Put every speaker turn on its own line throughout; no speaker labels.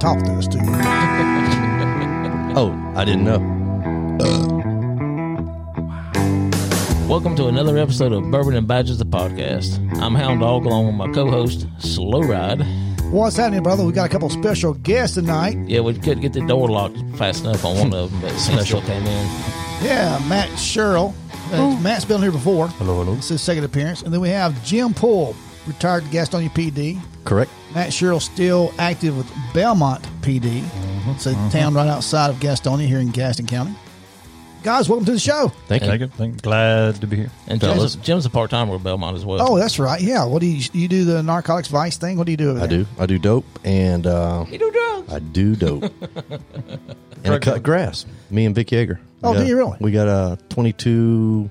taught this to you.
Oh, I didn't know.
Welcome to another episode of Bourbon and Badges, the podcast. I'm Hound Dog along with my co-host Slow Ride.
What's happening, brother? We got a couple special guests tonight.
Yeah, we couldn't get the door locked fast enough on one of them, but special came in.
Yeah, Matt Sherrill. Uh, Matt's been here before.
Hello, hello.
It's his second appearance. And then we have Jim Poole, retired guest on your PD.
Correct.
Matt Sherrill still active with Belmont PD.
Mm-hmm.
It's a town right outside of Gastonia here in Gaston County. Guys, welcome to the show.
Thank you.
Thank you. Thank you. Glad to be here.
And Jim's, Jim's a part-timer with Belmont as well.
Oh, that's right. Yeah. What do you you do the narcotics vice thing? What do you do? Over
I
there?
do. I do dope, and uh,
you do drugs.
I do dope. and I cut grass. Me and Vic Yeager. We
Oh, do
got-
you really?
We got uh, 22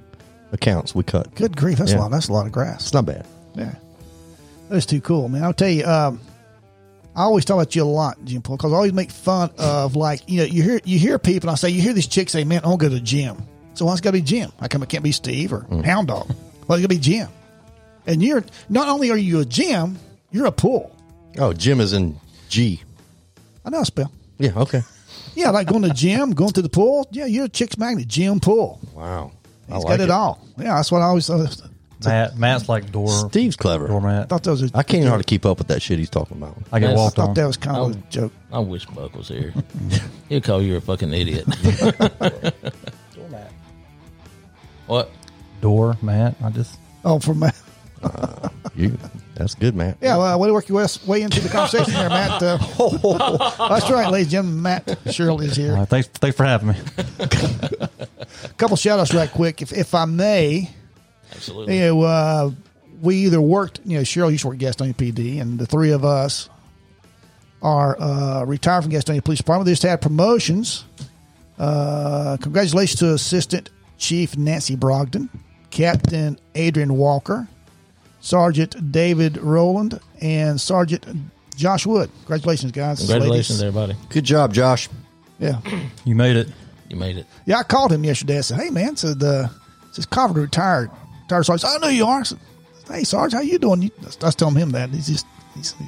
accounts we cut.
Good grief, that's a
Yeah.
lot. That's a lot of grass.
It's not bad.
Yeah, that's too cool, man. I'll tell you. Um, I always talk about you a lot, Jim Paul, because I always make fun of like you know you hear you hear people. And I say you hear these chicks say, "Man, I want to go to the gym." So why's it got to be Jim? I come, it can't be Steve or
Mm.
Hound Dog. Why it's got to be Jim? And you're not only are you a Jim, you're a pool.
Oh, Jim is in G.
I know how to spell.
Yeah. Okay.
Yeah, like going to the gym, going to the pool. Yeah, you're a chick's magnet, Jim Pool.
Wow. I
He's
like
got it, all. Yeah, that's what I always uh,
Matt, Matt's like door
Steve's clever.
doormat.
thought. Those was
I can't even hardly keep up with that shit he's talking about.
I get
Yes.
walked
thought
on.
that was kind of a
Oh.
joke.
I wish Buck was here. He'd call you a fucking idiot. what?
Doormat. I just
Oh, from Matt.
You, that's good, man.
Yeah, well, way to work your wes- way into the conversation there, Matt. Uh, that's right, ladies and gentlemen. Matt Shirley is
all
here.
right, thanks. Thanks for having me.
A couple shout outs, right quick, if, if I may.
Absolutely.
You know, uh, we either worked, you know, Cheryl used to work at Gastonia PD, and the three of us are uh, retired from Gastonia Police Department. They just had promotions. Uh, congratulations to Assistant Chief Nancy Brogdon, Captain Adrian Walker, Sergeant David Rowland, and Sergeant Josh Wood. Congratulations, guys.
Congratulations,
Ladies.
everybody.
Good job, Josh.
Yeah.
You made it.
You made it.
Yeah, I called him yesterday. I said, "Hey, man," said uh, says Crawford retired. Retired Sarge. I know you are. I said, hey, Sarge, how you doing? You, I was telling him that. He's just he's he,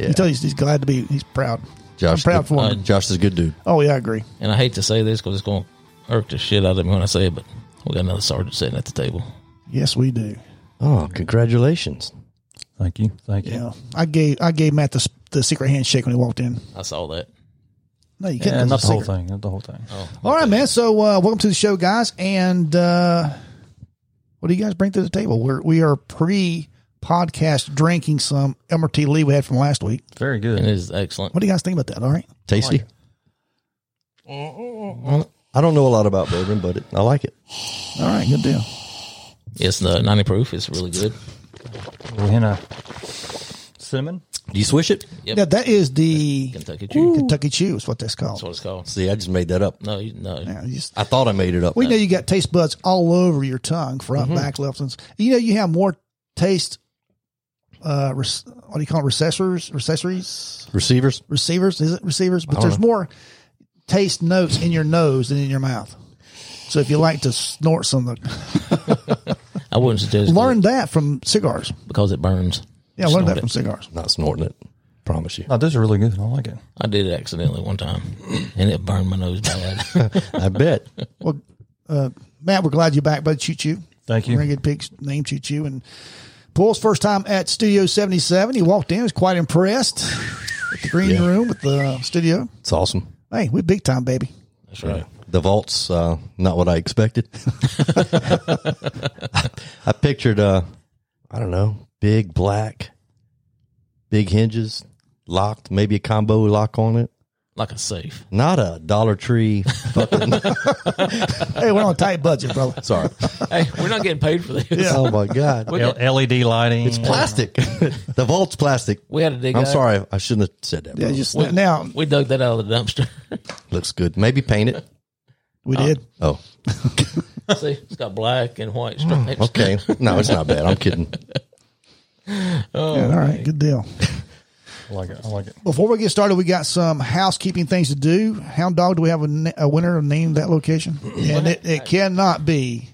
Yeah.
you tell he's, he's glad to be. He's proud.
Josh,
I'm proud
good-
for him.
Josh is a good dude.
oh yeah, I agree.
And I hate to say this because it's going to irk the shit out of me when I say it, but we got another sergeant sitting at the table.
Yes, we do.
Oh, congratulations.
Thank you. Thank you.
Yeah, I gave I gave Matt the, s- the secret handshake when he walked in.
I saw that.
No, you can't.
Yeah,
Yeah,
not the whole thing. Not the whole thing.
All right, man. So uh, welcome to the show, guys. And uh, what do you guys bring to the table? We're we are pre podcast drinking some MRT Lee we had from last week.
Very
And
good.
it is excellent.
What do you guys think about that? All right.
Tasty. I don't know a lot about bourbon, but it, I like it.
All right, good deal.
It's the 90 proof. It's really good.
Henna. Cinnamon.
Do you swish it?
Yep.
Yeah, that is the
Kentucky Chew. That's
Kentucky Chew is what that's called.
what it's called.
See, I just made that up.
No, you- no.
Yeah, you just-
I thought I made it up.
we know you got taste buds all over your tongue, front,
Mm-hmm.
back, left, and s- you know you have more taste. Uh, rec- what do you call it? Recessors, recessories,
Receivers?
receivers. Is it receivers? But there's more taste notes in your nose than in your mouth. So if you like to snort something,
I wouldn't suggest it
learn that from cigars.
because it burns.
Yeah, learn that
Snort
from
it.
cigars.
Not snorting it. Promise you.
Oh, this is really good. I like it.
I did it accidentally one time, and it burned my nose bad.
I bet.
Well, uh, Matt, we're glad you're back, bud. Choo choo.
Thank you.
Ringed Pig's name Choo Choo. And Paul's first time at Studio 77. He walked in, was quite impressed with the green room, with the studio.
It's awesome.
Hey, we big time, baby.
That's right.
The vault's uh, not what I expected. I, I pictured, uh, I don't know, big black, big hinges, locked, maybe a combo lock on it.
Like a safe.
Not a Dollar Tree. Fucking,
Hey, we're on a tight budget, brother.
sorry.
Hey, we're not getting paid for this.
Oh my god.
L- LED lighting. It's
plastic. the vault's plastic.
We had to dig
I'm
out-
sorry, I shouldn't have said that.
Yeah,
bro.
just now
We dug that out of the dumpster.
Looks good. Maybe paint it.
we did.
Oh,
See, it's got black and white stripes.
Mm, okay. No, it's not bad. I'm kidding.
Yeah, all right, good deal.
I like it. I like it.
Before we get started, we got some housekeeping things to do. Hound Dog, do we have a, na- a winner named that location? And it, it cannot be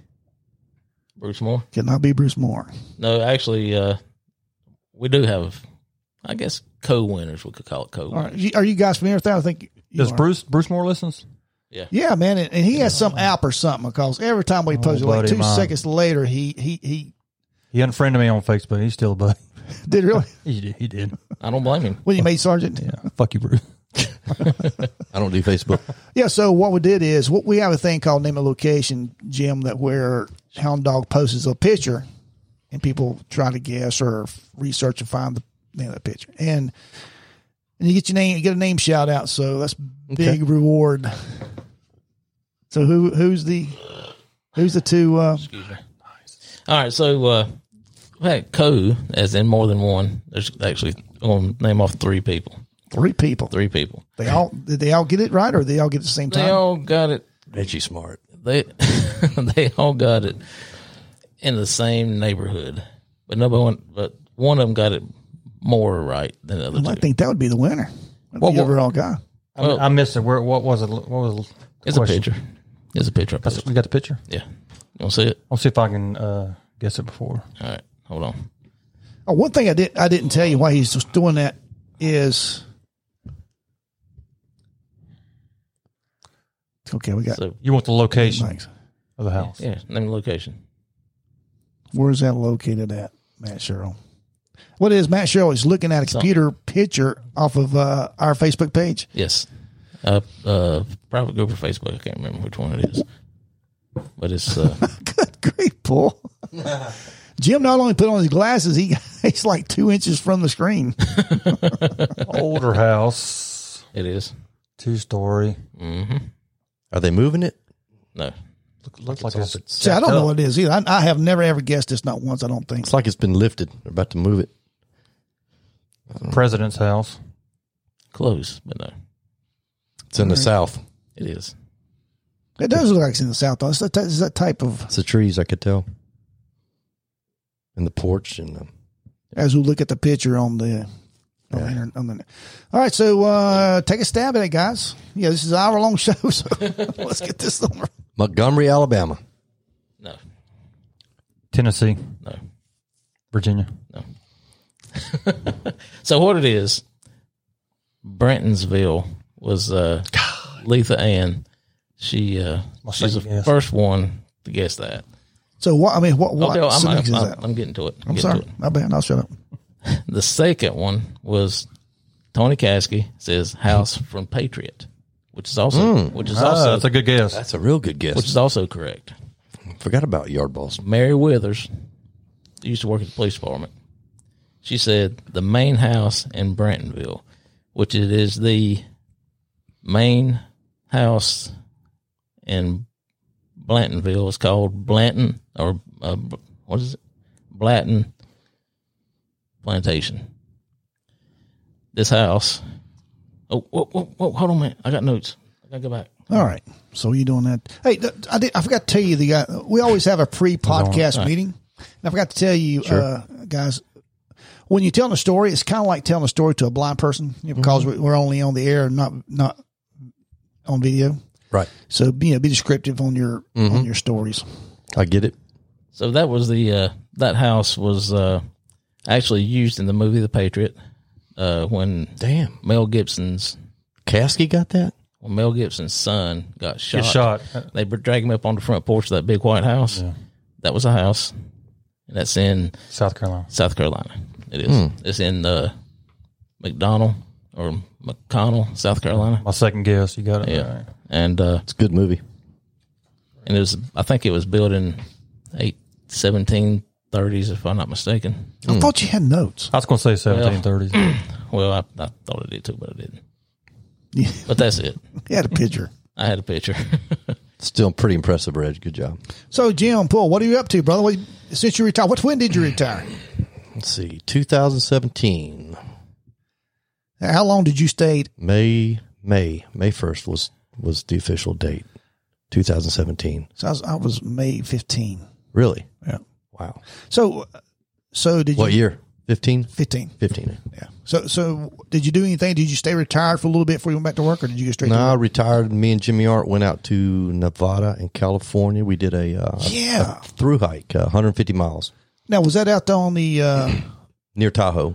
Bruce Moore.
cannot be Bruce Moore.
No, actually, uh, we do have I guess co-winners we could call it co.
All right. You- Are you guys familiar with that? I think. you
Does
are.
Bruce Bruce Moore listens?
Yeah, man, and, and he has some app or something because every time we post it, like
Oh, buddy
two
mine.
seconds later, he he he
He unfriended me on Facebook. He's still a buddy.
did really.
He did. He did.
I don't blame him.
When you made sergeant,
Yeah. Fuck you, Bruce.
I don't do Facebook.
Yeah, so what we did is what we have a thing called name a location, Jim, that where Hound Dog posts a picture and people try to guess or research and find the name of the picture. And and you get your name you get a name shout out, so that's big reward. So who who's the who's the two uh
All right, so uh, we've had co as in more than one. There's actually on name off three people.
three people.
Three people.
They all did they all get it right or did they all get it at the same
They
time?
all got it.
Bet you smart.
They they all got it in the same neighborhood, but nobody one but one of them got it more right than the other
I
two.
think that would be the winner. That'd
What-
be the overall guy.
I, mi-
Well-
I missed it. Where? What was it? What was? the
It's a
question?
picture. It's a picture. I
That's,
posted.
we got the picture.
Yeah, you want to see it?
I'll see if I can uh, guess it before.
All right, hold on.
Oh, one thing I did I didn't tell you why he's just doing that is okay. We got
So
You want the location
thanks.
of the house?
yeah, name and location.
Where's that located at, Matt Sherrill? What is Matt Sherrill is looking at a computer picture off of uh, our Facebook page.
Yes. Uh, uh, private group or Facebook. I can't remember which one it is. But it's uh,
Good grief, Paul. Jim not only put on his glasses, he he's like two inches from the screen.
Older house,
it is.
two story.
Are they moving it?
No.
Look, looks like it's.
It's,
See, I don't know what it is either. I, I have never ever guessed this, not once. I don't think.
it's like it's been lifted. They're about to move it.
president's house.
Close, but no.
It's in the south.
It is.
It does look like it's in the south. Though. It's that, it's that type of
It's the trees I could tell, and the porch and the
as we look at the picture on the on, the, inter- on the all right so uh take a stab at it guys yeah this is an hour long show so let's get this on
Montgomery, Alabama.
No.
Tennessee,
No.
Virginia.
So what it is, Brantonsville was uh, Letha Ann. She uh, she's the
second guess.
first one to guess that.
so what i mean what what
Although I'm,
sentence
I'm,
is
I'm,
that
I'm getting to it. I'm,
i'm
getting
sorry
To
my bad i'll shut up
it. The second one was Tony Caskey says house from Patriot, which is also
Hmm.
which is
Ah,
also
that's a good guess.
That's a real good guess.
which is also correct.
Forgot about yard balls.
Mary Withers used to work at the police department. She said the main house in Brantonville, which it is the main house in Blantonville, is called Blanton or uh, B- what is it? Blanton Plantation. This house. Oh, whoa, whoa, whoa, hold on, man. I got notes. I gotta go back.
all right so you doing that hey th- i did i forgot to tell you the guy we always have a pre-podcast meeting and i forgot to tell you uh guys when you're telling a story it's kind of like telling a story to a blind person you know, because
Mm-hmm.
we- we're only on the air and not not on video
Right.
So you know, be descriptive on your on your stories.
I get it.
So that was the uh, that house was uh, actually used in the movie The Patriot uh, when
Damn.
Mel Gibson's
Caskey got that?
when Mel Gibson's son got shot.
Get shot.
They br- drag him up on the front porch of that big white house. That was a house, and that's in
South Carolina.
South Carolina. It is. It's in uh, McDonald or McConnell, South Carolina.
My second guess. You got it.
Yeah,
All right.
and uh,
It's a good movie.
and it was I think it was built in eight seventeen thirties if I'm not mistaken.
I thought you had notes.
I was going to say 1730s.
Well, I, I thought I did too, but I didn't.
You
But that's it.
had a picture.
I had a picture.
Still pretty impressive, Reg. Good job.
So Jim Poole, what are you up to, brother? What, since you retired, what when did you retire?
Let's see. 2017.
How long did you stay?
May May. May first was was the official date. 2017.
So I was, I was May fifteen.
Really?
Yeah.
Wow.
So so did
What
you
year? 15?
fifteen?
15.
Yeah. So so did you do anything? Did you stay retired for a little bit before you went back to work, or did you go straight?
No, I
to work?
retired. Me and Jimmy Art went out to Nevada and California. We did a, uh,
Yeah.
through hike, uh, 150 miles
Now was that out there on the uh,
near Tahoe.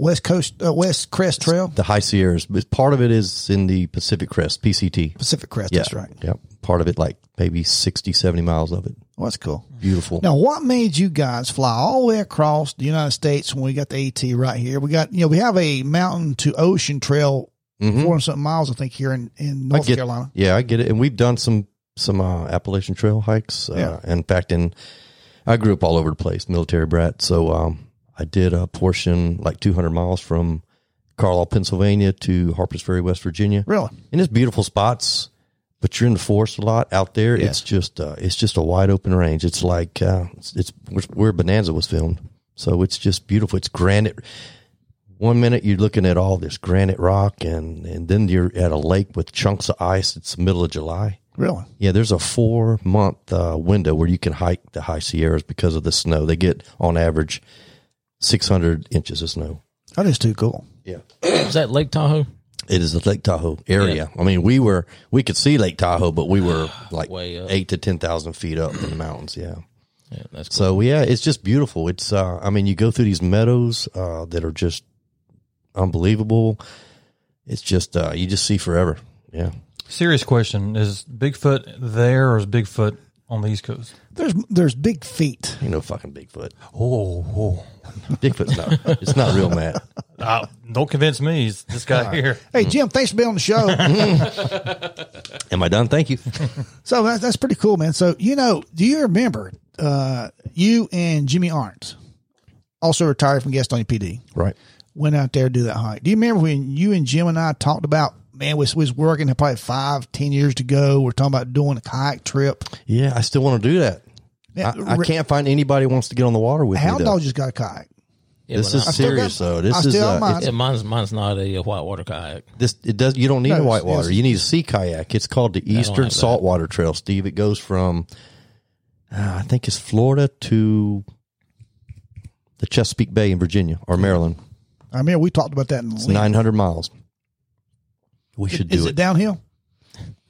West Coast, uh, West Crest Trail,
The High Sierras, but part of it is in the Pacific Crest, PCT.
Pacific Crest. That's right.
Yeah. Part of it, like maybe 60, 70 miles of it.
Well, that's cool.
Beautiful.
Now, what made you guys fly all the way across the United States when we got the AT right here? We got, you know, we have a mountain to ocean trail,
Mhm.
400 something miles, I think, here in, in North
get-
Carolina.
Yeah, I get it. And we've done some some uh, Appalachian Trail hikes. Uh, In fact, in I grew up all over the place, military brat. So um, I did a portion like 200 miles from Carlisle, Pennsylvania to Harpers Ferry, West Virginia.
Really?
And it's beautiful spots, but you're in the forest a lot out there. It's just uh, it's just a wide open range. It's like uh, it's, it's where Bonanza was filmed. So it's just beautiful. It's granite one minute you're looking at all this granite rock and and then you're at a lake with chunks of ice it's the middle of july
Really?
yeah there's a four month uh, window where you can hike the high sierras because of the snow they get on average 600 inches of snow
That is too cool.
yeah
Is that Lake Tahoe?
it is the lake tahoe area i mean we were we could see lake tahoe but we were like
Way up.
eight to ten thousand feet up in the mountains yeah
Yeah, that's cool.
so yeah, it's just beautiful. It's uh, I mean, you go through these meadows uh, that are just unbelievable. It's just uh, you just see forever. Yeah,
Serious question: Is Bigfoot there, or is Bigfoot on the East Coast?
There's there's big feet.
you know, fucking Bigfoot.
Oh,
Bigfoot's not. it's not real, Matt.
oh. Uh, don't convince me. He's this guy here.
Hey, Jim, thanks for being on the show.
Am I done? Thank you.
so that, that's pretty cool, man. So, you know, do you remember uh, you and Jimmy Arndt, also retired from Gastonia PD,
Right.
went out there to do that hike? Do you remember when you and Jim and I talked about, man, we we was working probably five, ten years to go. We're talking about doing a kayak trip.
Yeah, I still want to do that.
Yeah,
I, I
re-
can't find anybody who wants to get on the water with
Hound
me. Though.
Dog just got a kayak.
Yeah,
this
but
is
I-
still
serious
got-
though. This
I
is
still
uh,
mine.
it's-
yeah, mine's mine's not a whitewater kayak.
this. It does. You don't need
No,
a
it's-
whitewater.
yes.
You need a sea kayak. It's called the
have
Eastern
that.
Saltwater Trail, Steve. It goes from uh, I think it's Florida to the Chesapeake Bay in Virginia or Maryland.
I mean, we talked about that in
It's nine hundred miles. We should
Is
do
it,
it.
downhill?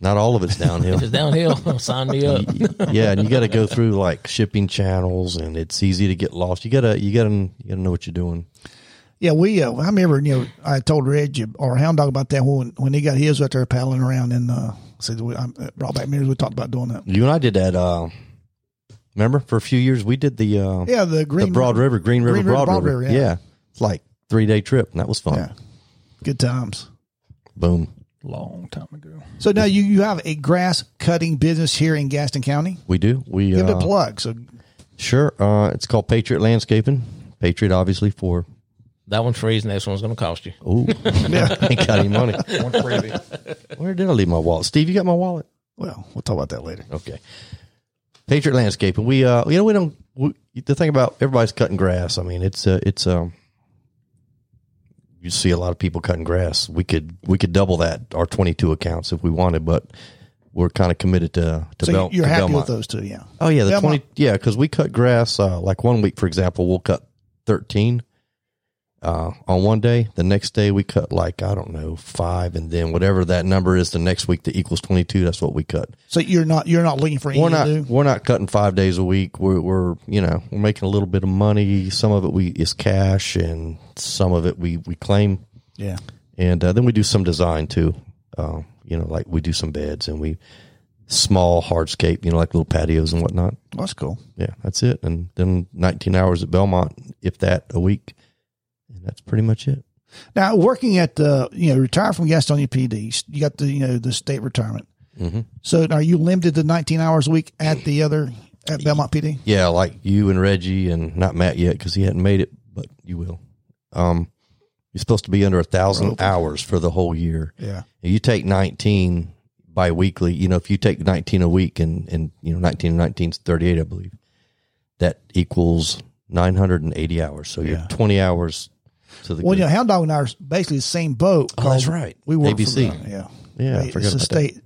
Not all of it's downhill.
If it's downhill, sign me up.
yeah, and you got to go through like shipping channels, and it's easy to get lost. You gotta, you gotta, you gotta know what you're doing.
Yeah, we. Uh, I remember, you know, I told Reggie or Hound Dog about that when when he got his out there paddling around and uh, said, we, I brought back mirrors. We talked about doing that.
You and I did that. Uh, remember, for a few years, we did the uh,
Yeah, the green,
the Broad River, Green River,
Green River,
Broad,
Broad
River.
River,
yeah.
yeah.
it's like three day trip, and that was fun.
Yeah, good times.
Boom,
Long time ago.
So now you you have a grass cutting business here in Gaston County.
we do. We
Give it a
uh,
plug. So
sure. Uh, it's called Patriot Landscaping. Patriot, obviously, for
That one's free. Next one's going to cost you.
oh, ain't got any money.
One freebie.
Where did I leave my wallet? Steve, you got my wallet?
well, we'll talk about that later.
Okay. Patriot Landscaping. We uh, you know, we don't. We, the thing about everybody's cutting grass. I mean, it's uh, it's um. You see a lot of people cutting grass. We could we could double that our twenty two accounts if we wanted, but we're kind of committed to to
So
Bel-
you're
to
happy
Belmont.
with those two, yeah?
Oh yeah, the
Yeah,
twenty.
my-
yeah, because we cut grass. Uh, like one week, for example, we'll cut thirteen uh, on one day. The next day, we cut like I don't know five, and then whatever that number is the next week that equals twenty two. That's what we cut.
So you're not you're not looking for any
We're
to
not
do?
we're not cutting five days a week. We're we're you know we're making a little bit of money. Some of it we is cash, and some of it we we claim,
Yeah.
and uh, then we do some design too. Uh, you know, like we do some beds and we small hardscape. You know, like little patios and whatnot
Well, that's cool.
yeah, that's it. And then 19 hours at Belmont, if that, a week. And that's pretty much it.
Now working at the you know retire from Gastonia PD, you got the you know the state retirement.
Mm-hmm.
So are you limited to 19 hours a week at the other at Belmont PD?
Yeah, like you and Reggie, and not Matt yet because he hadn't made it, but you will. Um, you're supposed to be under a thousand hours for the whole year.
Yeah.
You take 19 biweekly. You know, if you take 19 a week, and and you know 19 and 19 is 38, I believe. That equals 980 hours. So you're 20 hours to the
Well,
good.
you know, Hound Dog and I are basically the same boat.
Oh, that's
because
right.
We work
ABC.
For them. Yeah.
Yeah, I
It's
forgot
a
about that.
state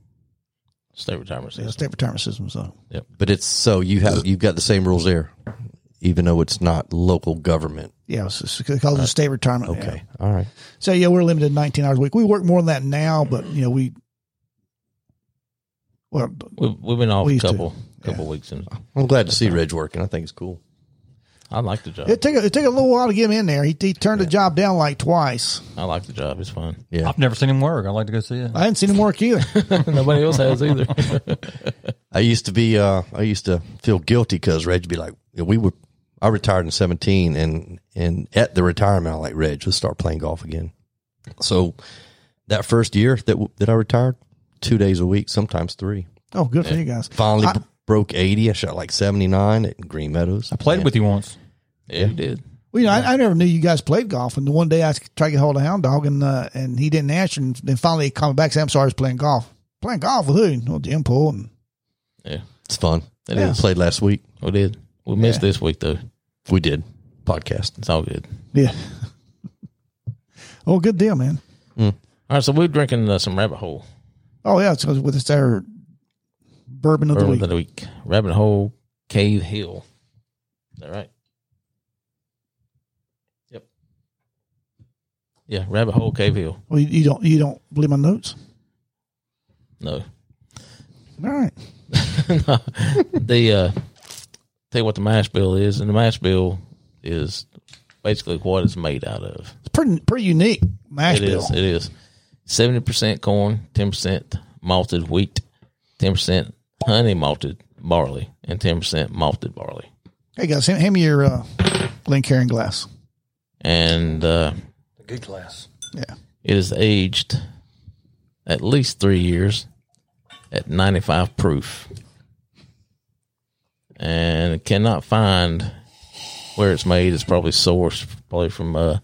State retirement
the
system.
state retirement system. So
But it's so you have you've got the same rules there, even though it's not local government.
yeah, it's, it's called the state retirement. yeah.
Uh, Okay, all right.
So yeah, we're limited to 19 hours a week. We work more than that now, but you know we. Well,
We've, we've been off
We
a
used to.
couple couple weeks. And
I'm glad to see Reg working. I think it's cool.
I like the job.
It took a, it took a little while to get him in there. He, he turned the job down like twice.
I like the job. It's fun.
Yeah.
I've never seen him work. I'd like to go see it.
I hadn't seen him work either.
Nobody else has either.
I used to be, uh, I used to feel guilty because Reg'd be like, we were, I retired in 17 and, and at the retirement, I like, Reg, let's start playing golf again. So that first year that, w- that I retired, two days a week, sometimes three.
Oh, good for you guys.
Finally
I-
b- broke 80. I shot like 79 at Green Meadows.
I played with you once.
yeah, you did.
Well, you know, I, I never knew you guys played golf. And the one day I tried to get hold of Hound Dog, and uh, and he didn't answer. And then finally he called me back, and said, "I'm sorry, I was playing golf. Playing golf with who? No gym pool." And
Yeah,
It's fun.
It
Yeah.
is.
Played last week.
we did. We missed this week though.
We did podcast.
It's all good.
yeah. oh, good deal, man.
All right, so we're drinking uh, some rabbit hole
Oh yeah, it's 'cause with it's our bourbon of the
earlier
week.
the week. Rabbit hole, Cave Hill. Is that right? Yep. Yeah, rabbit hole, Cave Hill.
Well, you, you don't you don't believe my notes?
No,
All right.
the uh, tell you what the mash bill is, and the mash bill is basically what it's made out of.
It's pretty pretty unique mash
It
bill.
is. It is. Seventy percent corn, ten percent malted wheat, ten percent honey malted barley, and ten percent malted barley.
Hey guys, hand, hand me your uh, Glencairn glass.
And uh,
A good class.
Yeah.
it is aged at least three years at ninety five proof, and cannot find where it's made. It's probably sourced probably from uh,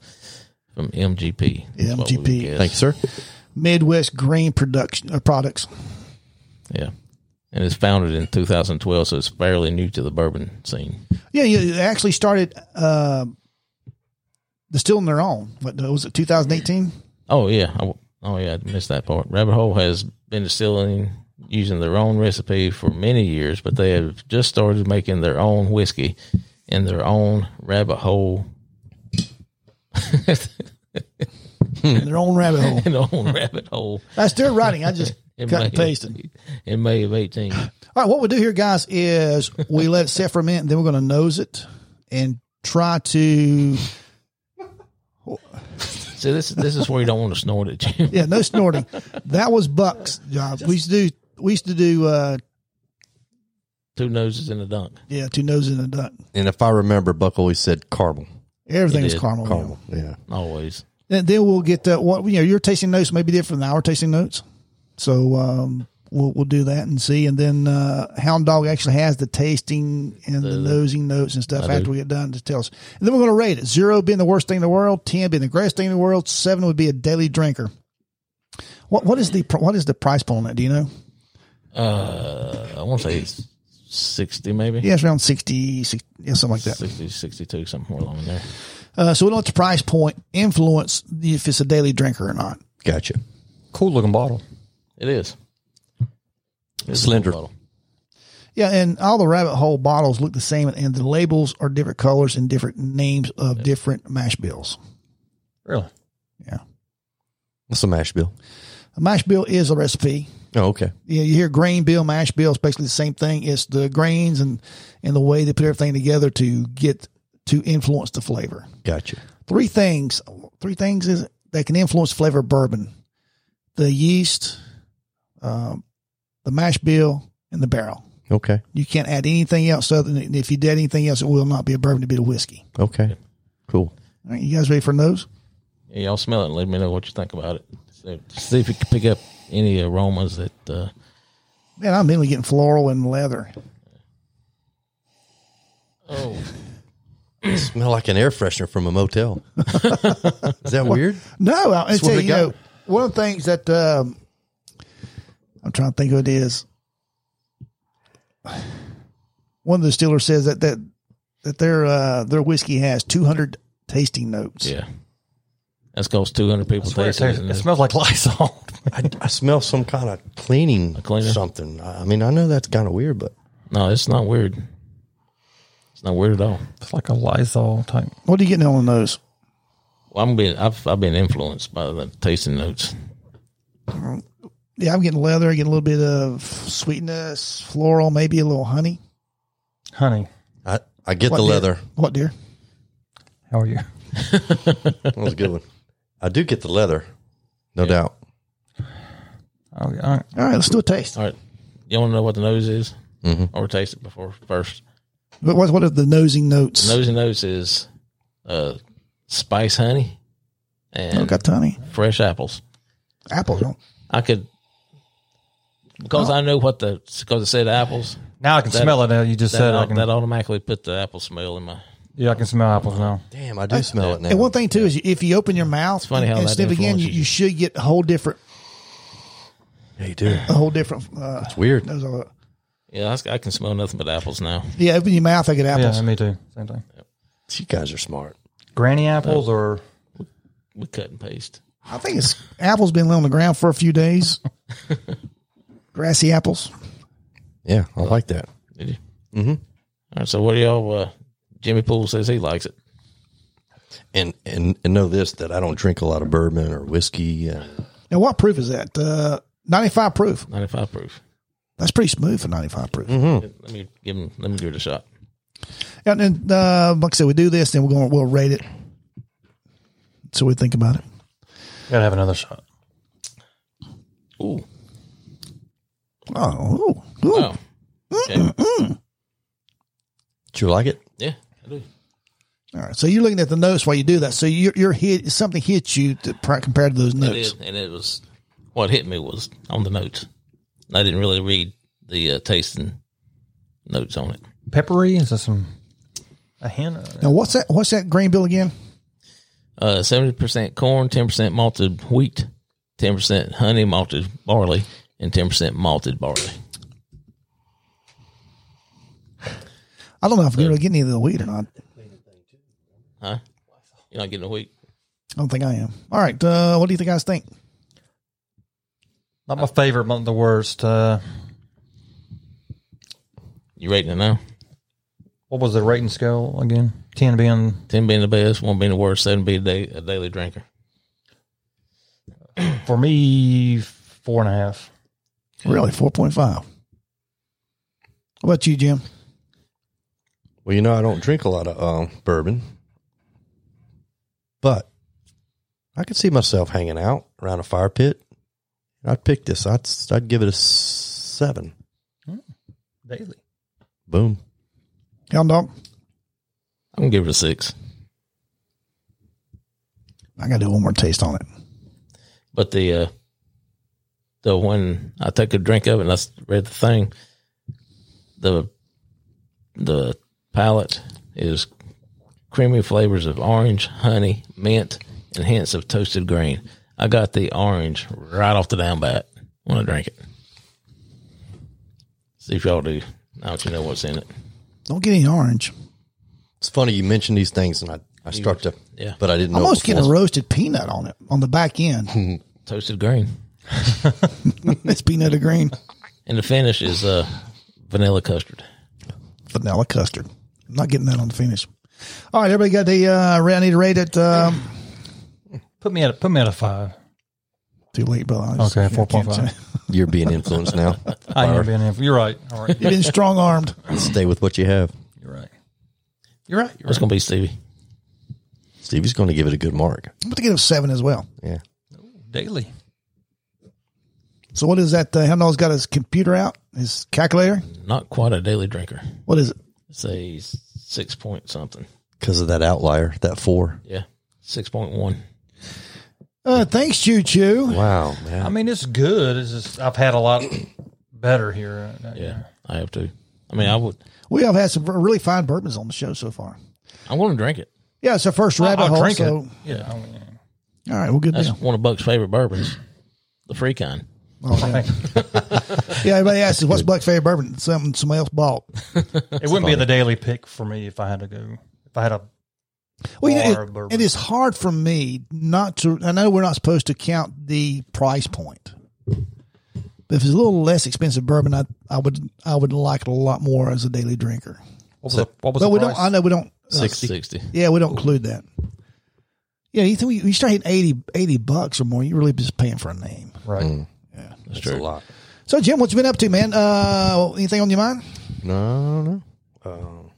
from MGP. is what we would
MGP.
guess.
Thank you, sir.
Midwest Grain Production uh, Products.
Yeah. And it's founded in 2012, so it's fairly new to the bourbon scene.
Yeah, yeah. They actually started uh, distilling their own. What was it? 2018.
Oh, yeah. I w oh, yeah. I missed that part. Rabbit Hole has been distilling using their own recipe for many years, but they have just started making their own whiskey in their own rabbit hole. Hmm.
in their own rabbit hole.
In their own rabbit hole.
That's their writing. I just
In
cut and
May-
pasted.
In May of 18.
All right, what we do here, guys, is we let it set for a minute, and then we're going to nose it and try to
So this, this is where you don't want to snort at you.
yeah, no snorting. That was Buck's job. we used to do we used to do uh,
Two noses in a dunk.
yeah two noses and a duck.
And if I remember, Buck always said caramel.
Everything
You
was
did.
caramel. yeah.
Caramel. Yeah.
Always.
Then, then we'll get uh, what you know. Your tasting notes may be different than our tasting notes, so um, we'll we'll do that and see. And then uh, Hound Dog actually has the tasting and the, nosing notes and stuff after we get done to tell us. And then we're going to rate it: zero being the worst thing in the world, ten being the greatest thing in the world, seven would be a daily drinker. What what is the pr- what is the price point on that? Do you know?
Uh, I want to say it's 60 maybe.
Yeah, it's around 60, 60 yeah, something like that.
60, 62, something more along there.
Uh, so we don't let the price point influence if it's a daily drinker or not.
Gotcha.
Cool looking bottle.
It is. It's a
Slender.
bottle.
Yeah, and all the rabbit hole bottles look the same, and the labels are different colors and different names of different mash bills.
Really?
Yeah,
What's a mash bill?
a mash bill is a recipe.
Oh, okay.
You, know, you hear grain bill, mash bill. It's basically the same thing. It's the grains and and the way they put everything together to get to influence the flavor.
Gotcha.
Three things. Three things is that can influence flavor of bourbon: the yeast, um, the mash bill, and the barrel.
Okay.
You can't add anything else other than if you did anything else, it will not be a bourbon. It'll be a whiskey.
Okay. Cool.
All right, you guys ready for nose?
Yeah, y'all smell it and let me know what you think about it. So, see if you can pick up any aromas that. Uh,
Man, I'm mainly getting floral and leather.
oh,
Smell like an air freshener from a motel. Is that weird?
No, I, I
what
tell you,
they
you know,
got.
one of the things that um, I'm trying to think who it is. One of the distillers says that that that their uh, their whiskey has 200 tasting notes.
yeah. That's cost 200 people
It,
tasting it.
tastes- it smells like Lysol.
I, I smell some kind of cleaning
cleaner?
something. I I mean, I know that's kind of weird, but
No, it's not weird. It's not weird at all.
it's like a Lysol type.
What are you getting on the nose?
Well, I'm being, I've, I've been influenced by the tasting notes.
Yeah, I'm getting leather. I get a little bit of sweetness, floral, maybe a little honey.
Honey.
I, I get
What
the
deer?
leather.
What deer?
How are you?
That was a good one. I do get the leather, no doubt.
Oh, yeah, all right.
All right, let's do a taste.
All right. You want to know what the nose is? Mm-hmm. Or taste it before first.
But what, what are the nosing notes?
Nose and nose is uh, spice honey and
Oh, got honey.
fresh apples.
Apples. Don't.
I could, because I know what the, because it said apples,
Now I can
That-
smell it. Now you just
that,
said I
au-
can.
that automatically put the apple smell in my.
yeah, I can smell apples now.
Damn, I do smell it now.
And one thing too is if you open your mouth
funny how
and
that
sniff again, you,
influences
you should get a whole different,
Yeah, you do.
a whole different. Uh,
It's weird.
nose of it.
Yeah, I, I can smell nothing but apples now.
yeah, open your mouth, I get apples.
Yeah, me too. Same thing.
You guys are smart.
Granny apples or
We cut and paste.
I think it's apples been laying on the ground for a few days. Grassy apples.
Yeah, I like that.
Did you? Mm-hmm. All right. So what do y'all? Uh, Jimmy Poole says he likes it.
And and and know this that I don't drink a lot of bourbon or whiskey. Uh,
Now, what proof is that? Uh, 95 proof.
Ninety-five proof.
That's pretty smooth for 95 proof.
Mm-hmm. Let me give him. Let me give it a shot.
And then, uh, like I said, we do this, then we're going to we'll rate it. So we think about it.
gotta have another shot.
Ooh.
Oh, ooh, ooh.
Wow. Okay.
do you like it?
Yeah. I do.
all right. So you're looking at the notes while you do that. So you're, you're hit. Something hits you to, pri- compared to those
I
notes.
did, and it was what hit me was on the notes. And I didn't really read the uh, tasting notes on it.
Peppery? Is that some a hint? of-
Now, what's that? What's that grain bill again?
Uh, seventy percent corn, ten percent malted wheat, ten percent honey malted barley, and ten percent malted barley.
I don't know if you're really getting any of the wheat or not.
Huh? You're not getting the wheat.
I don't think I am. All right. Uh, what do you think guys think?
Not my favorite, but the worst. Uh,
You rating it now?
what was the rating scale again? Ten being
Ten being the best, one being the worst, seven being a, day, a daily drinker.
for me four and a half.
Really, 4.5. What about you, Jim?
Well, you know I don't drink a lot of um, bourbon, but I could see myself hanging out around a fire pit. I'd pick this. I'd I'd give it a seven.
Daily.
Boom.
Hound dog?
I'm gonna give it a six.
I got to do one more taste on it.
But the uh the when I took a drink of it and I s- read the thing, the the palate is creamy flavors of orange, honey, mint, and hints of toasted grain. I got the orange right off the down bat when I drank it. See if y'all do. Now that you know what's in it.
Don't get any orange.
It's funny you mentioned these things, and I I start to
Yeah.
but I didn't know
I'm
it
almost getting a
before.
roasted peanut on it on the back end.
Toasted grain.
it's peanut or green
And the finish is uh vanilla custard.
vanilla custard. I'm not getting that on the finish. All right, everybody got the uh, ra- I need to rate it. Um,
Put me at a, put me at a five.
too late, brother. I just-
Okay,
I can't
4.5.
say.
You're being influenced now.
I am being in. You're right. All right.
You've been strong armed.
Stay with what you have.
You're right. You're right. You're
What's
right.
gonna be Stevie?
Stevie's going to give it a good mark.
I'm going to give it seven as well.
Yeah.
Daily.
So what is that? Uh, Hound dog's got his computer out, his calculator.
Not quite a daily drinker.
What is it?
say s- six point something.
Because of that outlier, that four.
Yeah, six point one.
Uh, thanks, Choo Choo.
Wow, man.
I mean, it's good. It's just I've had a lot better here. Uh,
Yeah, I have to. I mean, I would.
We have had some really fine bourbons on the show so far.
I'm going to drink it.
Yeah, it's our first
I'll,
rabbit
I'll
hole.
drink
so,
it. Yeah. I mean,
all right, well, good
That's
deal.
one of Buck's favorite bourbons, the free kind.
Oh, yeah. yeah, everybody asks, what's Black Fairy Bourbon? Something somebody else bought.
it wouldn't be the daily pick for me if I had to go. If I had a
Well, you
Or a
know, it,
bourbon.
it is hard for me not to. I know we're not supposed to count the price point, but if it's a little less expensive bourbon, I, I would I would like it a lot more as a daily drinker.
what was the, what was
But
the
we
price?
don't. I know we don't. uh,
Sixty. Sixty.
yeah, we don't include that. Yeah, you think we, you start hitting 80, 80 bucks or more, you're really just paying for a name.
right.
Mm.
That's
It's a
true.
lot.
So, Jim, what you been up to, man? Uh, anything on your mind?
No, no.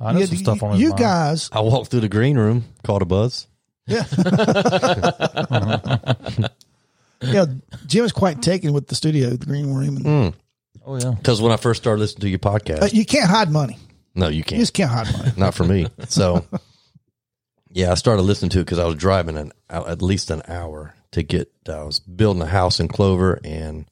I know
Yeah,
some
you-
stuff on his
you
mind.
guys.
I walked through the green room, caught a buzz.
Yeah. yeah, Jim is quite taken with the studio, the green room. And,
Oh yeah.
Because when I first started listening to your
uh,
podcast,
you can't hide money.
no, you
You
can't.
just can't hide money.
Not for me. So, yeah, I started listening to it because I was driving an at least an hour to get. uh, I was building a house in Clover and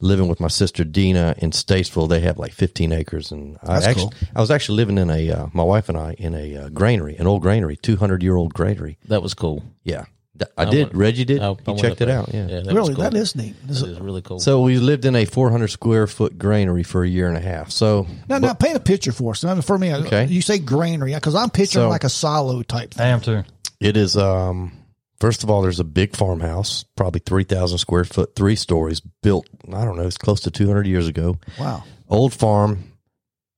living with my sister Dina in Statesville. They have like 15 acres, and I
That's
actually I was actually living in a uh, my wife and I in a uh, granary, an old granary, 200 year old granary.
That was cool.
Yeah, Th- I, did.
went-
Reggie did.
I- I
he
went
checked
up
it
there.
out. Yeah.
that
really,
was cool.
that is neat. This
That
is-
is really cool.
So we lived in a 400 square foot granary for a year and a half. So
now, now, paint a picture for us. Now, for me, I-
Okay.
you say granary because I'm picturing
So-
like a silo type thing.
I am too.
It is um first of all there's a big farmhouse, probably 3000 square foot, 3 stories built, I don't know, it's close to 200 years ago.
Wow.
Old farm.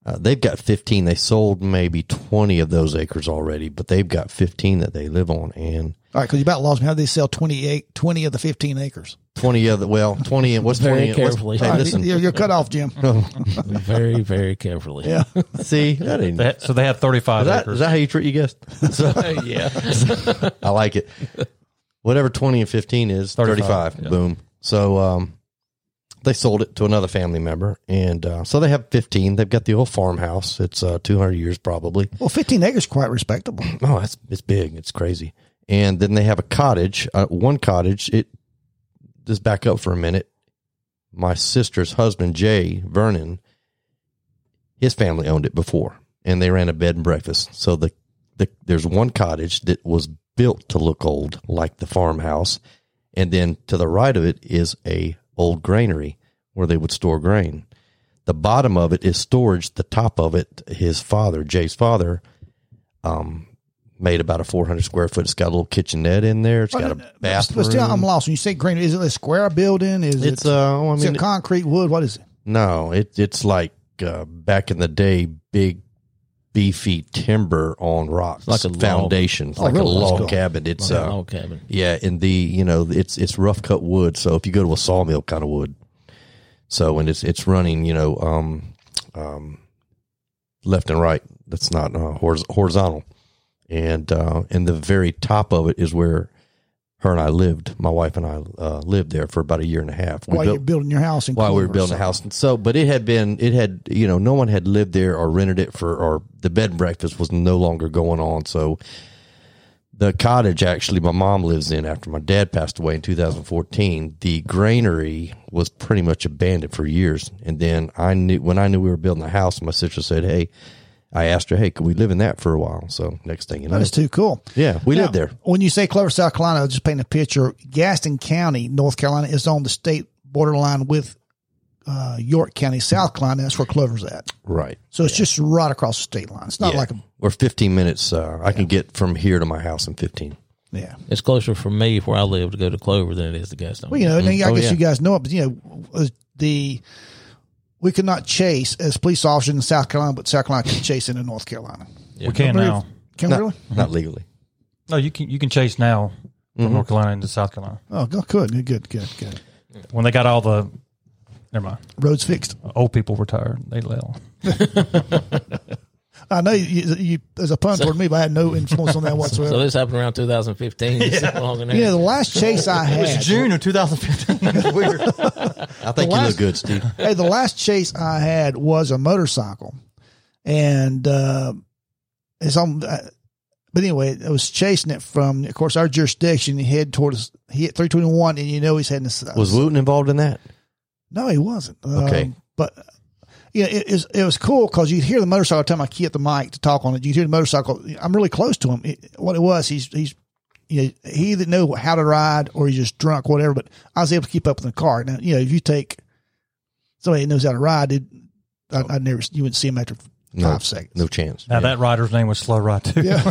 Uh, they've got 15. They sold maybe 20 of those acres already, but they've got 15 that they live on and
All right, because you about lost me. How did they sell 28, 20 of the 15 acres?
20 other well, 20 and what's
Very
20 and what's-
carefully.
Hey,
All right,
listen.
you're, you're cut off, Jim.
very, very carefully.
Yeah.
See, that ain't
They had, so they had thirty
Is
five
that,
acres.
is that how you treat your guests? So,
yeah.
I like it. Whatever 20 and 15 is, 35.
35,
Boom. So um, they sold it to another family member. And uh, so they have 15. They've got the old farmhouse. It's uh, 200 years probably.
Well, 15 acres is quite respectable.
Oh, that's, it's big. It's crazy. And then they have a cottage, uh, one cottage. It Just back up for a minute. My sister's husband, Jay Vernon, his family owned it before, and they ran a bed and breakfast. So the, the there's one cottage that was built to look old, like the farmhouse, and then to the right of it is a old granary where they would store grain. The bottom of it is storage. The top of it, his father, Jay's father, um, made about a 400 square foot. It's got a little kitchenette in there. It's got a
But-
bathroom.
But still, I'm lost. When you say granary, is it a square building? Is
It's
it,
uh, I
is it
mean,
concrete, wood? What is it?
no, it it's like uh, back in the day, big beefy timber on rocks,
Like a log.
foundation, like
really?
a
That's
log
cool.
cabin. It's uh,
Log cabin.
yeah, in the you know it's it's rough cut wood. So if you go to a sawmill, kind of wood. So and it's it's running, you know, um, um, left and right. That's not uh, horiz- horizontal. And uh, and the very top of it is where her and I lived. My wife and I uh, lived there for about a year and a half. We
While
built-
you're building your house in
while we were
Clover,
building a
so-
house. And so, but it had been, it had, you know, no one had lived there or rented it for, or the bed and breakfast was no longer going on. So the cottage actually my mom lives in after my dad passed away in 2014. The granary was pretty much abandoned for years. And then I knew, when I knew we were building a house, my sister said, Hey, I asked her, Hey, could we live in that for a while? So next thing you know,
That's too cool.
yeah, we
Now,
lived there.
When you say Clover, South Carolina, I was just painting a picture. Gaston County, North Carolina, is on the state borderline with uh, York County, South Carolina. That's where Clover's at.
Right.
So it's just right across the state line. It's not
Yeah.
like a
Or 15 minutes. Uh, I can get from here to my house in 15.
yeah.
It's closer for me where I live to go to Clover than it is to Gaston. Mm-hmm.
Well, you know, and I
Oh,
guess
yeah.
you guys know it, but you know, uh, the we could not chase as police officers in South Carolina, but South Carolina can chase into North Carolina.
we can now.
Can
Not,
we really?
not legally.
No, you can you can chase now from
Mm-hmm.
North Carolina into South Carolina
Oh, go- good, good, good, good, good.
when they got all the. Never mind.
Roads fixed.
Old people retired. They lay off.
I know you, you, you there's a pun toward me, but I had no influence on that whatsoever.
So this happened around 2015. It's long in there.
you know, the last chase I had,
June of 2015.
I think you
last-
look good, Steve.
hey, the last chase I had was a motorcycle, and uh, it's on. Uh, but anyway, I was chasing it from, of course, our jurisdiction. He head towards he hit three twenty one, and you know he's heading to
Was Wooten involved in that?
No, he wasn't. Um,
Okay.
but yeah, it, it, it was cool because you'd hear the motorcycle every time I key at the mic to talk on it. You'd hear the motorcycle. I'm really close to him. It- what it was, he's he's you know, he either knew how to ride or he's just drunk, whatever. But I was able to keep up with the car. Now you know if you take somebody that knows how to ride, it, I, I never you wouldn't see him after five
No.
seconds.
No chance.
now that rider's name was Slow Ride too.
Yeah.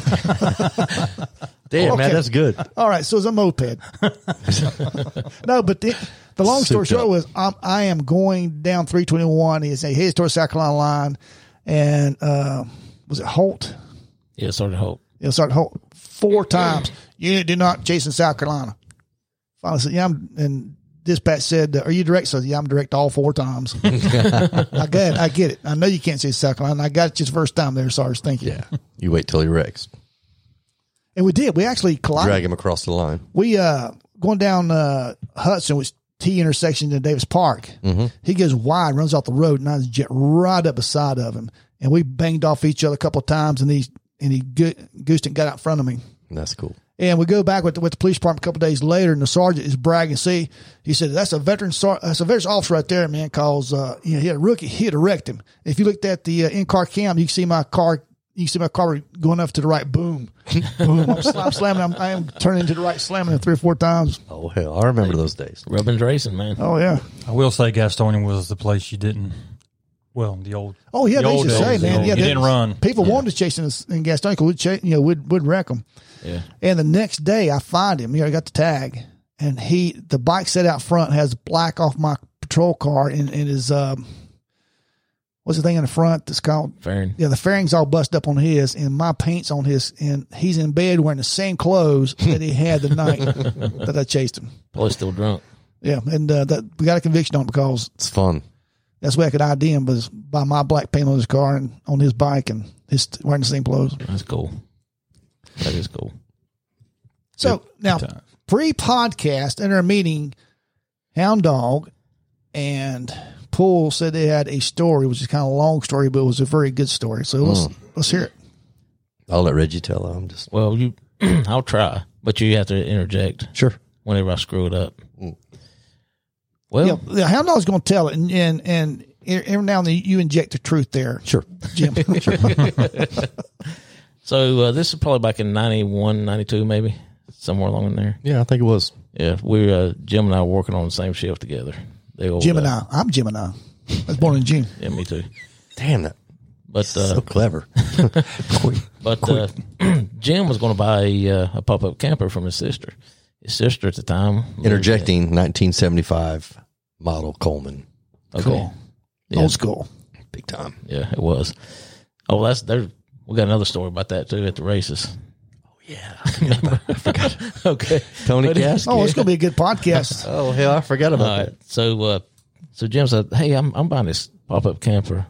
Damn,
Okay.
man, that's good.
All right, so it's a moped. no, but the, the long story
Souped up.
short was I'm, I am going down 321. He's a heads towards South Carolina line, and uh, was it Holt?
yeah, sort of hope.
It started Holt four times. You do not chase in South Carolina. Finally said, yeah, I'm, and dispatch said, "Are you direct?" So yeah, I'm direct all four times. I get, it. I get it. I know you can't say second line. I got it your first time there, Sarge. Thank you.
Yeah. You wait till he wrecks.
And we did. We actually collided.
Drag him across the line.
we uh going down uh Hudson which T intersection to Davis Park. He goes wide, runs off the road, and I was jet right up beside of him, and we banged off each other a couple of times, and he and he go- goosed and got out in front of me.
And that's cool.
And we go back with the, with the police department a couple days later, and the sergeant is bragging. See, he said that's a veteran, sar- that's a veteran officer right there, man. Cause uh, you know, he had a rookie, he'd wrecked him. If you looked at the uh, in car cam, you can see my car, you can see my car going off to the right. Boom, boom. I'm, slam, slamming. I'm, I am turning to the right, slamming it three or four times.
Oh, hell. I remember those days.
Rubbin's racing, man.
Oh yeah,
I will say Gastonia was the place you didn't. Well, the old.
oh yeah.
The
They used
old
to say,
days, the
man,
old-
yeah,
you
they-
didn't run.
People wanted to chase us in Gastonia. 'cause We'd chase, you know, would would wreck them.
Yeah.
And the next day, I find him. You know, I got the tag, and he the bike set out front has black off my patrol car, and, and his um, what's the thing in the front that's called
Fair.
yeah, the fairing's all bust up on his, and my paint's on his, and he's in bed wearing the same clothes that he had the night that I chased him.
Probably still drunk.
Yeah, and uh, that we got a conviction on it because
It's fun.
that's the way I could ID him was by my black paint on his car and on his bike and his wearing the same clothes.
That's cool. That is cool.
So now, pre podcast in our meeting, Hound Dog and Pool said they had a story, which is kind of a long story, but it was a very good story. So
Mm.
let's let's hear it.
I'll let Reggie tell. I'm just.
Well, you, I'll try, but you have to interject
Sure.
whenever I screw it up. Well,
Mm. Yeah, the Hound Dog's going to tell it, and and, and e-, every now and then you inject the truth there,
Sure.
Jim.
so uh, this is probably back in 91, 92, maybe somewhere along in there.
Yeah, I think it was.
Yeah, we uh, Jim and I were working on the same shift together. The old,
Jim and
uh,
I. I'm Gemini. I was born in June.
yeah, me too.
Damn that.
But uh,
So clever.
But uh, Jim was going to buy a, uh, a pop up camper from his sister. His sister at the time.
Interjecting 1975 model Coleman.
Okay.
Cool.
Yeah.
Old school.
Big time.
Yeah, it was. Oh, that's there. We got another story about that too at the races. Oh yeah, I forgot. okay,
Tony Cass.
Oh, it's going to be a good podcast.
Oh, hell. I forgot about
All right. So, uh, so Jim said, "Hey, I'm I'm buying this pop up camper,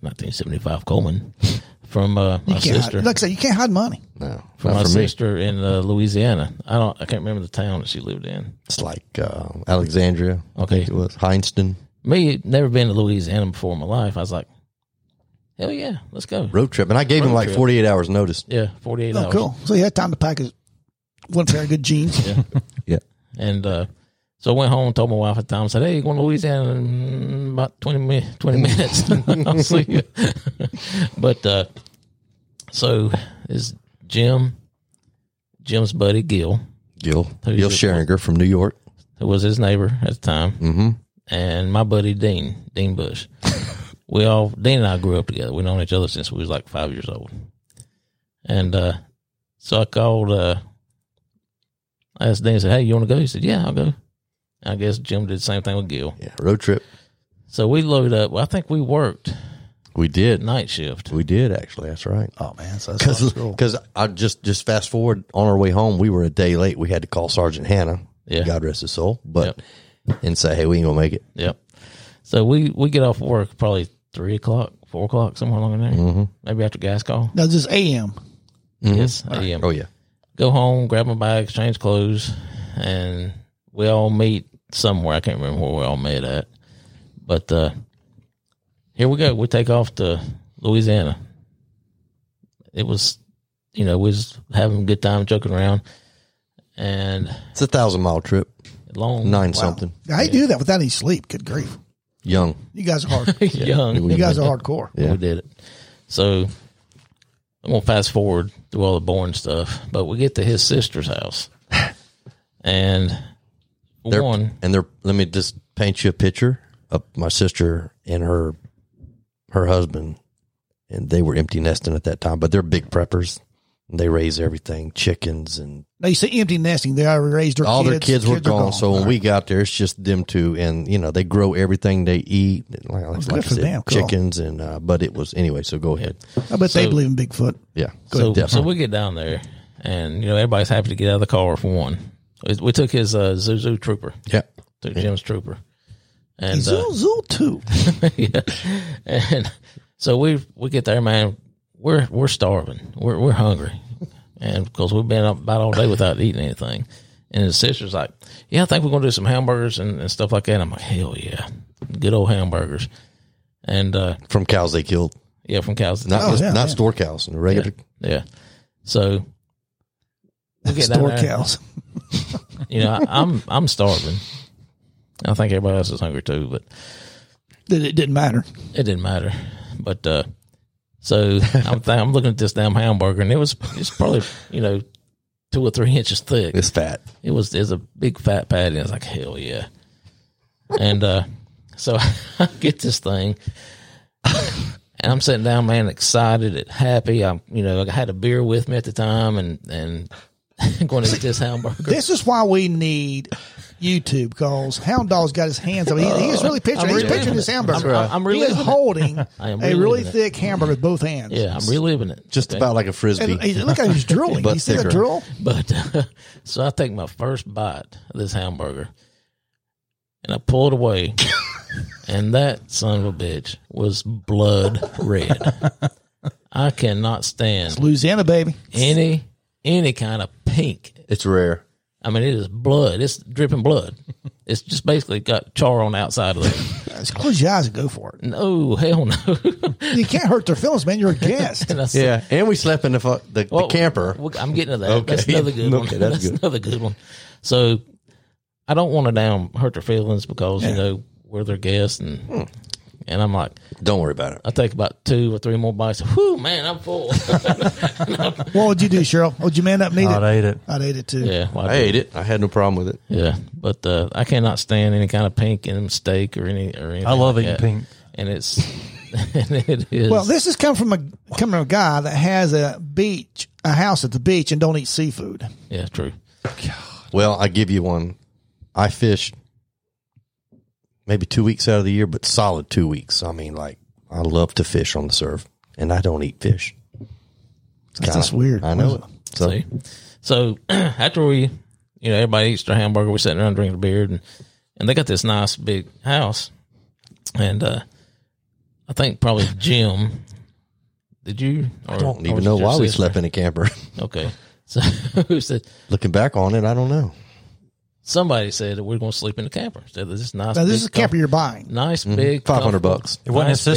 1975 Coleman, from uh, my
You can't
sister."
hide, like I say, you can't hide money.
No.
from
not
my
for me.
sister in uh, Louisiana. I don't. I can't remember the town that she lived in.
It's like uh, Alexandria. I
Okay.
think it was. Heinston.
me never been to Louisiana before in my life. I was like, hell yeah, let's go.
Road trip. And I gave him
Road
like
trip.
48 hours notice.
Yeah, forty eight
Oh,
hours.
cool. So you had time to pack his one pair of good jeans.
Yeah.
And uh, so I went home, told my wife at the time, said, hey, you going to Louisiana in mm, about 20, mi- 20 minutes. I'll see you. but uh, so is Jim, Jim's buddy Gil,
Gil.
Who's
Gil
your-
Scheringer from New York.
who was his neighbor at the time, mm-hmm. and my buddy Dean, Dean Bush. we all Dean and I grew up together. We've known each other since we was like five years old. And uh, so I called. Uh, I asked Dean, I said, "Hey, you want to go?" He said, "Yeah, I'll go." I guess Jim did the same thing with Gil.
Yeah. Road trip.
So we loaded up. Well, I think we worked
We did.
night shift.
We did, actually. That's right.
Oh man, so that's old school.
because I just just fast forward on our way home, we were a day late. We had to call Sergeant Hannah,
Yeah.
God rest his soul, but and say, hey, we ain't gonna make it.
Yep. So we we get off work probably three o'clock, four o'clock, somewhere along in there. Mm-hmm. Maybe after gas call.
Now this is AM.
Yes, a.m.
Oh yeah,
go home, grab my bags, change clothes, and we all meet somewhere. I can't remember where we all met at. But uh, here we go. We take off to Louisiana. It was, you know, we was having a good time joking around and
it's a thousand mile trip,
long,
nine something,
How you do that without any sleep? Good grief.
young.
You guys are hard.
young.
you guys are hardcore.
We did it. So I'm gonna fast forward through all the boring stuff, but we get to his sister's house, and
They're,
one
and they're. Let me just paint you a picture of my sister and her her husband, and they were empty nesting at that time, but they're big preppers. They raise everything, chickens and
Now you say empty nesting. They already raised their
all
kids.
their kids were
are
gone. So when we got there, it's just them two, and you know they grow everything they eat, like, like
good
I
for
said,
them. Cool.
chickens and. Uh, but it was anyway. So go ahead.
I bet they
so-
believe in Bigfoot.
Yeah.
So,
Yeah.
so we get down there, and you know everybody's happy to get out of the car for one. We took his uh, Zuzu Trooper,
yeah.
took Jim's trooper. And uh,
Zoot, zoot, too.
yeah. And so we we get there, man. We're we're starving. We're we're hungry, and of course we've been up about all day without eating anything. And his sister's like, "Yeah, I think we're gonna do some hamburgers and, and stuff like that." And I'm like, "Hell yeah, good old hamburgers." And uh,
From cows they killed,
yeah, from cows.
not
Oh,
just,
yeah,
not
yeah.
store cows, and regular.
yeah. So we get down
Store
there.
cows.
You know, I, I'm I'm starving. I think everybody else is hungry too, but
It, it didn't matter.
it didn't matter. But uh, so I'm th- I'm looking at this damn hamburger, and it was it's probably you know two or three inches thick.
It's fat.
It was there's a big fat patty. And I was like, hell yeah. And uh, so I get this thing, and I'm sitting down, man, excited and happy. I'm you know I had a beer with me at the time, and and going to eat this hamburger.
This is why we need YouTube because Hound Dog's got his hands. I mean, he, he is Uh, really picturing. He's
reliving
picturing this
it.
hamburger.
I'm- I'm
he is
reliving it.
holding
I am
a really
reliving it.
thick hamburger with both hands.
Yeah, I'm reliving it.
Just about like a frisbee.
And uh, he- look at him, he's drilling.
But
you see the
thicker.
drill?
But uh, so I take my first bite of this hamburger and I pull it away, and that son of a bitch was blood red. I cannot stand
Louisiana, baby.
any any kind of pink.
it's rare.
I mean, it is blood. It's dripping blood. It's just basically got char on the outside of it.
Just close your eyes and go for it.
No, hell no.
You can't hurt their feelings, man. You're a guest.
And I said,
Yeah, and we slept in the fu- the,
Well,
the camper.
we- I'm getting to that.
Okay.
That's another good one.
Okay, that's
that's
good.
another good one. So I don't want to down hurt their feelings because you know we're their guests and and I'm like
Don't worry about it.
I take about two or three more bites. Whoo man, I'm full.
what would you do, Cheryl? Would you man up? and eat
I'd
it?
ate it.
I'd eat it too.
yeah, well,
I ate it. I had no problem with it.
Yeah, but uh, I cannot stand any kind of pink in steak or any or anything.
I love
like
eating
that.
pink.
and it's and it is
Well, this has come from a coming from a guy that has a beach, a house at the beach, and don't eat seafood.
yeah true.
Well, I give you one. I fished maybe two weeks out of the year, but solid two weeks. I mean, like I love to fish on the surf, and I don't eat fish. It's
That's just weird.
I know it. So
See? So after we, you know, everybody eats their hamburger, we're sitting around drinking a beer, and, and they got this nice big house. And uh, I think probably Jim, did you? Or, I
don't even know why we slept in a camper.
Okay. So who said,
Looking back on it, I don't know.
somebody said that we're going to sleep in the camper. Said that this nice
Now,
big
this is a camper
com-
you're buying.
Nice big
Mm-hmm. Five hundred
comfortable-
bucks.
It wasn't his
Nice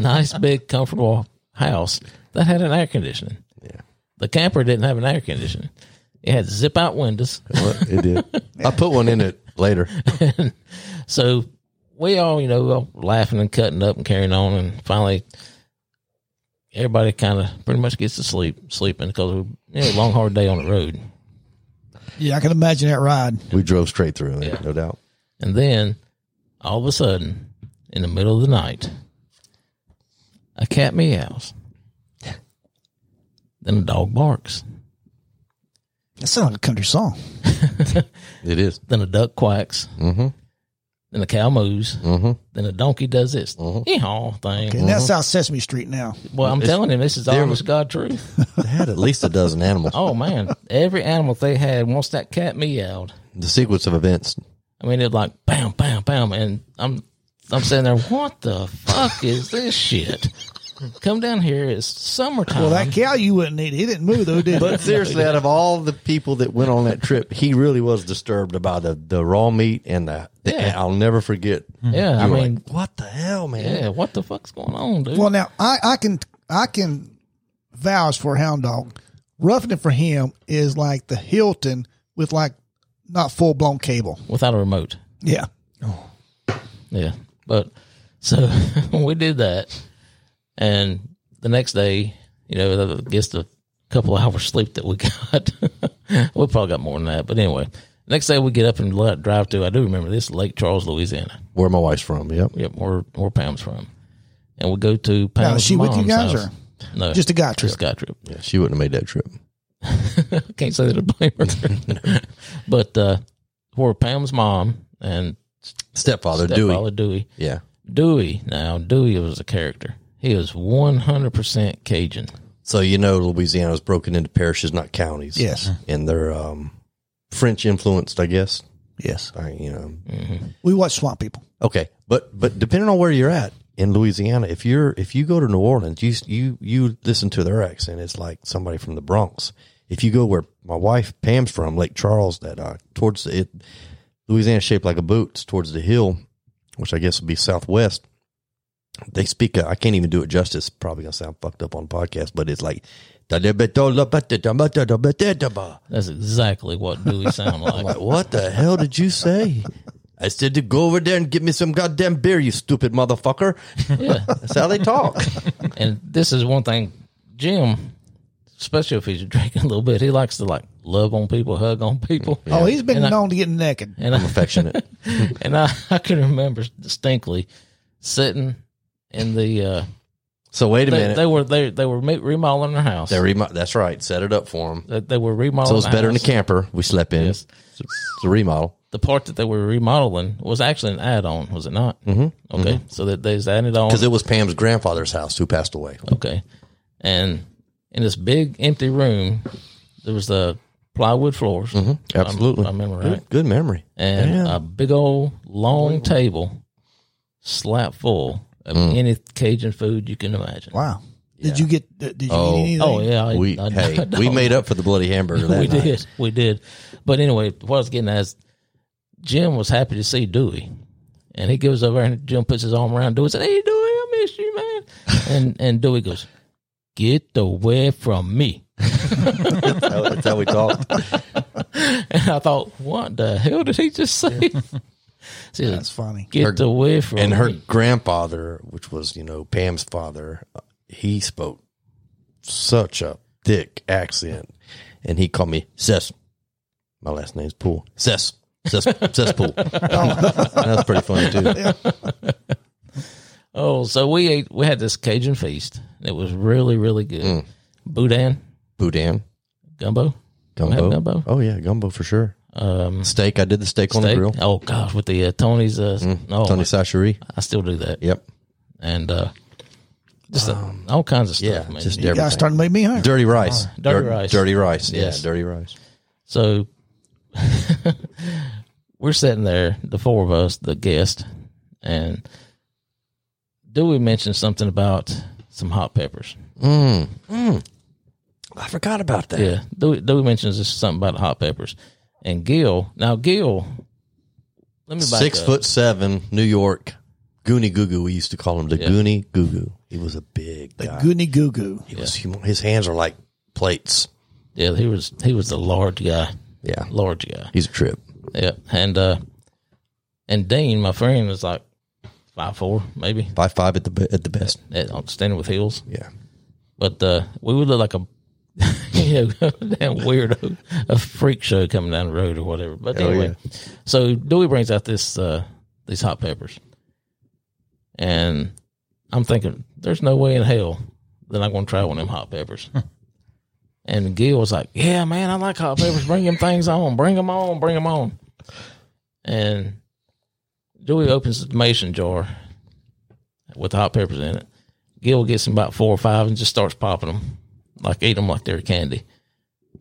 nice big comfortable house that had an air conditioning.
Yeah.
The camper didn't have an air conditioning. It had zip out windows.
Well, it did. I put one in it later.
So we all, you know, we all laughing and cutting up and carrying on, and finally, everybody kind of pretty much gets to sleep, sleeping because we you know, long hard day on the road,
Yeah, I can imagine that ride.
We drove straight through it,
Yeah.
no doubt.
and then all of a sudden, in the middle of the night, a cat meows, then a dog barks,
That sounds like a country song.
It is.
then a duck quacks,
Mhm.
then a cow moos,
Mm-hmm.
then a donkey does this yeehaw thing.
Okay, and that's South Sesame Street now.
Well, I'm telling him this is all
there was-
was God truth.
They had at least a dozen animals.
Oh man, every animal they had once that cat meowed.
The sequence of events.
I mean, it like bam, bam, bam, and I'm I'm sitting there. What the fuck is this shit? Come down here. It's summertime.
Well, that cow you wouldn't eat. He didn't move though, did he?
But seriously, out of all the people that went on that trip, he really was disturbed about the, the raw meat and the. the
Yeah.
I'll never forget.
yeah, I
You were
mean,
like, what the hell, man?
yeah, what the fuck's going on, dude?
Well, now I, I can I can vouch for Hound Dog. Roughing it for him is like the Hilton with like not full blown cable.
Without a remote.
Yeah,
Yeah, but so we did that, and the next day, you know, I guess the couple hours sleep that we got, we probably got more than that. But anyway, next day we get up and let- drive to. I do remember this Lake Charles, Louisiana.
Where my wife's from. Yep.
Yep, where where Pam's from, and we go to Pam's
is she with you
mom's
guys,
house.
or
no?
just a guy trip.
just a guy trip.
Yeah, she wouldn't have made that trip.
Can't say that I blame her, but uh, where Pam's mom and
Stepfather,
stepfather
Dewey.
Dewey.
Yeah.
Dewey. Now Dewey was a character. He was one hundred percent Cajun.
So you know Louisiana's broken into parishes, not counties.
Yes.
And they're um, French influenced, I guess. Yes, I you know
We watch Swamp People.
Okay, but but depending on where you're at in Louisiana, if you're if you go to New Orleans, you you you listen to their accent, it's like somebody from the Bronx. If you go where my wife Pam's from, Lake Charles, that uh, towards the, it, Louisiana shaped like a boot, it's towards the hill, which I guess would be southwest. They speak. uh, I I can't even do it justice. Probably gonna sound fucked up on podcast, but it's like. Like
That's exactly what Dewey sound like.
what the hell did you say? I said to go over there and get me some goddamn beer, you stupid motherfucker.
yeah.
That's how they talk.
And this is one thing, Jim, especially if he's drinking a little bit, he likes to like love on people, hug on people.
Oh, he's been
And I-
known to get naked.
And I,
Affectionate.
and I, I can remember distinctly sitting in the uh,
So wait a
they,
minute.
they were they they were me- remodeling their house.
They remo- that's right. Set it up for them.
They, they were remodeling.
So it's better in the
house.
camper we slept in.
Oh, Yes.
It's it's a remodel.
The part that they were remodeling was actually an add-on, was it not? Mm-hmm. Okay, so that they just added on.
Because it was Pam's grandfather's house who passed away.
Okay. And in this big empty room, there was the plywood floors. Mm-hmm.
Absolutely.
I remember right.
Good, good memory.
And
Yeah.
a big old long table slap full of
Mm.
any Cajun food you can imagine.
Wow. Did you get? Did you eat anything?
Oh, yeah. I,
we,
I-
hey,
I don't-
we made up for the bloody hamburger that
we
night.
did. We did. But anyway, what I was getting at is Jim was happy to see Dewey. And he goes over and Jim puts his arm around Dewey and said, Hey Dewey, I miss you, man. And and Dewey goes, Get away from me.
That's how we talked.
And I thought, What the hell did he just say? She said,
That's funny.
Get away from
and her
me.
grandfather, which was you know Pam's father, uh, he spoke such a thick accent, and he called me Cess. My last name's Pool. Cess. Cess. Cess Pool. That's pretty funny too.
Oh, so we ate we had this Cajun feast. It was really, really good.
Mm.
Boudin,
Boudin.
gumbo.
Gumbo.
Have gumbo?
Oh yeah, gumbo for sure. Um, steak. I did the steak, on the
steak.
grill.
Oh gosh, with the uh, Tony's uh no
Mm. Tony Sachery.
I still do that.
Yep.
and uh, just uh, all kinds of stuff.
Um, Yeah.
man.
Just
You guys
everything.
starting to make me hungry.
Dirty rice.
Oh, dirty
Dirt-
rice.
Dirty rice.
Yes.
Yeah. Dirty rice.
so we're sitting there, the four of us, the guest, and Dewey mentioned something about some hot peppers.
I forgot about that.
Yeah, Dewey, Dewey mentions this something about hot peppers, and Gil. Now Gil, let me back
Six
up.
foot seven, New York, Goonie Goo Goo. We used to call him the Goonie Goo Goo. He was a big guy.
Goody goo goo.
he was humo- His hands are like plates.
Yeah, he was he was the large guy,
Yeah,
large guy.
he's a trip.
Yeah, and uh, and Dean, my friend, was like five four maybe,
Five five at the be- at the best.
Yeah, standing with heels.
Yeah,
But uh, we would look like a you know damn weirdo, a freak show coming down the road or whatever. But
Hell
anyway, so Dewey brings out this uh, these hot peppers, and I'm thinking there's no way in hell that I'm going to try one of them hot peppers. and Gil was like, "Yeah, man, I like hot peppers. Bring them things on. Bring them on. Bring them on." And Dewey opens the mason jar with the hot peppers in it. Gil gets him about four or five and just starts popping them, like eating them like they're candy.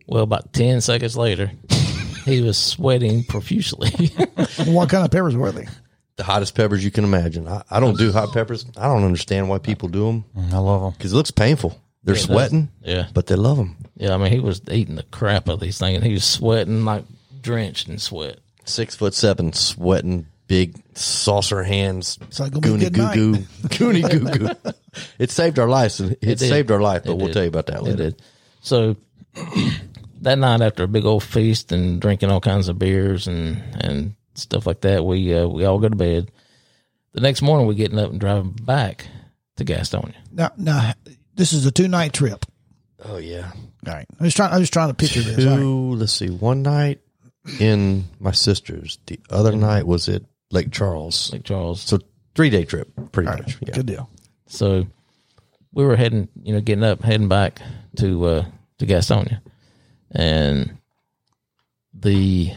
Well, about 10 seconds later, he was sweating profusely.
What kind of peppers were they?
the hottest peppers you can imagine. I, I don't do hot peppers. I don't understand why people do them
Mm, I love them.
because it looks painful. They're sweating,
yeah.
but they love them.
Yeah. I mean, he was eating the crap out of these things and he was sweating, like drenched in sweat.
Six foot seven, sweating, big saucer hands.
It's not gonna be a good night.
goo. Goonie goo goo. It saved our lives. It,
did.
saved our life, but
It
we'll
did.
tell you about that
It
later.
did. So that night, after a big old feast and drinking all kinds of beers and, and stuff like that, we, uh, we all go to bed. The next morning, we're getting up and driving back to Gastonia.
Now, now, this is a two night trip.
Oh yeah.
All right. I was trying. I was trying to picture this. All right.
Two, let's see, one night in my sister's. The other night was at Lake Charles.
Mm. Lake Charles.
So three day trip, pretty
All
much.
right.
Yeah.
Good deal.
So we were heading, you know, getting up, heading back to uh to Gastonia. And the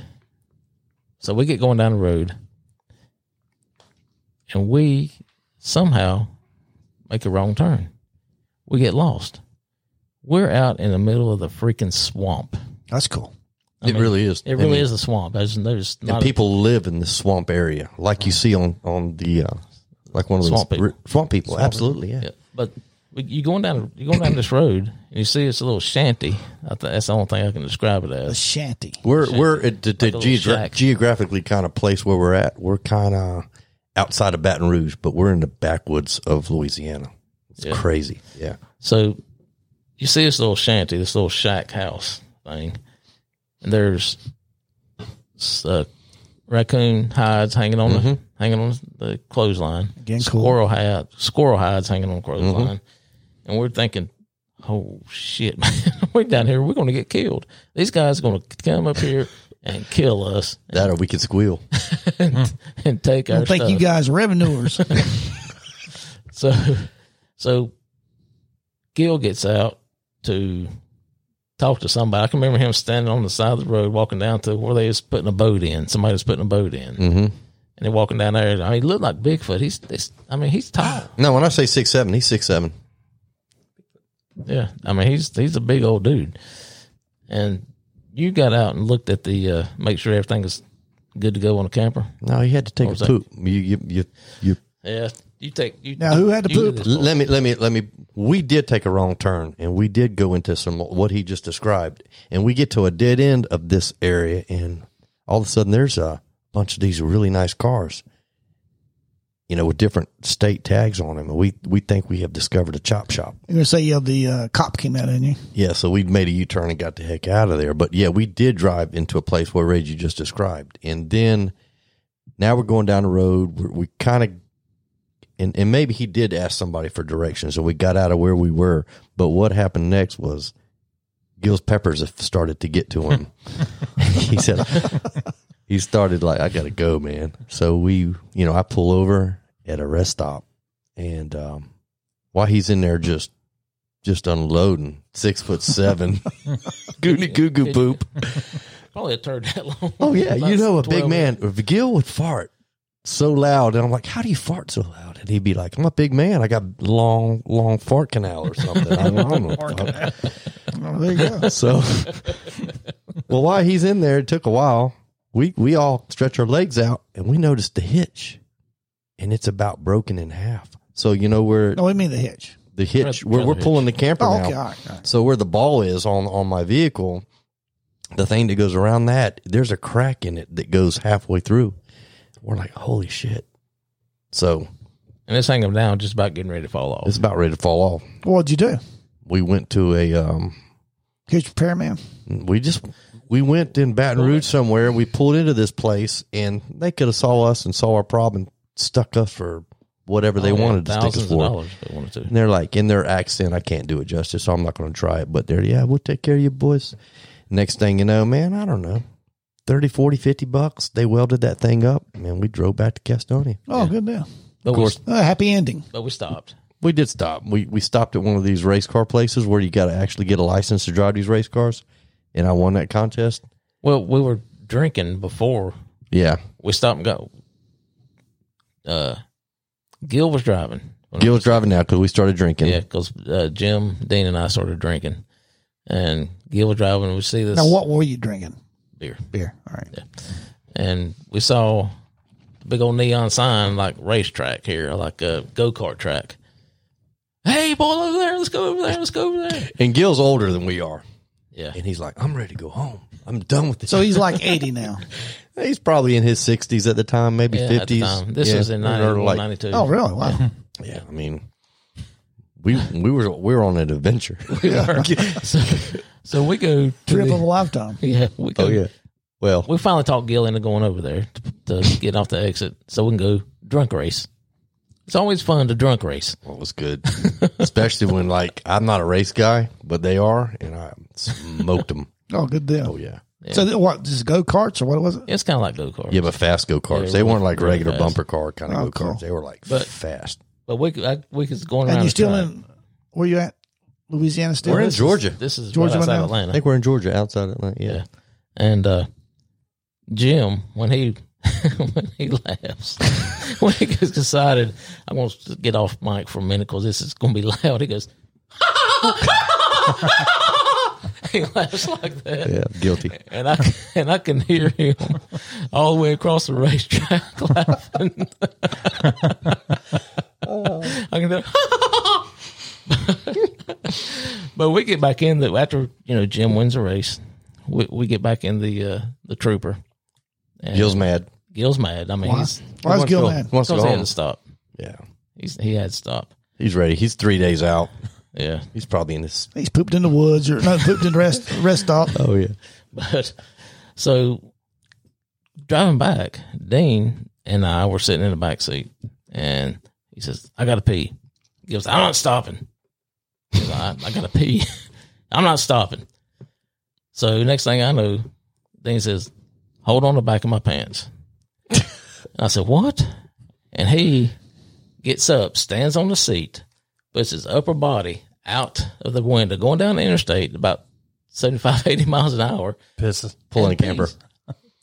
so we get going down the road and we somehow make a wrong turn. We get lost. We're out in the middle of the freaking swamp.
That's cool.
I
It really is.
It really
I mean-
is a swamp. There's, there's
and
not a-
people live in this swamp area, like you see on on the uh, like one of those
Swamp people.
ri- swamp people. Absolutely, yeah.
Yeah, but you going down you going down this road and you see it's a little shanty. I th- that's the only thing I can describe it
A
as.
shanty.
We're we're at the, the
little
geogra-
shack.
geographically kind of place where we're at. We're kind of outside of Baton Rouge, but we're in the backwoods of Louisiana. It's
Yeah.
crazy. Yeah,
So you see this little shanty, this little shack house thing, and there's s- uh, raccoon hides hanging on the hanging on the clothesline.
Again, Mm-hmm. cool. Mm-hmm.
squirrel hide, squirrel hides hanging on the clothesline, and we're thinking, "Oh shit, man, we're down here. We're going to get killed. These guys are going to come up here and kill us
that or we could squeal.
and take
I
our
don't think
stuff."
you guys are revenuers.
So, so Gil gets out to talk to somebody. I can remember him standing on the side of the road, walking down to where they was putting a boat in. Somebody was putting a boat in, mm-hmm. and they're walking down there. I mean, he looked like Bigfoot. He's, he's I mean, he's tall.
No, when I say six seven, he's six seven.
Yeah, I mean, he's he's a big old dude. And you got out and looked at the uh, make sure everything is good to go on the camper.
No, he had to take
was
a
that?
poop. You you you. you
Yeah, you take you.
Now, who had to
you did
poop?
this.
L- let me let me let me we did take a wrong turn and we did go into some what he just described and we get to a dead end of this area and all of a sudden there's a bunch of these really nice cars you know with different state tags on them and we we think we have discovered a chop shop
You're going to say, yeah, the uh, cop came out, didn't you?
yeah so we made a u-turn and got the heck out of there but yeah we did drive into a place where reggie just described and then now we're going down the road. We're, we kind of, and, and maybe he did ask somebody for directions, and we got out of where we were. But what happened next was Gil's peppers started to get to him. he said, he started like, I got to go, man. So we, you know, I pull over at a rest stop, and um, while he's in there just, just unloading, six foot seven, goody goo goo poop.
Probably a turd that long.
Oh yeah,
About
you know a big
12
man. Gil would fart so loud, and I'm like, "How do you fart so loud?" And he'd be like, "I'm a big man. I got long, long fart canal or something." I don't know.
Oh, there you go.
So, well, while he's in there, it took a while. We we all stretch our legs out, and we noticed the hitch, and it's about broken in half. So you know where
No, we mean the hitch.
the
Right,
hitch. We're,
right,
we're
Oh, the hitch.
pulling the camper
Oh,
now.
okay, all right, all right.
So where the ball is on on my vehicle, the thing that goes around that, there's a crack in it that goes halfway through. We're like, holy shit! So
And it's hanging down, just about getting ready to fall off.
it's about ready to fall off.
What'd you do?
We went to a, um,
Hitch repairman?
we just we went in Baton Rouge somewhere. We pulled into this place, and they could have saw us and saw our problem, and stuck us for whatever they
Oh, yeah,
wanted to stick
thousands
us
of
for.
dollars if they wanted to.
And they're like, in their accent, I can't do it justice, so I'm not going to try it. But they're, yeah, we'll take care of you boys. Next thing you know, man, I don't know, 30, 40, 50 bucks. They welded that thing up, and we drove back to Castonia.
Oh, good deal.
But,
course.
we,
Uh, happy ending.
but we stopped.
We did stop. We, we stopped at one of these race car places where you got to actually get a license to drive these race cars, and I won that contest.
Well, we were drinking before
Yeah.
we stopped and got. Uh, Gil was driving.
Gil was driving now because we started drinking.
Yeah, because uh, Jim, Dean, and I started drinking, and Gil was driving. We see this
Now, what were you drinking?
beer,
Beer. All right.
and we saw the big old neon sign like racetrack here, like a go kart track. Hey, boy, over there! Let's go over there! Let's go over there!
And Gil's older than we are.
Yeah,
And he's like, I'm ready to go home. I'm done with this.
So he's like 80 now.
He's probably in his 60s at the time, maybe
yeah, at the
50s.
time. This
Yeah,
was in
or
91,
like-
92.
Oh, really? Wow.
Yeah, I mean, we we were we were on an adventure.
so, so we go to
Trip of a
the,
lifetime.
yeah, we
Oh,
go,
Well,
We finally talked Gil into going over there to, to get off the exit so we can go drunk race. It's always fun to drunk race.
it was good, especially when like I'm not a race guy, but they are, and I smoked them.
Oh, good deal.
Oh yeah,
So, th- what? Just go karts or what was it?
It's kind of like go kart.
yeah, but fast go karts.
Yeah,
they weren't like
really
regular
fast.
bumper car kind of
Oh,
go karts.
cool.
They were like
But-
fast.
But we could- I, we was going around.
And
the
you're still
track.
in, where you at? Louisiana still?
We're in Georgia.
This is
Georgia
right outside
right now?
I
Atlanta.
think we're in Georgia, outside Atlanta. Yeah,
Yeah. And uh, Jim, when he when he laughs, when he gets decided, I'm going to get off mic for a minute because this is going to be loud. He goes, he laughs like that.
Yeah, guilty.
And I and I can hear him all the way across the racetrack laughing. I can do. but we get back in the after you know Jim wins the race, we we get back in the uh, the trooper. And
Gil's mad.
Gil's mad. I mean, he's
Why is
Wants
Gil
to go-
mad?
Wants to
because he had
go
to
home.
stop.
Yeah,
He's he had to stop.
he's ready. He's three days out.
Yeah,
He's probably in this.
He's pooped in the woods or no, pooped in the rest rest stop.
Oh yeah,
But so driving back, Dean and I were sitting in the back seat, and he says, "I got to pee." He goes, "I'm not stopping." I, said, "I- I got to pee. I'm not stopping. So next thing I know, Dean says, "Hold on the back of my pants." And I said, "What?" And he gets up, stands on the seat, puts his upper body out of the window, going down the interstate about 75, 80 miles an hour,
Pisses.
pulling a
and
camper,
peas.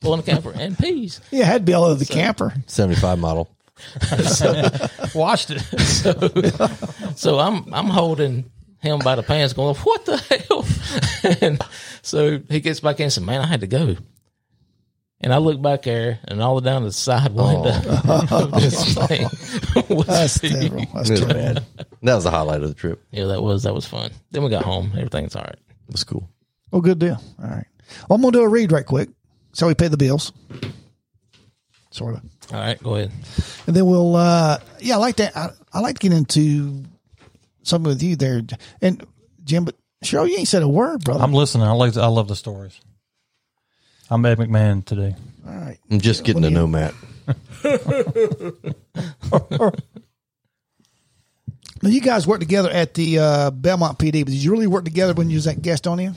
Pulling a camper and peas.
Yeah, it had to be all over the camper.
seventy-five model.
Watched it.
So I'm I'm holding him by the pants, going, "What the hell?" and so he gets back in and says, "Man, I had to go." And I look back there, and all down the side window of this thing was
That's
pee.
terrible. That's
It was
terrible.
bad. That was the highlight of the trip.
Yeah, that was that was fun. Then we got home. Everything's all right.
It was cool.
Well, Oh, good deal. All right. Well, I'm gonna do a read right quick. So we pay the bills, sort of,
All right, go ahead.
and then we'll. uh Yeah, I like that. I, I like to get into something with you there, and Jim. But Cheryl, you ain't said a word, brother.
I'm listening. I like. I love the stories. I'm Ed McMahon today.
all right.
I'm just getting to know Matt.
Now you guys worked together at the uh, Belmont PD, but did you really work together when you was at Gastonia?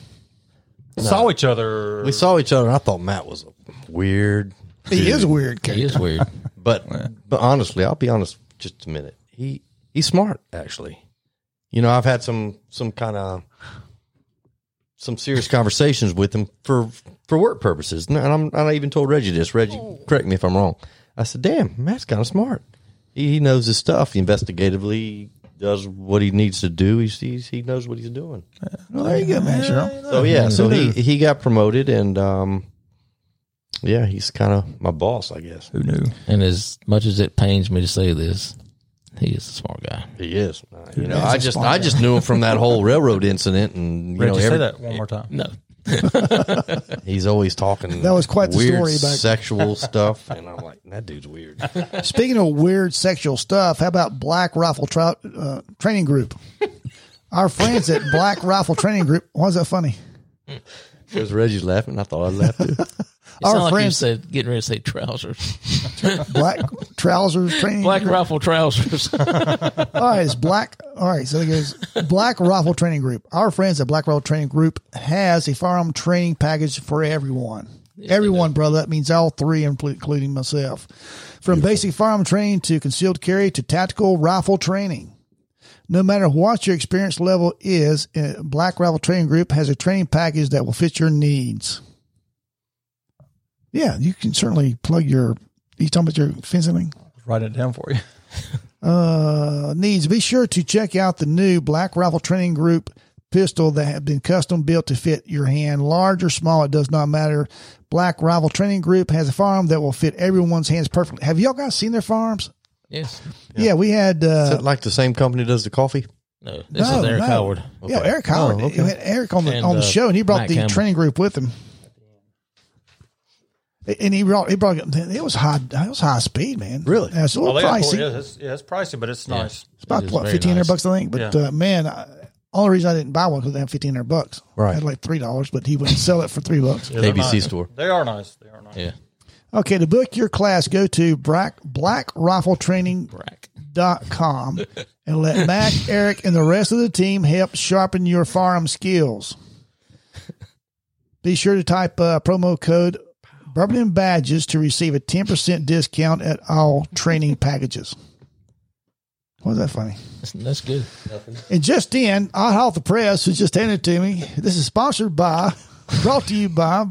Saw each other.
We saw each other. and I thought Matt was a weird.
He is a weird
He
character.
is weird.
But but honestly, I'll be honest just a minute. He he's smart actually. You know, I've had some some kind of some serious conversations with him for for work purposes. And I'm I even told Reggie this. Reggie,
Oh.
correct me if I'm wrong. I said, "Damn, Matt's kind of smart. He, he knows his stuff. He investigatively does what he needs to do. He's, he's he knows what he's doing."
Well, there you go, man, Cheryl.
So yeah, so he he got promoted and um yeah, he's kind of my boss, I guess.
Who knew?
And as much as it pains me to say this, he is a smart guy.
He is. Uh, you know,
is
I
a
just
smart
I just knew him from that whole railroad incident, and you
Reggie,
know,
say
every-
that one more time.
No,
he's always talking.
That was quite the
weird
story back-
sexual stuff, and I'm like, that dude's weird.
Speaking of weird sexual stuff, how about Black Rifle Trout uh, Training Group? Our friends at Black Rifle Training Group. Why is that funny?
Because Reggie's laughing, I thought I laughed too.
it sounded like you
friends-
said getting ready to say trousers,
Black Trousers Training.
black
Group.
rifle trousers.
All right, it's Black. All right, so there goes Black Rifle Training Group. Our friends at Black Rifle Training Group has a firearm training package for everyone. everyone, brother. That means all three, inclu- including myself. From basic firearm training to concealed carry to tactical rifle training. No matter what your experience level is, uh, Black Rifle Training Group has a training package that will fit your needs. Yeah, you can certainly plug your. You talking about your fencing? thing?
Write it down for you.
uh, needs, be sure to check out the new Black Rifle Training Group pistol that have been custom built to fit your hand. Large or small, it does not matter. Black Rifle Training Group has a firearm that will fit everyone's hands perfectly. Have y'all guys seen their firearms?
yes.
Yeah, we had.
Is
Uh,
that like the same company does the coffee?
No, this
no,
is Eric
no.
Howard.
Yeah, Eric Howard.
Oh, okay.
We had Eric on the
And,
on the
uh,
show, and he brought
Matt
the
Campbell.
training group with him. And he brought he brought it was high it was high speed, man.
Really? Oh,
Yeah, it's
Oh,
a little pricey.
Yeah, it's, yeah, it's pricey, but it's nice.
It's about
It is
what
very
fifteen hundred
nice.
bucks, I think. But
Yeah.
uh, man, I, only reason I didn't buy one because they have fifteen hundred bucks.
Right.
I had like three dollars, but he wouldn't sell it for three bucks.
Yeah, they're
ABC
nice.
store.
They are nice. They are nice.
Yeah,
Okay, to book your class, go to black black rifle training
Brack.
dot com and let Mac, Eric, and the rest of the team help sharpen your firearm skills. Be sure to type uh, promo code Bourbon and Badges to receive a ten percent discount at all training packages. Was that funny?
That's, that's good.
And just in, I Hot the Press, who just handed it to me, this is sponsored by, brought to you by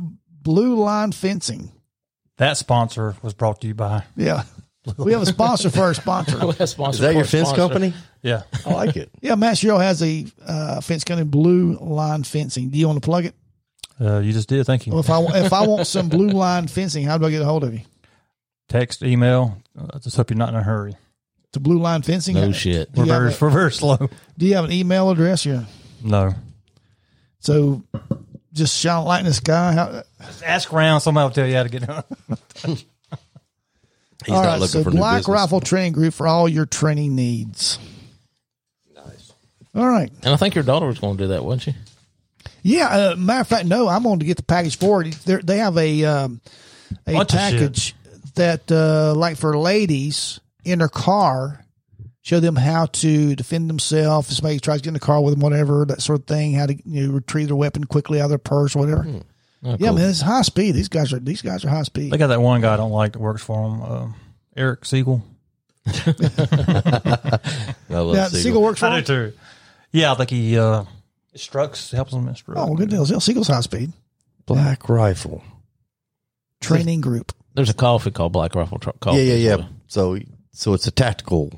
Blue Line Fencing.
That sponsor was brought to you by
Yeah. We have a sponsor for our sponsor.
Is that your fence company?
Yeah.
I like it.
Yeah, Matt Sherrill has a uh, fence company, Blue Line Fencing. Do you want to plug it?
Uh, you just did. Thank you.
Well, if I if I want some Blue Line Fencing, how do I get a hold of you?
Text, email. I just hope you're not in a hurry.
To Blue Line Fencing.
No Oh, shit.
Do
We're
you,
very,
have a,
we're very slow.
do you have an email address? Yeah.
No.
So just shout light in the sky. How,
Just ask around. Somebody will tell you how to get on.
He's
all
not
right.
looking
So
for new
Black
business.
Rifle Training Group for all your training needs. Nice. All right.
And I think your daughter was going to do that, wasn't she?
Yeah. Uh, matter of fact, no, I'm going to get the package for it. They're, they have a um, a
Bunch of shit.
package that, uh, like for ladies in their car, show them how to defend themselves. If somebody tries to get in the car with them, whatever that sort of thing, how to you know, retrieve their weapon quickly out of their purse, whatever.
Hmm.
Oh,
yeah, man, it's high speed. These guys are these guys are high speed.
They got that one guy I don't like that works for them, uh, Eric Siegel.
I love
now,
Siegel.
Siegel works for.
I
them?
do too. Yeah, I think he uh, instructs, helps them instruct.
Oh, good deal. Siegel's high speed
Black Rifle.
training group.
There's a coffee called Black Rifle Truck Coffee.
Yeah, yeah,
as
yeah.
well.
So, so it's a tactical,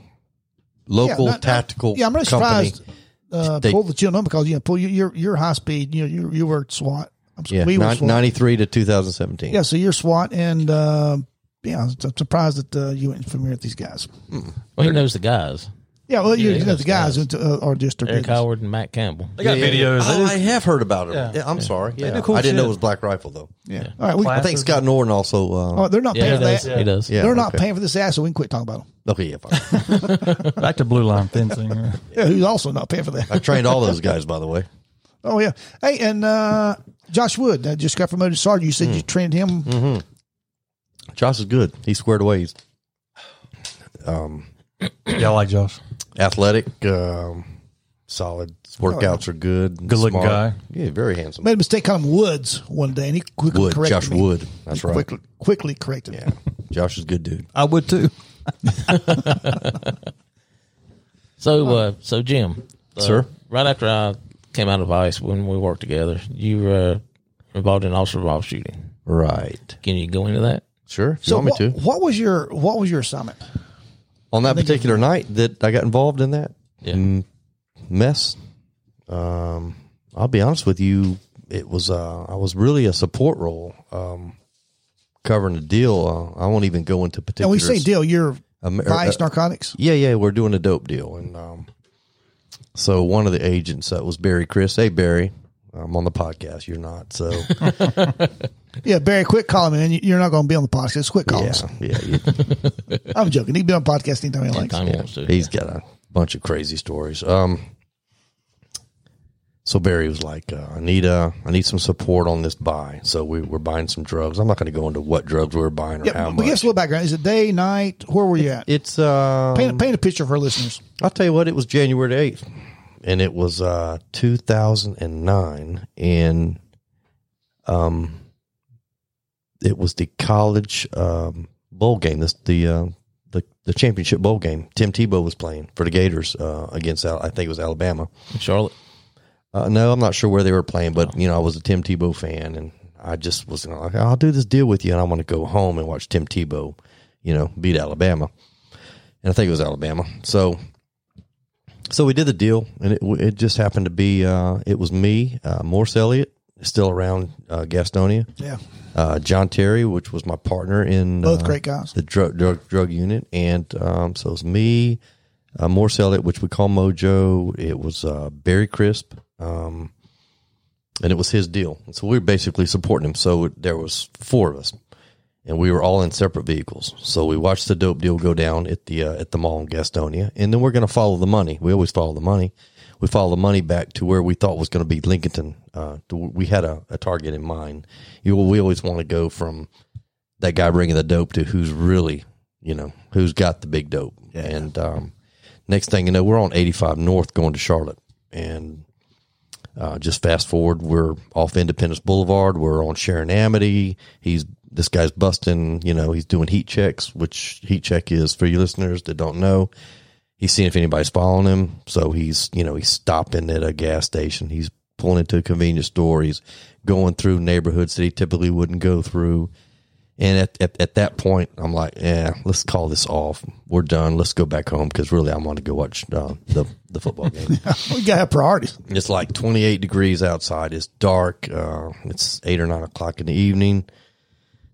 local
not- not-
tactical.
Yeah, I'm really
company.
surprised. Uh,
They-
pull the chin on because you know, pull you, you're you're high speed. You know, you you were SWAT. I'm,
Yeah,
we were
nin-
SWAT.
93 to 2017.
Yeah, so you're SWAT, and uh, yeah, I'm su- surprised that uh, you went familiar with these guys.
Well, he knows the guys.
Yeah, well, you,
Yeah,
you know the
those
guys,
guys.
who, uh, are just their
Eric
business.
Howard and Matt Campbell.
They got
Yeah, yeah,
videos.
yeah.
They
Oh,
just-
I have heard about them.
Yeah.
Yeah. I'm sorry. Yeah.
do cool
I didn't know
shit.
it was Black Rifle though.
Yeah. all right, we,
I think Scott Norton also. Uh,
oh, they're not
Yeah,
paying
he
for
does.
that.
He does.
yeah,
They're not
okay.
paying for this ass, so we can quit talking about them.
Okay, yeah. Fine.
Back to blue line fencing.
Yeah, who's also not paying for that?
I trained all those guys, by the way.
Oh yeah. Hey, and uh, Josh Wood that just got promoted to sergeant. You
Mm.
said you trained him.
Josh is good. He's squared away. He's
yeah, I like Josh.
athletic, um, solid. His
Oh,
Workouts are good.
Good-looking guy.
smart. Yeah, very handsome.
Made a mistake calling him Woods one day, and he quickly
Wood,
corrected
Josh
me.
Wood. That's right.
Quickly, quickly corrected. me.
Yeah, Josh is a good dude.
I would too.
So, uh, so Jim, uh,
Sir?
right after I came out of ICE when we worked together, you were uh, involved in officer involved shooting.
Right.
Can you go into that?
Sure. If you
So
want me
what,
to.
what was your what was your assignment?
on that particular night that I got involved in that
Yeah.
m- mess, um, I'll be honest with you, it was uh, I was really a support role, um, covering the deal. Uh, I won't even go into
And
particulars.
we Oh, say deal, you're
Amer-
vice
uh,
narcotics.
yeah, yeah, we're doing a dope deal, and um, so one of the agents that was Barry Chris. Hey, Barry, I'm on the podcast. You're not, so
Yeah, Barry, quit calling me. And you- you're not going to be on the podcast. Quit calling
yeah,
us.
yeah, you-
I'm joking. He can be on the podcast anytime he likes.
Anytime he wants to.
He's got a bunch of crazy stories. Um, so Barry was like, uh, "I need uh, I need some support on this buy." So we were buying some drugs. I'm not going to go into what drugs we were buying or
Yeah,
how
but
much.
give us a little background. Is it day, night? Where were you at?
it's uh,
Paint, paint a picture for our listeners.
I'll tell you what, it was January eighth, and it was uh, 2009, and um, it was the college um, bowl game. This the uh, the the championship bowl game. Tim Tebow was playing for the Gators uh, against Al- I think it was Alabama.
Charlotte.
Uh, no, I'm not sure where they were playing, but you know, I was a Tim Tebow fan, and I just was you know, like, I'll do this deal with you, and I want to go home and watch Tim Tebow, you know, beat Alabama, and I think it was Alabama. So, so we did the deal, and it it just happened to be uh, it was me, uh, Morse Elliott, still around uh, Gastonia,
Yeah,
uh, John Terry, which was my partner in
both
uh,
great guys.
the drug drug drug unit, and um, so it was me, uh, Morse Elliott, which we call Mojo. It was uh, Barry Crisp, um, and it was his deal. And so we were basically supporting him. So there was four of us, and we were all in separate vehicles. So we watched the dope deal go down at the uh, at the mall in Gastonia, and then we're going to follow the money. We always follow the money. We follow the money back to where we thought was going to be Lincolnton. Uh, to- we had a, a target in mind. You, we always want to go from that guy bringing the dope to who's really, you know, who's got the big dope. And um, next thing you know, we're on 85 North going to Charlotte. And uh, just fast forward, we're off Independence Boulevard. We're on Sharon Amity. He's this guy's busting, you know, he's doing heat checks, which heat check is for you listeners that don't know. He's seeing if anybody's following him. So he's, you know, he's stopping at a gas station. He's pulling into a convenience store. He's going through neighborhoods that he typically wouldn't go through And at, at, at that point, I'm like, yeah, let's call this off. We're done. Let's go back home because really, I want to go watch uh, the the football game.
We got to have priorities.
It's like 28 degrees outside. It's dark. Uh, it's eight or nine o'clock in the evening.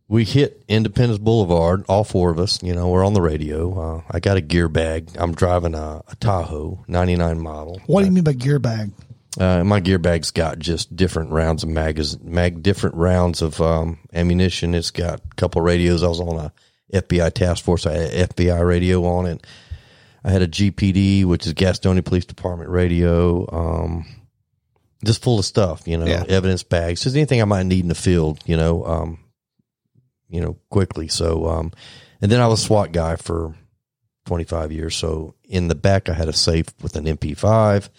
We hit Independence Boulevard, all four of us. You know, we're on the radio. Uh, I got a gear bag. I'm driving a, a Tahoe 99 model.
What do you mean by gear bag?
Uh, my gear bag's got just different rounds of magazine, mag, different rounds of um, ammunition. It's got a couple radios. I was on a FBI task force. I had a FBI radio on it. I had a GPD, which is Gastonia Police Department radio. Um, just full of stuff, you know,
Yeah.
evidence bags, just anything I might need in the field, you know, um, you know, quickly. So, um, and then I was a SWAT guy for 25 years. So in the back, I had a safe with an MP5.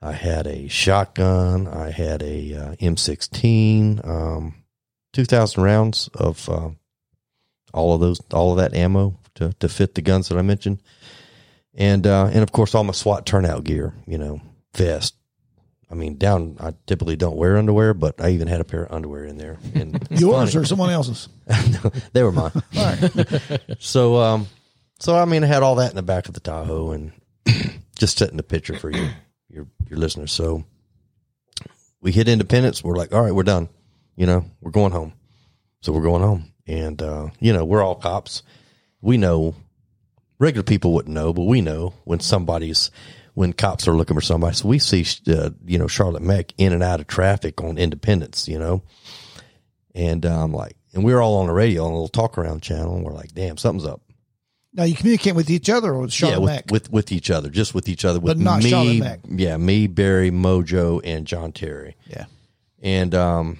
I had a shotgun. I had a uh, M16, um, 2,000 rounds of uh, all of those, all of that ammo to, to fit the guns that I mentioned. And, uh, and of course, all my SWAT turnout gear, you know, vest. I mean, down, I typically don't wear underwear, but I even had a pair of underwear in there. And it's
Yours
funny.
or someone else's?
they were mine.
All right.
So, um, so I mean, I had all that in the back of the Tahoe, and just setting the picture for your your your listeners. So, we hit Independence. We're like, all right, we're done. You know, we're going home. So we're going home, and uh, you know, we're all cops. We know regular people wouldn't know, but we know when somebody's when cops are looking for somebody. So we see, uh, you know, Charlotte Mack in and out of traffic on Independence. You know, and uh, I'm like, and we were all on the radio on a little talk around channel, and we're like, damn, something's up.
Now you communicate with each other or with Sean
yeah, with,
Mack.
with with each other, just with each other, with
not Charlotte
me,
Mack.
yeah, me, Barry, Mojo, and John Terry,
yeah.
and um,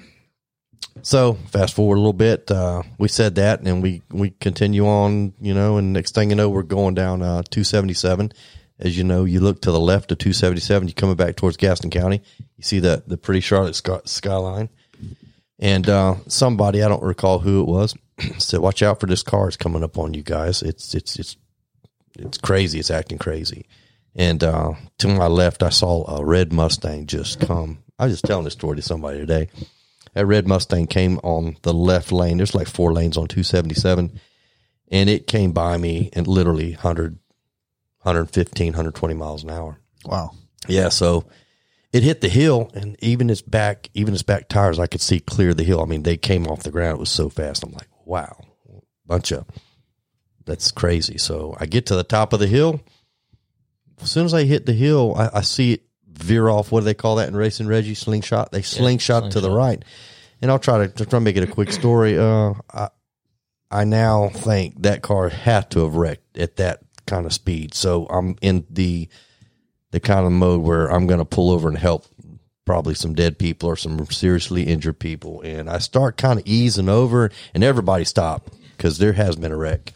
so fast forward a little bit, uh, we said that, and then we we continue on, you know, and next thing you know, we're going down uh, two seventy seven. As you know, you look to the left of two seventy seven, you coming back towards Gaston County, you see the the pretty Charlotte sky, skyline, and uh, somebody I don't recall who it was said, "Watch out for this car! It's coming up on you guys. It's it's it's it's crazy. It's acting crazy. And uh, to my left, I saw a red Mustang just come. I was just telling this story to somebody today. That red Mustang came on the left lane. There's like four lanes on 277. And it came by me and literally 100, 115, 120 miles an hour.
Wow.
Yeah, so it hit the hill, and even its back, even its back tires, I could see clear the hill. I mean, they came off the ground. It was so fast. I'm like, wow, bunch of that's crazy. So I get to the top of the hill. As soon as I hit the hill, I, I see it veer off. What do they call that in racing, Reggie? Slingshot. They slingshot to the right. And I'll try to, to try to make it a quick story. Uh, I I now think that car had to have wrecked at that kind of speed. So I'm in the the kind of mode where I'm going to pull over and help probably some dead people or some seriously injured people. And I start kind of easing over, and everybody stop because there has been a wreck.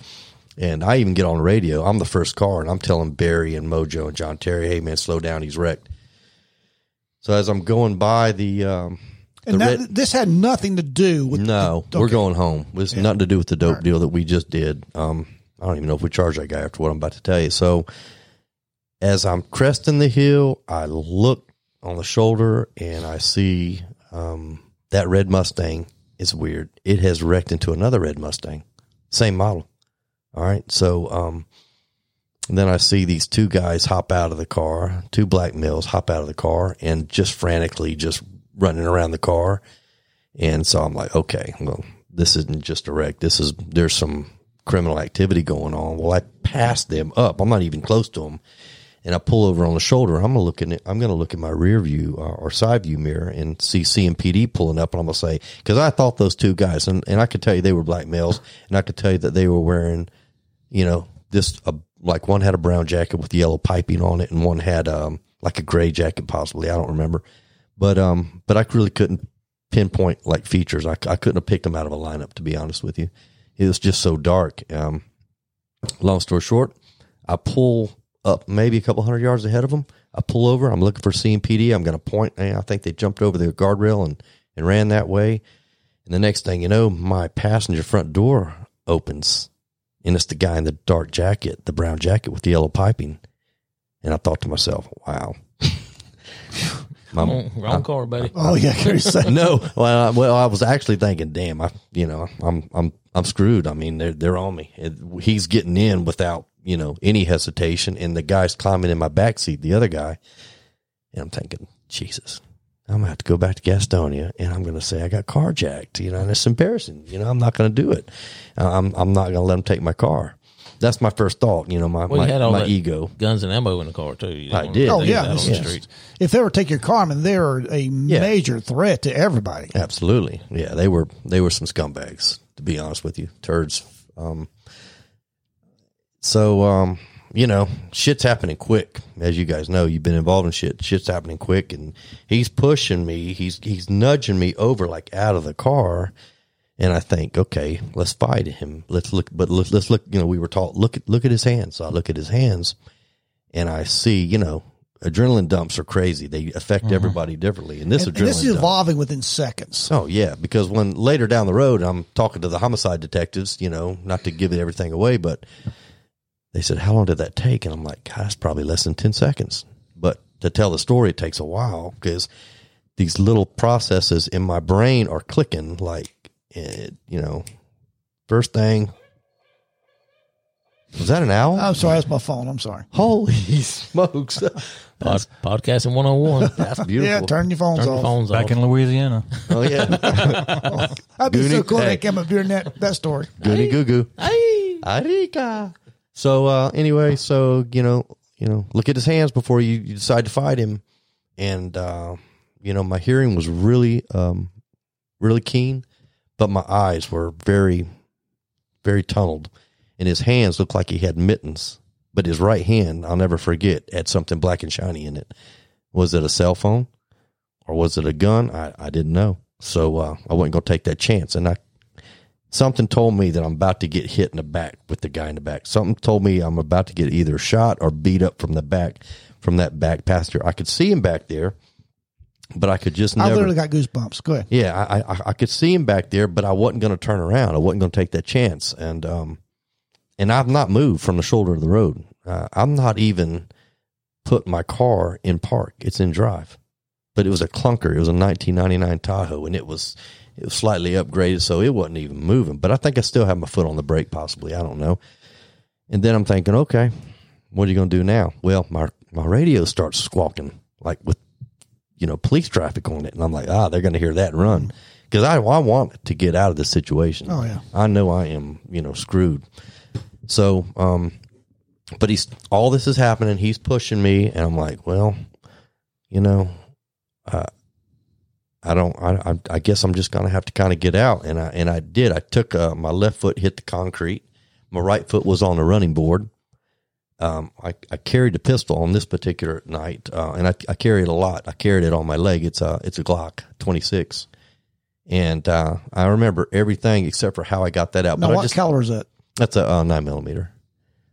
And I even get on the radio. I'm the first car, and I'm telling Barry and Mojo and John Terry, "Hey man, slow down. He's wrecked." So as I'm going by the, um,
And
the
that,
red-
this had nothing to do with
no, we're
okay.
going home. It's nothing to do with the dope deal that we just did. Um, I don't even know if we charge that guy after what I'm about to tell you. So, as I'm cresting the hill, I look on the shoulder and I see um, that red Mustang is weird. It has wrecked into another red Mustang, same model. All right, so um, and then I see these two guys hop out of the car, two black males hop out of the car and just frantically just running around the car. And so I'm like, okay, well, this isn't just a wreck. This is, there's some criminal activity going on. Well, I pass them up. I'm not even close to them. And I pull over on the shoulder. I'm gonna look in it. I'm gonna look in my rear view uh, or side view mirror and see CMPD pulling up. And I'm gonna say because I thought those two guys, and, and I could tell you they were black males, and I could tell you that they were wearing you know, this uh, like one had a brown jacket with yellow piping on it, and one had um like a gray jacket possibly. I don't remember, but um, but I really couldn't pinpoint like features. I, I couldn't have picked them out of a lineup to be honest with you. It was just so dark. Um, long story short, I pull up maybe a couple hundred yards ahead of them. I pull over. I'm looking for CMPD. I'm going to point. Hey, I think they jumped over the guardrail and and ran that way. And the next thing you know, my passenger front door opens and it's the guy in the dark jacket, the brown jacket with the yellow piping. And I thought to myself, wow,
Wrong, wrong car, buddy.
Oh yeah, Gary said.
No, well, I, well, I was actually thinking, damn, I, you know, I'm, I'm, I'm screwed. I mean, they're, they're on me. It, he's getting in without, you know, any hesitation, and the guy's climbing in my back seat, the other guy, and I'm thinking, Jesus, I'm gonna have to go back to Gastonia, and I'm gonna say I got carjacked. You know, and it's embarrassing. You know, I'm not gonna do it. I'm, I'm not gonna let him take my car. That's my first thought. You know, my,
Well, you
my,
had all
my
that
ego.
guns and ammo in the car too. You
I
don't
did.
wanna
Oh
leave
yeah,
that on
this
the
is-
street.
if they were to take your car, I mean, they're a major threat to everybody.
Absolutely. Yeah, they were they were some scumbags, to be honest with you. Turds. Um so um, you know, shit's happening quick. As you guys know, you've been involved in shit. Shit's happening quick and he's pushing me, he's he's nudging me over like out of the car. And I think, okay, let's fight him. Let's look, but let's, let's look. You know, we were taught look at look at his hands. So I look at his hands, and I see, you know, adrenaline dumps are crazy. They affect everybody differently. And this
Mm-hmm. And
adrenaline
this is
dump,
evolving within seconds.
Oh yeah, because when later down the road I'm talking to the homicide detectives, you know, not to give everything away, but they said, "How long did that take?" And I'm like, "God, that's probably less than ten seconds." But to tell the story, it takes a while because these little processes in my brain are clicking. Like, it, you know, first thing was that an owl?
I'm sorry, that's my phone. I'm sorry.
Holy smokes,
Pod, podcasting one on one.
that's beautiful.
Yeah, turn your phones
Turn
off.
your phones
Back
off.
in Louisiana.
Oh yeah,
I'd be so
Goonie.
cool if
Hey.
they came up during that that story.
goody goo goo.
Hey,
Arika. So uh, anyway, so you know, you know, look at his hands before you, you decide to fight him. And uh, you know, my hearing was really, um, really keen, but my eyes were very, very tunneled, and his hands looked like he had mittens. But his right hand, I'll never forget, had something black and shiny in it. Was it a cell phone, or was it a gun? I, I didn't know. So uh, I wasn't gonna take that chance, and I something told me that I'm about to get hit in the back with the guy in the back. Something told me I'm about to get either shot or beat up from the back from that back pasture. I could see him back there, but I could just
I
never.
literally got goosebumps. Go ahead.
Yeah, I, I I could see him back there, but I wasn't going to turn around. I wasn't going to take that chance, and um, and I've not moved from the shoulder of the road. Uh, I'm not even put my car in park. It's in drive, but it was a clunker. It was a 1999 Tahoe, and it was it was slightly upgraded, so it wasn't even moving. But I think I still have my foot on the brake, possibly. I don't know. And then I'm thinking, okay, what are you going to do now? Well, my my radio starts squawking like with you know, police traffic on it. And I'm like, ah, they're going to hear that and run because I, I want to get out of this situation.
Oh, yeah.
I know I am, you know, screwed. So, um, but he's all this is happening. He's pushing me, and I'm like, well, you know, I don't. I, I, I guess I'm just gonna have to kind of get out. And I and I did. I took uh, my left foot hit the concrete. My right foot was on the running board. Um, I, I carried a pistol on this particular night, uh, and I, I carried a lot. I carried it on my leg. It's a it's a Glock 26, and uh, I remember everything except for how I got that out.
Now,
but I
what
just
color is that?
that's a uh, nine millimeter.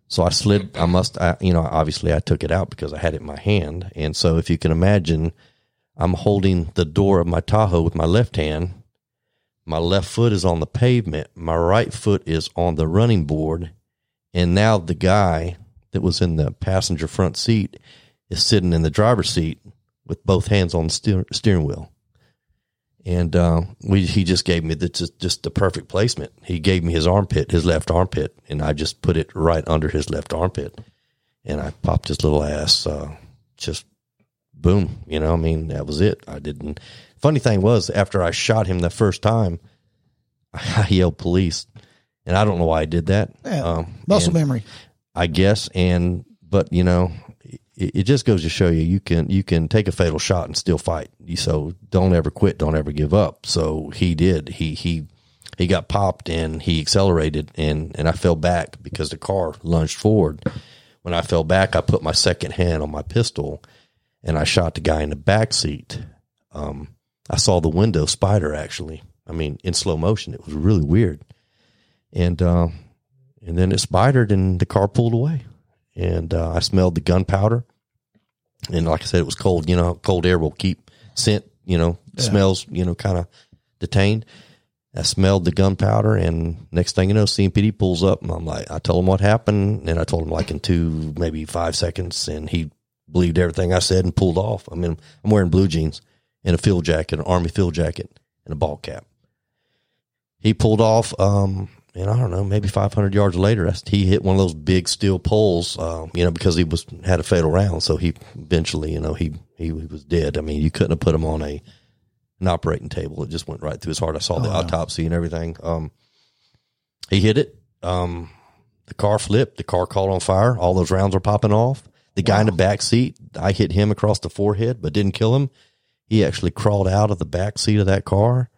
So I slid. I must. I, you know, obviously, I took it out because I had it in my hand. And so, if you can imagine, I'm holding the door of my Tahoe with my left hand. My left foot is on the pavement. My right foot is on the running board. And now the guy that was in the passenger front seat is sitting in the driver's seat with both hands on the steer, steering wheel. And uh, we, he just gave me the, just, just the perfect placement. He gave me his armpit, his left armpit, and I just put it right under his left armpit. And I popped his little ass, uh, just boom. You know, I mean, that was it. I didn't. Funny thing was, after I shot him the first time, I yelled police. And I don't know why I did that.
Yeah.
Um,
Muscle
and-
memory.
I guess. And but you know, it, it just goes to show you you can you can take a fatal shot and still fight. You- So don't ever quit. Don't ever give up. So he did. He he he got popped and he accelerated and and I fell back because the car lunged forward. When I fell back, I put my second hand on my pistol and I shot the guy in the back seat. Um, I saw the window spider actually. I mean, in slow motion, it was really weird. And uh, and then it spidered and the car pulled away. And uh, I smelled the gunpowder. And like I said, it was cold. You know, cold air will keep scent, you know, smells, you know, kind of detained. I smelled the gunpowder. And next thing you know, CMPD pulls up. And I'm like, I told him what happened. And I told him like in two, maybe five seconds. And he believed everything I said and pulled off. I mean, I'm wearing blue jeans and a field jacket, an army field jacket, and a ball cap. He pulled off, um, and I don't know, maybe 500 yards later, that's, he hit one of those big steel poles, uh, you know, because he was had a fatal round. So he eventually, you know, he, he was dead. I mean, you couldn't have put him on a an operating table. It just went right through his heart. I saw the autopsy and everything. Um, he hit it. Um, the car flipped. The car caught on fire. All those rounds were popping off. The guy in the back seat, I hit him across the forehead, but didn't kill him. He actually crawled out of the back seat of that car.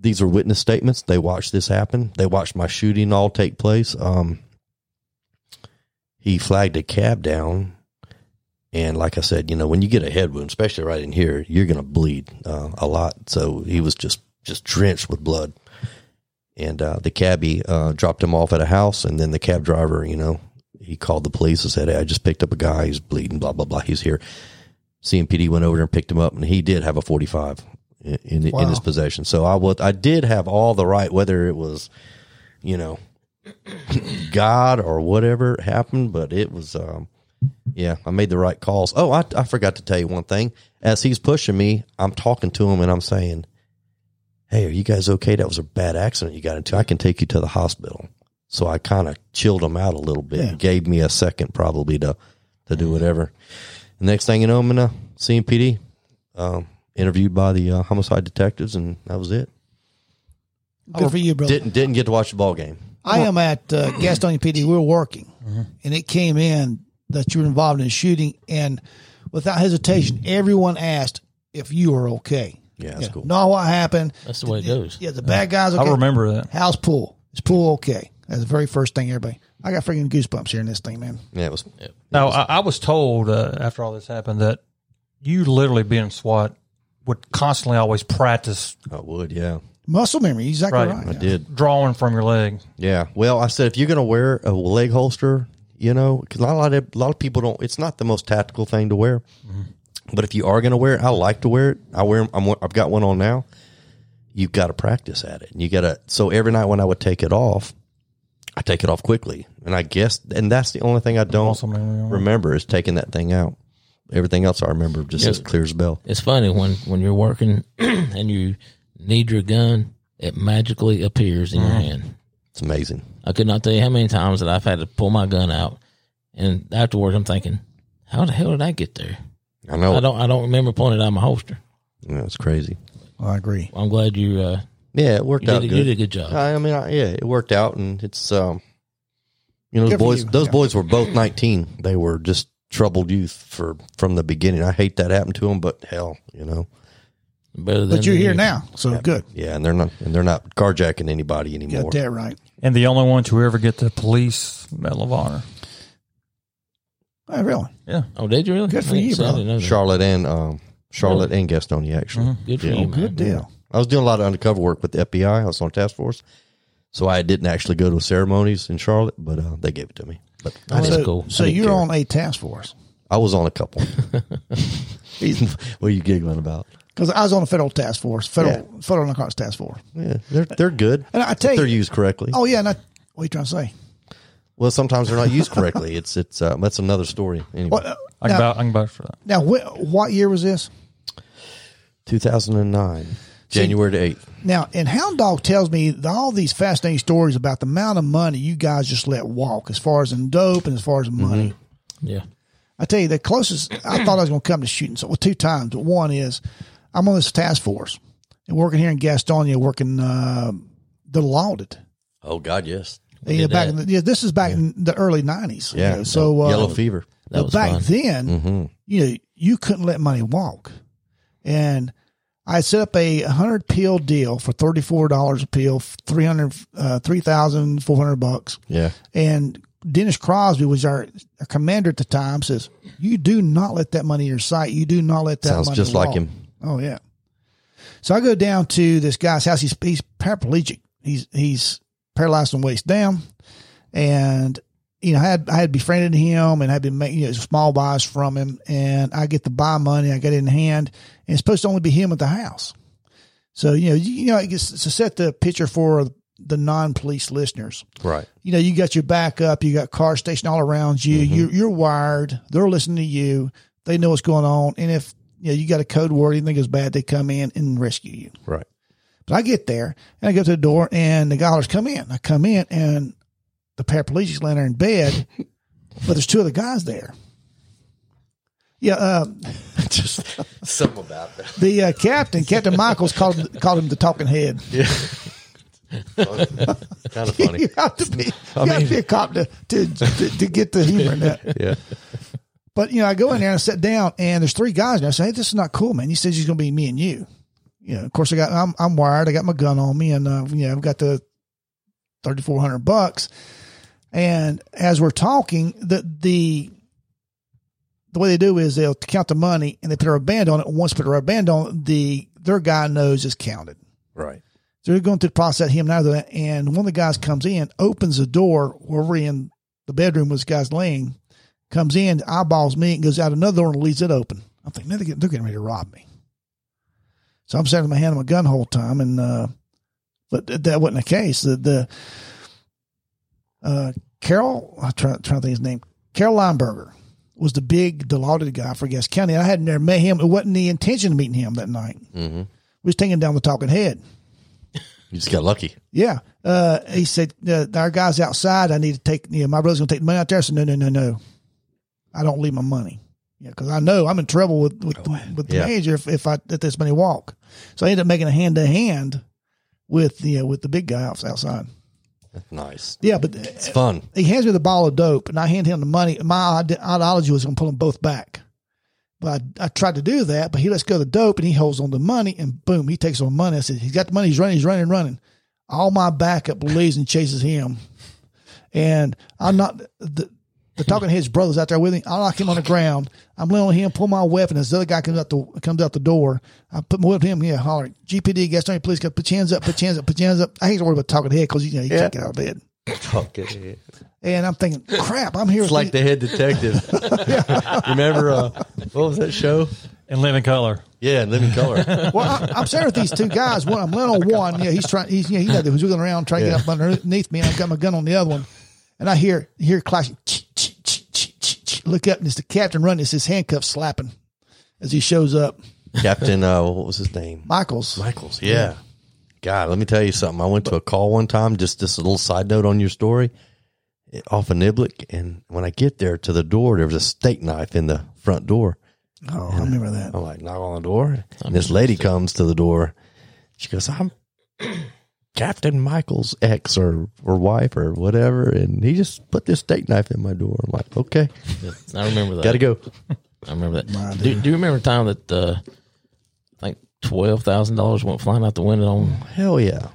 These are witness statements. They watched this happen. They watched my shooting all take place. Um, he flagged a cab down. And like I said, you know, when you get a head wound, especially right in here, you're going to bleed uh, a lot. So he was just, just drenched with blood and uh, the cabbie uh, dropped him off at a house, and then the cab driver, you know, he called the police and said, "Hey, I just picked up a guy. He's bleeding. Blah blah blah. He's here." CMPD went over there and picked him up, and he did have a forty five in in,
Wow.
in his possession. So I was, I did have all the right, whether it was, you know, God or whatever happened, but it was. Um, yeah, I made the right calls. Oh, I, I forgot to tell you one thing. As he's pushing me, I'm talking to him and I'm saying, Hey, are you guys okay? That was a bad accident you got into. I can take you to the hospital. So I kind of chilled him out a little bit.
Yeah.
Gave me a second probably to, to do whatever. next thing you know, I'm in uh, a CMPD, um, interviewed by the uh, homicide detectives, and that was it.
Good for you, brother.
Didn't didn't get to watch the ball game.
I am at uh, Gastonia PD. We were working, and it came in that you were involved in a shooting. And without hesitation, everyone asked if you were okay.
Yeah, that's cool.
Know what happened?
That's the way it goes.
Yeah, the bad guys. Okay.
I remember that.
How's pool? Is pool okay? That's the very first thing everybody. I got freaking goosebumps hearing this thing, man.
Yeah, it was.
Now, I, I was told uh, after all this happened that you literally being SWAT would constantly always practice
I would. Yeah,
Muscle memory, exactly
Right.
right.
I did.
drawing from your leg.
Yeah. Well, I said if you're going to wear a leg holster, you know, because a lot of a lot of people don't. It's not the most tactical thing to wear,
Mm-hmm.
but if you are going to wear it, I like to wear it. I wear. 'em- I'm, I've got one on now. You've got to practice at it, and you got to. So every night when I would take it off, I take it off quickly, and I guess, and that's the only thing I don't
Muscle memory, all right.
remember is taking that thing out. Everything else I remember just as clear as a bell.
It's funny when when you're working and you need your gun, it magically appears in your
Mm.
hand.
It's amazing.
I could not tell you how many times that I've had to pull my gun out, and afterwards I'm thinking, how the hell did I get there?
I know.
I don't I don't remember pulling it out of my holster.
Yeah, it's crazy.
I agree.
I'm glad you uh,
Yeah, it worked
you,
out
did,
good. Uh,
you did a good job.
I, I mean, I, yeah, it worked out, and it's um, you know,
Good
those
for
boys,
you.
those
Yeah.
boys were both nineteen. They were just troubled youth for from the beginning. I hate that happened to them, but hell, you know,
Better than
But you're here
you.
now, so good.
yeah, and they're not, and they're not carjacking anybody
Got
anymore.
that right.
And the only one to ever get the police Medal of Honor.
Oh, really?
Yeah.
Oh, did you really?
Good for
Thanks.
you,
I
brother.
didn't know that.
Charlotte and um, Charlotte and Gastonia actually.
Mm-hmm.
Good for
oh,
you, man.
Good deal.
I was doing a lot of undercover work with the FBI. I was on a task force, so I didn't actually go to ceremonies in Charlotte, but uh, they gave it to me. But I,
That's
so,
cool.
So
I didn't
you're
care.
on a task force
I was on a couple. what are you giggling about?
because I was on a federal task force, federal federal narcotics task force.
Yeah, they're they're good.
And I tell
if they're
you-
used correctly.
Oh yeah, not what are you trying to say?
Well, sometimes they're not used correctly. It's it's uh, that's another story. Anyway,
What, uh,
I can,
now,
vou- I can vouch for that.
now wh- what year was this?
2009, January the eighth.
Now, and Hound Dog tells me th- all these fascinating stories about the amount of money you guys just let walk, as far as in dope and as far as in money.
Yeah.
I tell you, the closest I thought I was going to come to shooting. So, well, two times. But one is I'm on this task force and working here in Gastonia, working uh, the lauded.
Oh God, yes,
did
Yeah, back in the,
that.
yeah, this is back in the early '90s. you
yeah.
know, so uh,
yellow fever.
That
but
was
back
fun.
then, you know, you couldn't let money walk. And I set up a 100 pill deal for $34 a pill, 300, uh, 3,400 bucks.
Yeah,
And Dennis Crosby was our, our commander at the time says, you do not let that money in your sight. You do not let that
Sounds
money
just like
walk."
him.
Oh yeah. So I go down to this guy's house. He's, he's paraplegic. He's, he's paralyzed from waist down. And, you know, I had, I had befriended him and had been making you know, small buys from him. And I get the buy money. I get it in hand and it's supposed to only be him at the house. So, you know, you, you know, I guess to set the picture for the non police listeners.
Right.
You know, you got your backup, you got cars stationed all around you.
Mm-hmm.
You're, you're wired. They're listening to you. They know what's going on. And if you know you got a code word, anything goes bad, they come in and rescue you.
Right.
But I get there and I go to the door and the guys come in. I come in and the paraplegic's laying there in bed, but there's two other guys there. Yeah, uh,
just something about that.
the uh, captain, Captain Michaels, called him, called him the talking head.
kind of funny.
you have to be, you
I
have to
mean-
be a cop to, to, to, to get the humor in that.
Yeah.
But you know, I go in there and I sit down, and there's three guys, and I say, "Hey, this is not cool, man." He says he's going to be me and you. You know, of course, I got I'm I'm wired. I got my gun on me, and uh, you know, I've got the thirty four hundred bucks. And as we're talking, the the the way they do is they'll count the money and they put a band on it. Once put a band on it, the their guy knows is counted.
Right.
So they're going through the process, him and I, do that, and one of the guys comes in, opens the door where we're in the bedroom where this guy's laying, comes in, eyeballs me, and goes out another door and leaves it open. I'm thinking, man, they're getting, they're getting ready to rob me. So I'm sitting with my hand on my gun the whole time, and uh, but th- that wasn't the case. The, the uh, Carol, I'm trying, trying to think his name, Carol Lineberger was the big, delauded guy for Guest County. I hadn't ever met him. It wasn't the intention of meeting him that night.
Mm-hmm.
We was taking down the talking head.
You just got lucky.
Yeah. Uh, he said, uh, our guy's outside. I need to take, you know, my brother's going to take the money out there. I said, no, no, no, no. I don't leave my money. Yeah. Cause I know I'm in trouble with, with, the, with the
Yeah.
manager if, if I let this money walk. So I ended up making a hand to hand with, you know, with the big guy outs- outside.
Nice.
Yeah. But
It's
uh,
fun.
he hands me the ball of dope and I hand him the money. My ide- ideology was going to pull them both back. But I, I tried to do that, but he lets go of the dope and he holds on to money and boom, he takes on the money. I said, he's got the money. He's running, he's running, running. All my backup leaves and chases him. And I'm not the, the talking head's brother's out there with me. I knock him on the ground. I'm laying on him, pull my weapon. As the other guy comes out the comes out the door, I put my weapon to him. Yeah, holler, GPD, gas station, police, put your hands up, put your hands up, put your hands up. I hate to worry about talking head because you know you can't get out of bed.
Okay.
And I'm thinking, crap, I'm here.
It's like the head detective. Remember uh, what was that show?
and live in color.
Yeah, Living Color.
Well, I, I'm sitting with these two guys. One, I'm laying on one. Yeah, he's trying. He's yeah, he's out there wiggling around trying to
Yeah.
get up underneath me, and I've got my gun on the other one. And I hear hear clashing. Ch, ch, ch, ch, ch, ch. Look up, and it's the captain running. It's his handcuffs slapping as he shows up.
Captain, uh, what was his name?
Michaels.
Michaels. Yeah. God, let me tell you something. I went to a call one time, just this little side note on your story eh, off of Niblick. And when I get there to the door, there was a steak knife in the front door.
Oh, I remember that.
I'm like, knock on the door. And this lady comes to the door. She goes, I'm Captain Michael's ex or, or wife or whatever. And he just put this steak knife in my door. I'm like, okay,
I remember that.
got to go.
I remember that. Do, do you remember the time that uh, I think twelve thousand dollars went flying out the window on
Hell yeah.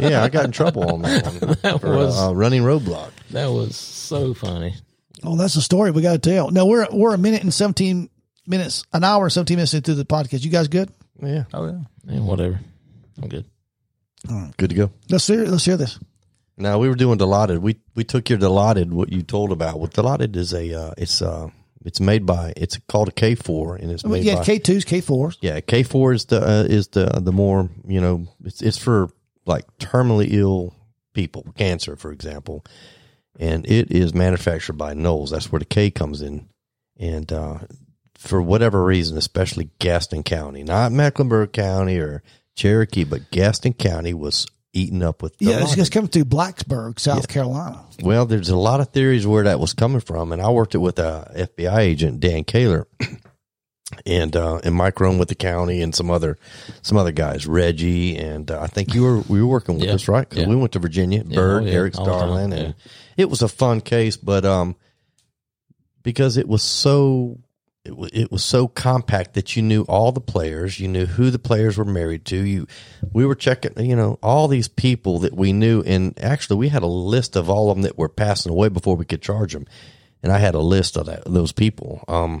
yeah, I got in trouble on that one. for,
was-
uh, running roadblock.
That was so funny.
Oh, that's a story we got to tell. No, we're we're a minute and seventeen minutes, an hour and seventeen minutes into the podcast. You guys good?
Yeah,
Oh yeah.
And whatever. I'm good.
good to go.
Let's hear let's hear this.
No, we were doing Dilaudid. We we took your Dilaudid, what you told about. What Dilaudid is a uh, it's uh it's made by it's called a K four and it's
I mean,
made
Oh, yeah,
by
K twos, K fours.
yeah K four is the uh, is the the more you know it's it's for like terminally ill people cancer for example, and it is manufactured by Knowles. That's where the K comes in, and uh, for whatever reason, especially Gaston County, not Mecklenburg County or Cherokee, but Gaston County was eaten up with
Yeah, it's,
Dilaudid.
it's coming through Blacksburg, South Carolina.
Well, there's a lot of theories where that was coming from, and I worked it with uh, a FBI agent, Dan Kaler, and uh, and Mike Rome with the county, and some other some other guys, Reggie, and uh, I think you were we were working with
Yeah.
us, right? 'Cause
Yeah.
we went to Virginia, Bird,
yeah,
Eric
all the time,
Starlin, and
yeah.
it was a fun case, but um, because it was so it, w- it was so compact that you knew all the players, you knew who the players were married to. You, we were checking, you know, all these people that we knew, and actually we had a list of all of them that were passing away before we could charge them, and I had a list of that those people, um,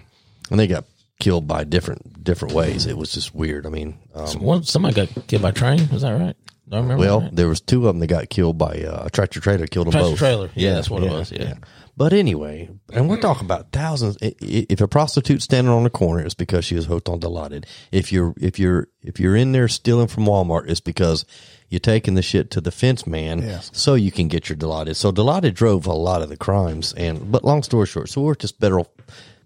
and they got killed by different different ways. It was just weird. I mean, um,
One somebody got killed by train, was that right? I remember.
Well,
that.
there was two of them that got killed by uh, a tractor trailer. Killed them
Tractor
both.
trailer. Yeah, that's what it was, yeah.
But anyway, and we're talking about thousands. I- i- If a prostitute's standing on the corner, it's because she was hooked on Dilaudid. If you're if you're if you're in there stealing from Walmart, it's because you're taking the shit to the fence man,
Yes.
so you can get your Dilaudid. So Dilaudid drove a lot of the crimes. And but long story short, so we're just federal.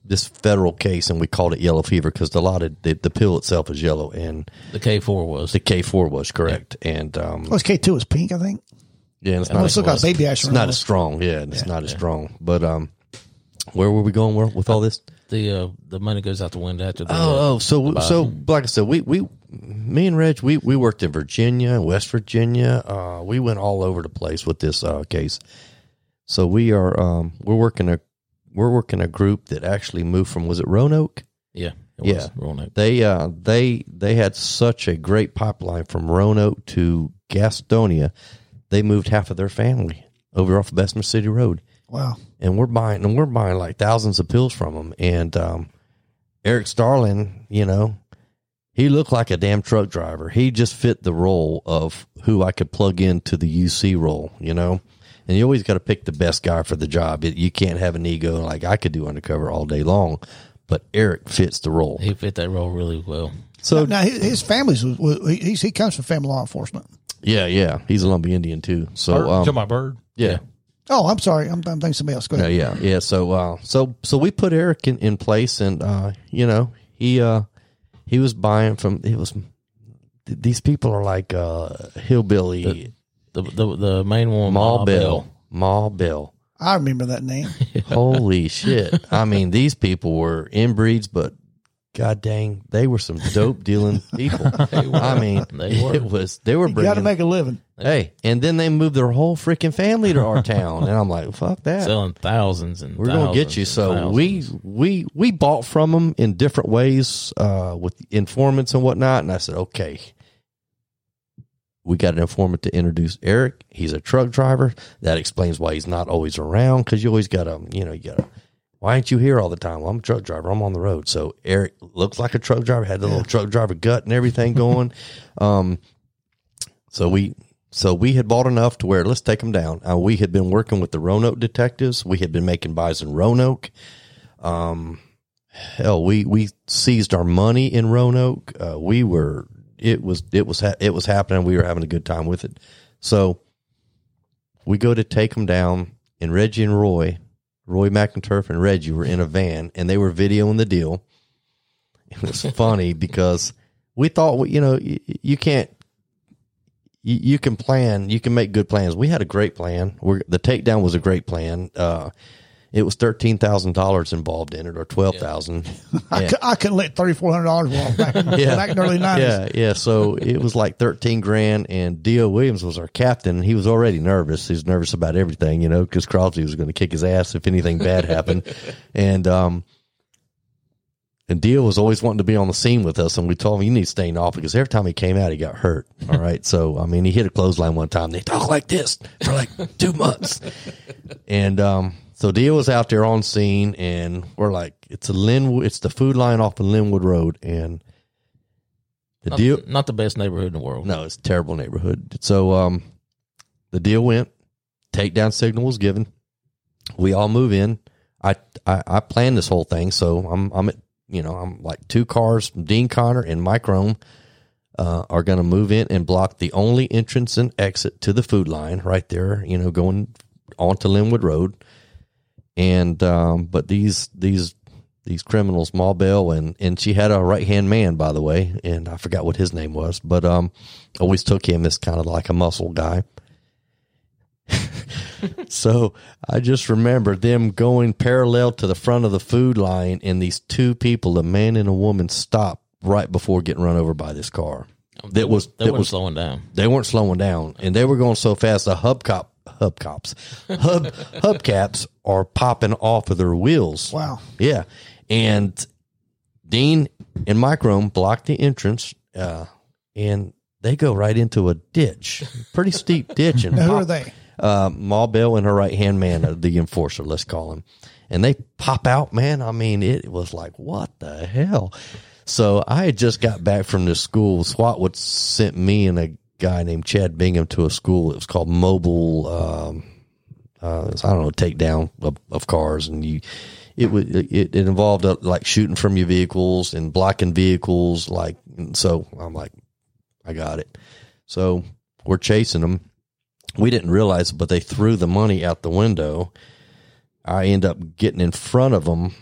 This federal case, and we called it yellow fever because Dilaudid, the, the pill itself is yellow, and
the K four was
the K four was correct. And um,
Plus, K two is pink, I think.
yeah, and it's not.
Oh, it's still got
as-
baby ash
It's
around
not
it.
as strong. Yeah, and it's not as strong. But um, where were we going with with all this?
the uh, the money goes out the window after the
Oh, oh, so so like I said, we we me and Reg we we worked in Virginia, West Virginia. Uh, we went all over the place with this uh, case. So we are um we're working a we're working a group that actually moved from was it Roanoke?
yeah it
Yeah.
was Roanoke.
They uh they they had such a great pipeline from Roanoke to Gastonia. They moved half of their family over off Bessemer City Road.
Wow.
and we're buying and we're buying like thousands of pills from them. And um, Eric Starlin, you know, he looked like a damn truck driver. He just fit the role of who I could plug into the UC role, you know. And you always got to pick the best guy for the job. It, you can't have an ego like I could do undercover all day long, but Eric fits the role.
He fit that role really well.
So
Now his, his family's was, was, he, he comes from family law enforcement.
yeah, yeah, he's a Lumbee Indian too. So
Bird-
um,
to my bird.
yeah.
Oh, I'm sorry. I'm, I'm thinking somebody else. Go
Yeah,
ahead.
yeah, yeah. So, uh, so, so we put Eric in, in place, and uh, you know, he uh, he was buying from. It was th- these people are like uh, hillbilly
The the, the main one
Ma
Ma
Bell, Ma Bell.
I remember that name.
Holy shit! I mean, these people were inbreeds, but god dang, they were some dope dealing people. I mean,
They were.
it was they were
Got to
bringing.
make a living.
hey, and then they moved their whole freaking family to our town, and I'm like, fuck that.
selling thousands and
we're gonna get you. So we we we bought from them in different ways uh, with informants and whatnot. And I said, okay, we got an informant to introduce Eric. He's a truck driver. That explains why he's not always around because you always gotta you know you gotta. Why ain't you here all the time? Well, I'm a truck driver. I'm on the road. So Eric looks like a truck driver. Had the little truck driver gut and everything going. um, so we so we had bought enough to where let's take them down. Uh, we had been working with the Roanoke detectives. We had been making buys in Roanoke. Um, hell, we we seized our money in Roanoke. Uh, we were it was it was ha- it was happening. We were having a good time with it. So we go to take them down, and Reggie and Roy, Roy McInturf and Reggie were in a van, and they were videoing the deal. It was funny because we thought, we- you know, you, you can't you, you can plan, you can make good plans. We had a great plan. We're, the takedown was a great plan. Uh, it was thirteen thousand dollars involved in it, or twelve thousand.
I, cou- I couldn't let thirty four hundred dollars walk back,
Yeah.
back in the early nineties.
yeah, yeah. So it was like thirteen grand, and Dio Williams was our captain. and He was already nervous. He was nervous about everything, you know, because Crosby was going to kick his ass if anything bad happened, and um. And Dio was always wanting to be on the scene with us, and we told him you need to stay off because every time he came out, he got hurt. All right, so I mean, he hit a clothesline one time. They talk like this for like two months, and um, so Dio was out there on scene, and we're like, it's a Linwood, it's the food line off of Linwood Road, and the
not,
deal,
not the best neighborhood in the world.
no, it's a terrible neighborhood. So um, the deal went. Takedown signal was given. We all move in. I I, I planned this whole thing, so I'm I'm at you know I'm like two cars. Dean Connor and Mike Rome uh, are going to move in and block the only entrance and exit to the food line right there. You know, going onto Linwood Road. And um, but these these these criminals, Ma Bell and and she had a right hand man, by the way, and I forgot what his name was, but um, always took him as kind of like a muscle guy. so I just remember them going parallel to the front of the food line, and these two people, a man and a woman, stop right before getting run over by this car. Oh, That was
They
that
weren't
was
slowing down.
they weren't slowing down, and they were going so fast the hubcop hubcops hub hubcaps are popping off of their wheels.
Wow.
Yeah. And Dean and Mike Rome blocked the entrance, uh, and they go right into a ditch, pretty steep ditch. And
Now, who are
pop-
they?
Uh, Ma Bell and her right hand man, uh, the enforcer, let's call him. And they pop out, man. I mean, it was like, what the hell? So I had just got back from this school. SWAT would sent me and a guy named Chad Bingham to a school. It was called Mobile. Um, uh, it was, I don't know, takedown of, of cars, and you. It would. It, it involved uh, like shooting from your vehicles and blocking vehicles. Like and so, I'm like, I got it. So we're chasing them. We didn't realize, but they threw the money out the window. I end up getting in front of them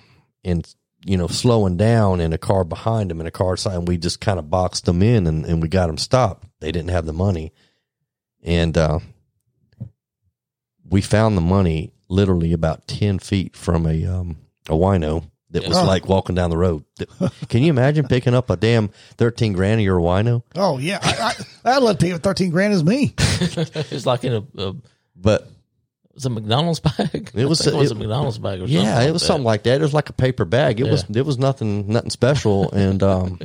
and you know slowing down in a car behind them in a car side and we just kind of boxed them in and, and we got them stopped they didn't have the money and uh, we found the money literally about 10 feet from a um, a wino that was
Yeah.
like walking down the road That- can you imagine picking up a damn 13 grand of your wino
Oh yeah, I, I, I'd love to pay with thirteen grand as me.
it's like in a, a
but
was it a McDonald's bag.
It was
I think it was a
it-
McDonald's bag. Or
yeah
something
it was something like that it was like a paper bag it was it was nothing nothing special and um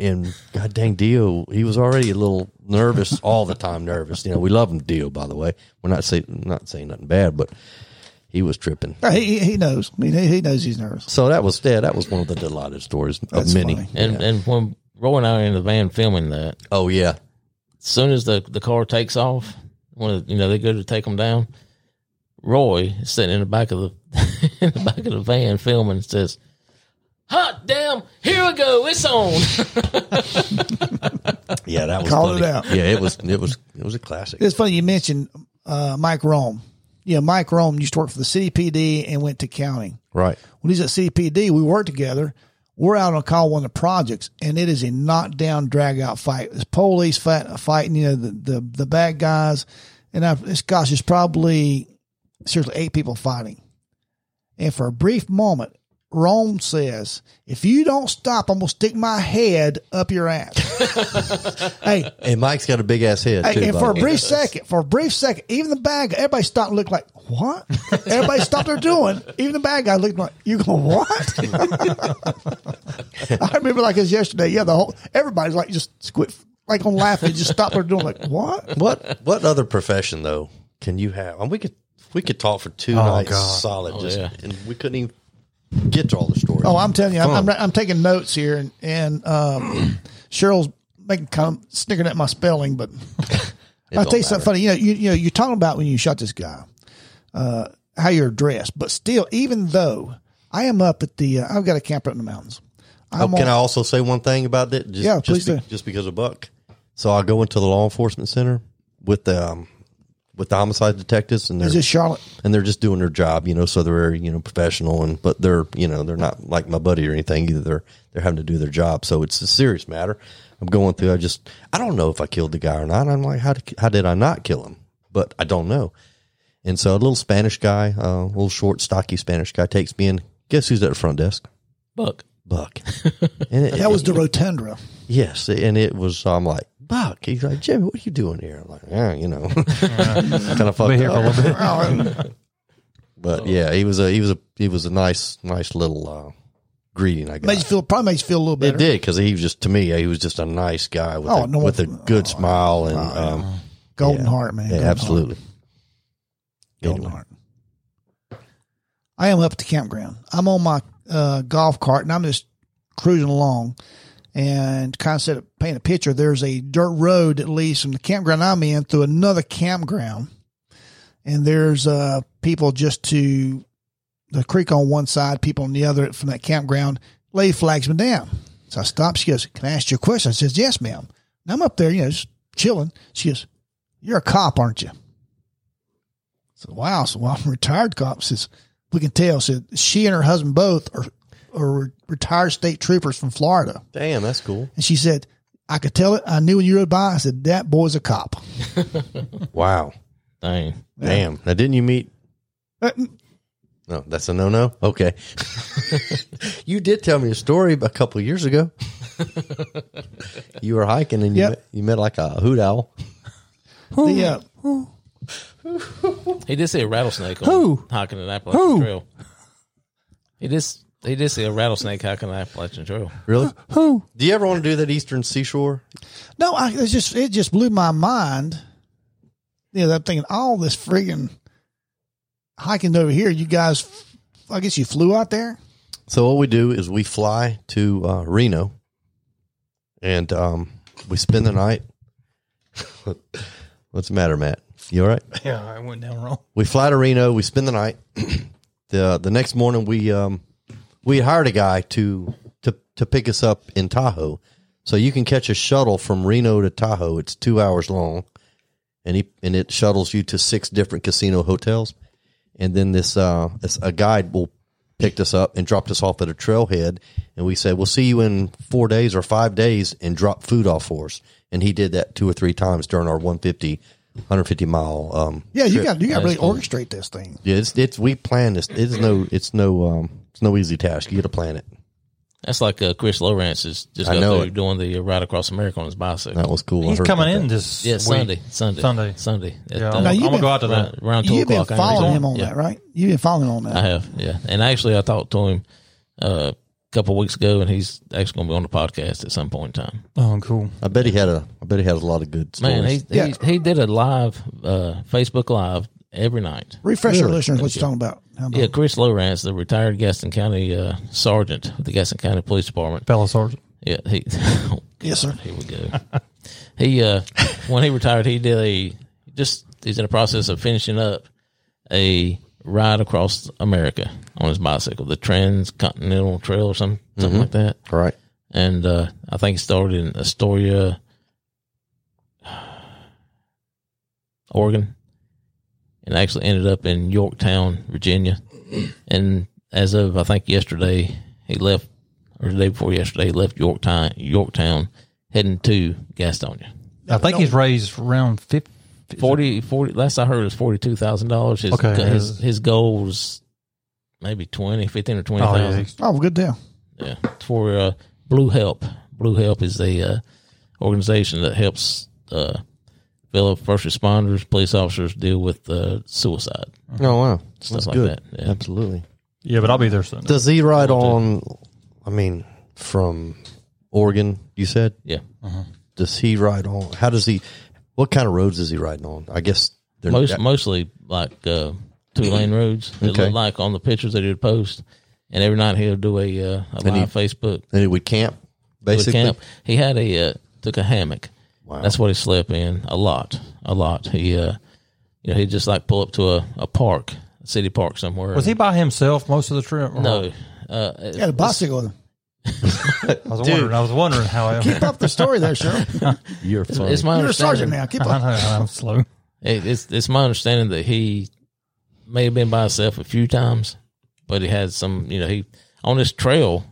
and god dang dio he was already a little nervous all the time nervous you know we love him dio by the way we're not saying not saying nothing bad but he was tripping
Uh, He, he he knows. I mean, he, he knows he's nervous.
so that was yeah, that was one of the delighted stories of
That's
many
funny.
And and when Roy and I are in the van filming that,
oh yeah
as soon as the, the car takes off, one of the, you know they go to take them down. Roy is sitting in the back of the in the back of the van filming and says, "Hot damn! Here we go! It's on!"
yeah that was
Called
funny.
it out.
yeah it was it was it was a classic
It's funny you mentioned uh, Mike Rome. Yeah, Mike Rome used to work for the city PD and went to counting.
right
When he's at CPD, we work together. We're out on call one of the projects, and it is a knockdown, drag out fight. It's police fight, fighting, you know, the, the, the bad guys. And I, it's, gosh, it's probably seriously eight people fighting. And for a brief moment, Rome says, If you don't stop, I'm going to stick my head up your ass. hey,
and mike's got a big ass head too
Hey, and
by
for a
the way.
brief second, for a brief second, even the bad guy, everybody stopped and looked like, what? Everybody stopped their doing. Even the bad guy looked like, you going, what? I remember like it was yesterday. Yeah, the whole, everybody's like, just quit, like on laughing, just stopped their doing, like, what?
What what other profession though can you have? And we could we could talk for two
Oh,
nights
God.
solid, just
yeah.
and we couldn't even get to all the stories.
Oh, I'm telling you, I'm, I'm, I'm taking notes here, and, and um, Cheryl's making kind of snickering at my spelling, but I'll
don't
tell you something funny. You know, you, you know, you're talking about when you shot this guy, uh, how you're dressed, but still, even though I am up at the, uh, I've got a camper up in the mountains.
Oh,
I'm
can I
on,
also say one thing about that? Just,
Yeah,
just
please
be-
do.
Just because of Buck, so I go into the law enforcement center with the um, with the homicide detectives, and
is
they're
this Charlotte?
and they're just doing their job, you know. So they're you know professional, and but they're you know they're not like my buddy or anything either. They're they're having to do their job, so it's a serious matter. I'm going through. I just I don't know if I killed the guy or not. I'm like, how did, how did I not kill him? But I don't know. And so a little Spanish guy, uh, a little short, stocky Spanish guy, takes me in. Guess who's at the front desk?
Buck,
Buck. And it-
That was the Rotundra.
Yes, and it was. I'm like Buck. He's like Jimmy. What are you doing here? I'm like, yeah, you know, kind of fucked
Be here for a
up.
little bit.
But
Oh.
yeah, he was a he was a he was a nice nice little uh, greeting. I
Made you
guess
feel, probably made you feel a little
it
better.
did because he was just to me he was just a nice guy with
Oh,
a,
no,
with a
oh,
good smile and um,
Golden
yeah.
Heart, man.
yeah,
Golden Heart.
absolutely.
Golden Heart. I am up at the campground. I'm on my uh, golf cart and I'm just cruising along. And kind of set up, paint a picture. There's a dirt road that leads from the campground I'm in through another campground, and there's uh, people just to the creek on one side, people on the other from that campground. Lady flags me down, so I stop. She goes, "Can I ask you a question?" I says, "Yes, ma'am." And I'm up there, you know, just chilling. She goes, "You're a cop, aren't you?" So wow, so well, I'm a retired cop. Says we can tell. Said she and her husband both are are retired state troopers from Florida.
Damn, that's cool.
And she said, I could tell it. I knew when you rode by. I said that boy's a cop.
Wow,
dang,
damn. Now, didn't you meet?
Uh,
No, that's a no no. Okay, you did tell me a story a couple years ago. you were hiking and you
Yep.
met, you met like a hoot owl.
the, uh,
he did see a rattlesnake on
Who?
hiking an Appalachian
Who?
Trail. He just he did see a rattlesnake hiking the Appalachian Trail.
Really?
Who?
Do you ever want to do that Eastern Seashore?
no, I, it just it just blew my mind. You know, that I'm thinking all this friggin' hiking over here. You guys, I guess you flew out there.
So what we do is we fly to uh, Reno, and um, we spend the night. What's the matter, Matt? You all right?
Yeah, I went down wrong.
We fly to Reno. We spend the night. the The next morning, we um, we hired a guy to to to pick us up in Tahoe. So you can catch a shuttle from Reno to Tahoe. It's two hours long, and he and it shuttles you to six different casino hotels. And then this uh, this a guide will picked us up and dropped us off at a trailhead, and we said, "We'll see you in four days or five days," and drop food off for us. And he did that two or three times during our 150, 150 mile um,
Yeah, you got you got to really orchestrate this thing.
yeah, it's it's we plan this. It's no it's no um it's no easy task. You got to plan it.
That's like uh, Chris Lawrence is just
I
got
know
through
it.
doing the uh, ride across America on his bicycle.
That was cool. I
He's
heard
coming
about
in
that.
this
Yeah,
week.
Sunday, Sunday,
Sunday.
Sunday. At,
Yeah,
uh,
I'm,
Now, you've
I'm gonna
been-
go out to that.
around, around two
You've been
o'clock. I know he's
following
on.
him on
Yeah.
that, right? You've been following him on
I
that.
have, yeah. And actually, I talked to him uh, a couple weeks ago, and he's actually going to be on the podcast at some point in time.
Oh, cool.
I bet he had a I bet he had a lot of good stories.
Man, he
Yeah.
he, he did a live uh, Facebook live every night.
Refresh your
Really?
listeners what you're talking about. How about-
Yeah, Chris Lowrance, the retired Gaston County uh, sergeant of the Gaston County Police Department.
Fellow sergeant.
Yeah, he.
Yes, sir.
here we go. he uh, when he retired, he did a just he's in the process of finishing up a ride across America on his bicycle, the Transcontinental Trail or something, something like that.
All right.
and uh, I think it started in Astoria, Oregon, and actually ended up in Yorktown, Virginia. And as of I think yesterday, he left, or the day before yesterday, he left Yorktown, Yorktown, heading to Gastonia.
I think he's raised around fifty.
40, 40 last I heard it was forty two thousand dollars. His
Okay.
his his goal was maybe twenty, fifteen or twenty
Oh,
thousand.
yeah, he's-
Oh, well, good deal.
Yeah, it's for uh, Blue Help. Blue Help is a uh, organization that helps uh, fellow first responders, police officers deal with uh, suicide
Oh wow,
stuff
That's
like
good.
that. Yeah.
Absolutely.
yeah, but I'll be there soon.
Does he ride on? I mean, from Oregon, you said.
yeah.
Uh-huh. Does he ride on? How does he? What kind of roads is he riding on? I guess they're
Most
that-
mostly like uh, two lane roads. It
Okay.
looked like on the pictures that he'd post, and every night he'll do a, uh, a live Facebook
and he would camp
He would
basically.
camp. He had a uh, took a hammock. That's what he slept in a lot, a lot. He uh, you know, he'd just like pull up to a, a park, a city park somewhere.
Was he by himself most of the trip? Or-
No. Uh, it-
Yeah, the bicycle. with him.
I was wondering. I was wondering how. I,
Keep up the story there, Cheryl.
You're funny.
it's my
You're a sergeant
understanding.
now. Keep
I
up.
know I'm slow.
it- It's, it's my understanding that he may have been by himself a few times, but he had some. You know, he on this trail,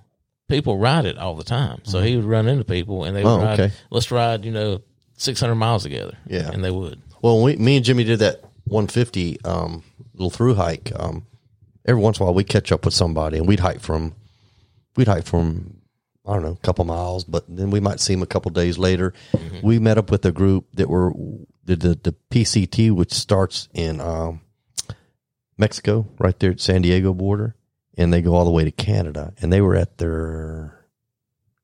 people ride it all the time, so he would run into people and they would
Oh,
ride.
okay.
Let's ride. You know, six hundred miles together.
Yeah.
and they would.
Well, we, me and Jimmy did that 150 um, little through hike. Um, every once in a while, we catch up with somebody, and we'd hike from, we'd hike from, I don't know, a couple miles, but then we might see them a couple days later. We met up with a group that were did the, the PCT, which starts in um, Mexico, right there at San Diego border, and they go all the way to Canada, and they were at their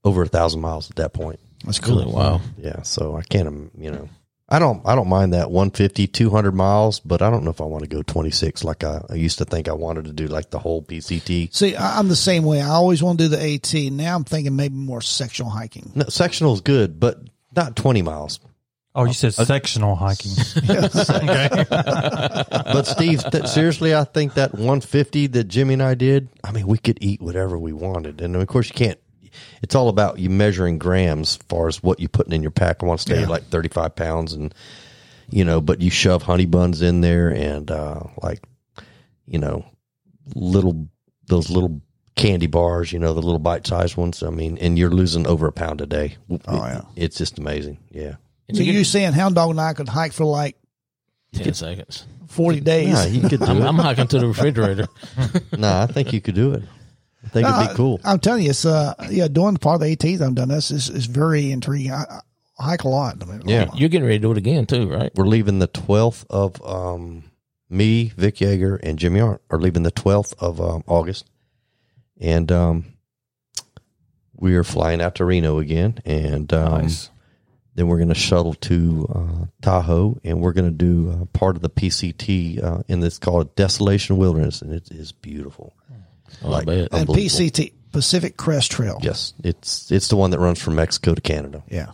over a thousand miles at that point.
That's
Really, wow.
Yeah, so I can't, um, you know, I don't, I don't mind that 150, 200 miles, but I don't know if I want to go 26 like I, I used to think I wanted to do, like the whole PCT.
See, I- I'm the same way. I always want to do the AT. Now I'm thinking maybe more sectional hiking.
No, sectional is good, but not 20 miles.
Oh, you said sectional hiking.
But Steve, th- seriously, I think that 150 that Jimmy and I did, I mean, we could eat whatever we wanted, and of course you can't. It's all about you measuring grams, as far as what you're putting in your pack. I want to stay like 35 pounds, and you know, but you shove honey buns in there, and uh, like you know, little those little candy bars, you know, the little bite sized ones. I mean, and you're losing over a pound a day. Oh
yeah.
it's just amazing. Yeah,
And
So
you
you
get
saying Hound Dog and I could hike for like
ten seconds.
40 days?
yeah, you could do
I'm,
it.
I'm hiking to the refrigerator.
Nah, I think you could do it. I think it'd be cool.
I'm telling you, it's uh, yeah, doing part of the ATs I've done this is, is very intriguing. I, I hike a lot. I mean,
Yeah.
You're getting ready to do it again too, right?
we're leaving the 12th of um, me, Vic Yeager, and Jimmy Arndt are leaving the 12th of um, August. And um, we are flying out to Reno again. And um,
Nice.
then we're going to shuttle to uh, Tahoe and we're going to do uh, part of the PCT. Uh, and it's called Desolation Wilderness. And it is beautiful.
Oh, I bet.
And
unbelievable.
PCT, Pacific Crest Trail.
Yes. It's, it's the one that runs from Mexico to Canada.
Yeah.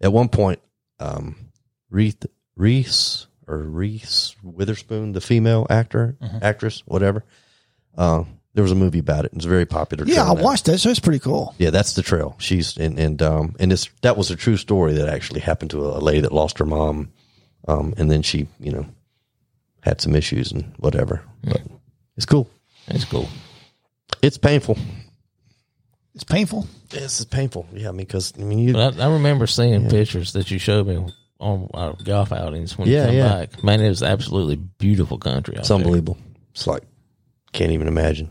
At one point, um, Reese Reese or Reese Witherspoon, the female actor, actress, whatever. Uh, there was a movie about it. It was very popular.
Yeah, I
during that.
watched that. So it's pretty cool.
Yeah, that's the trail. She's and and um and it's that was a true story that actually happened to a, lady that lost her mom, um and then she you know had some issues and whatever. But it's cool.
That's cool.
It's painful.
It's painful.
This is painful. Yeah, I mean because I mean you
But I, I remember seeing pictures that you showed me on our golf outings when
Yeah,
you come
yeah.
back. Man, it was absolutely beautiful country. Out
it's unbelievable. It's like can't even imagine.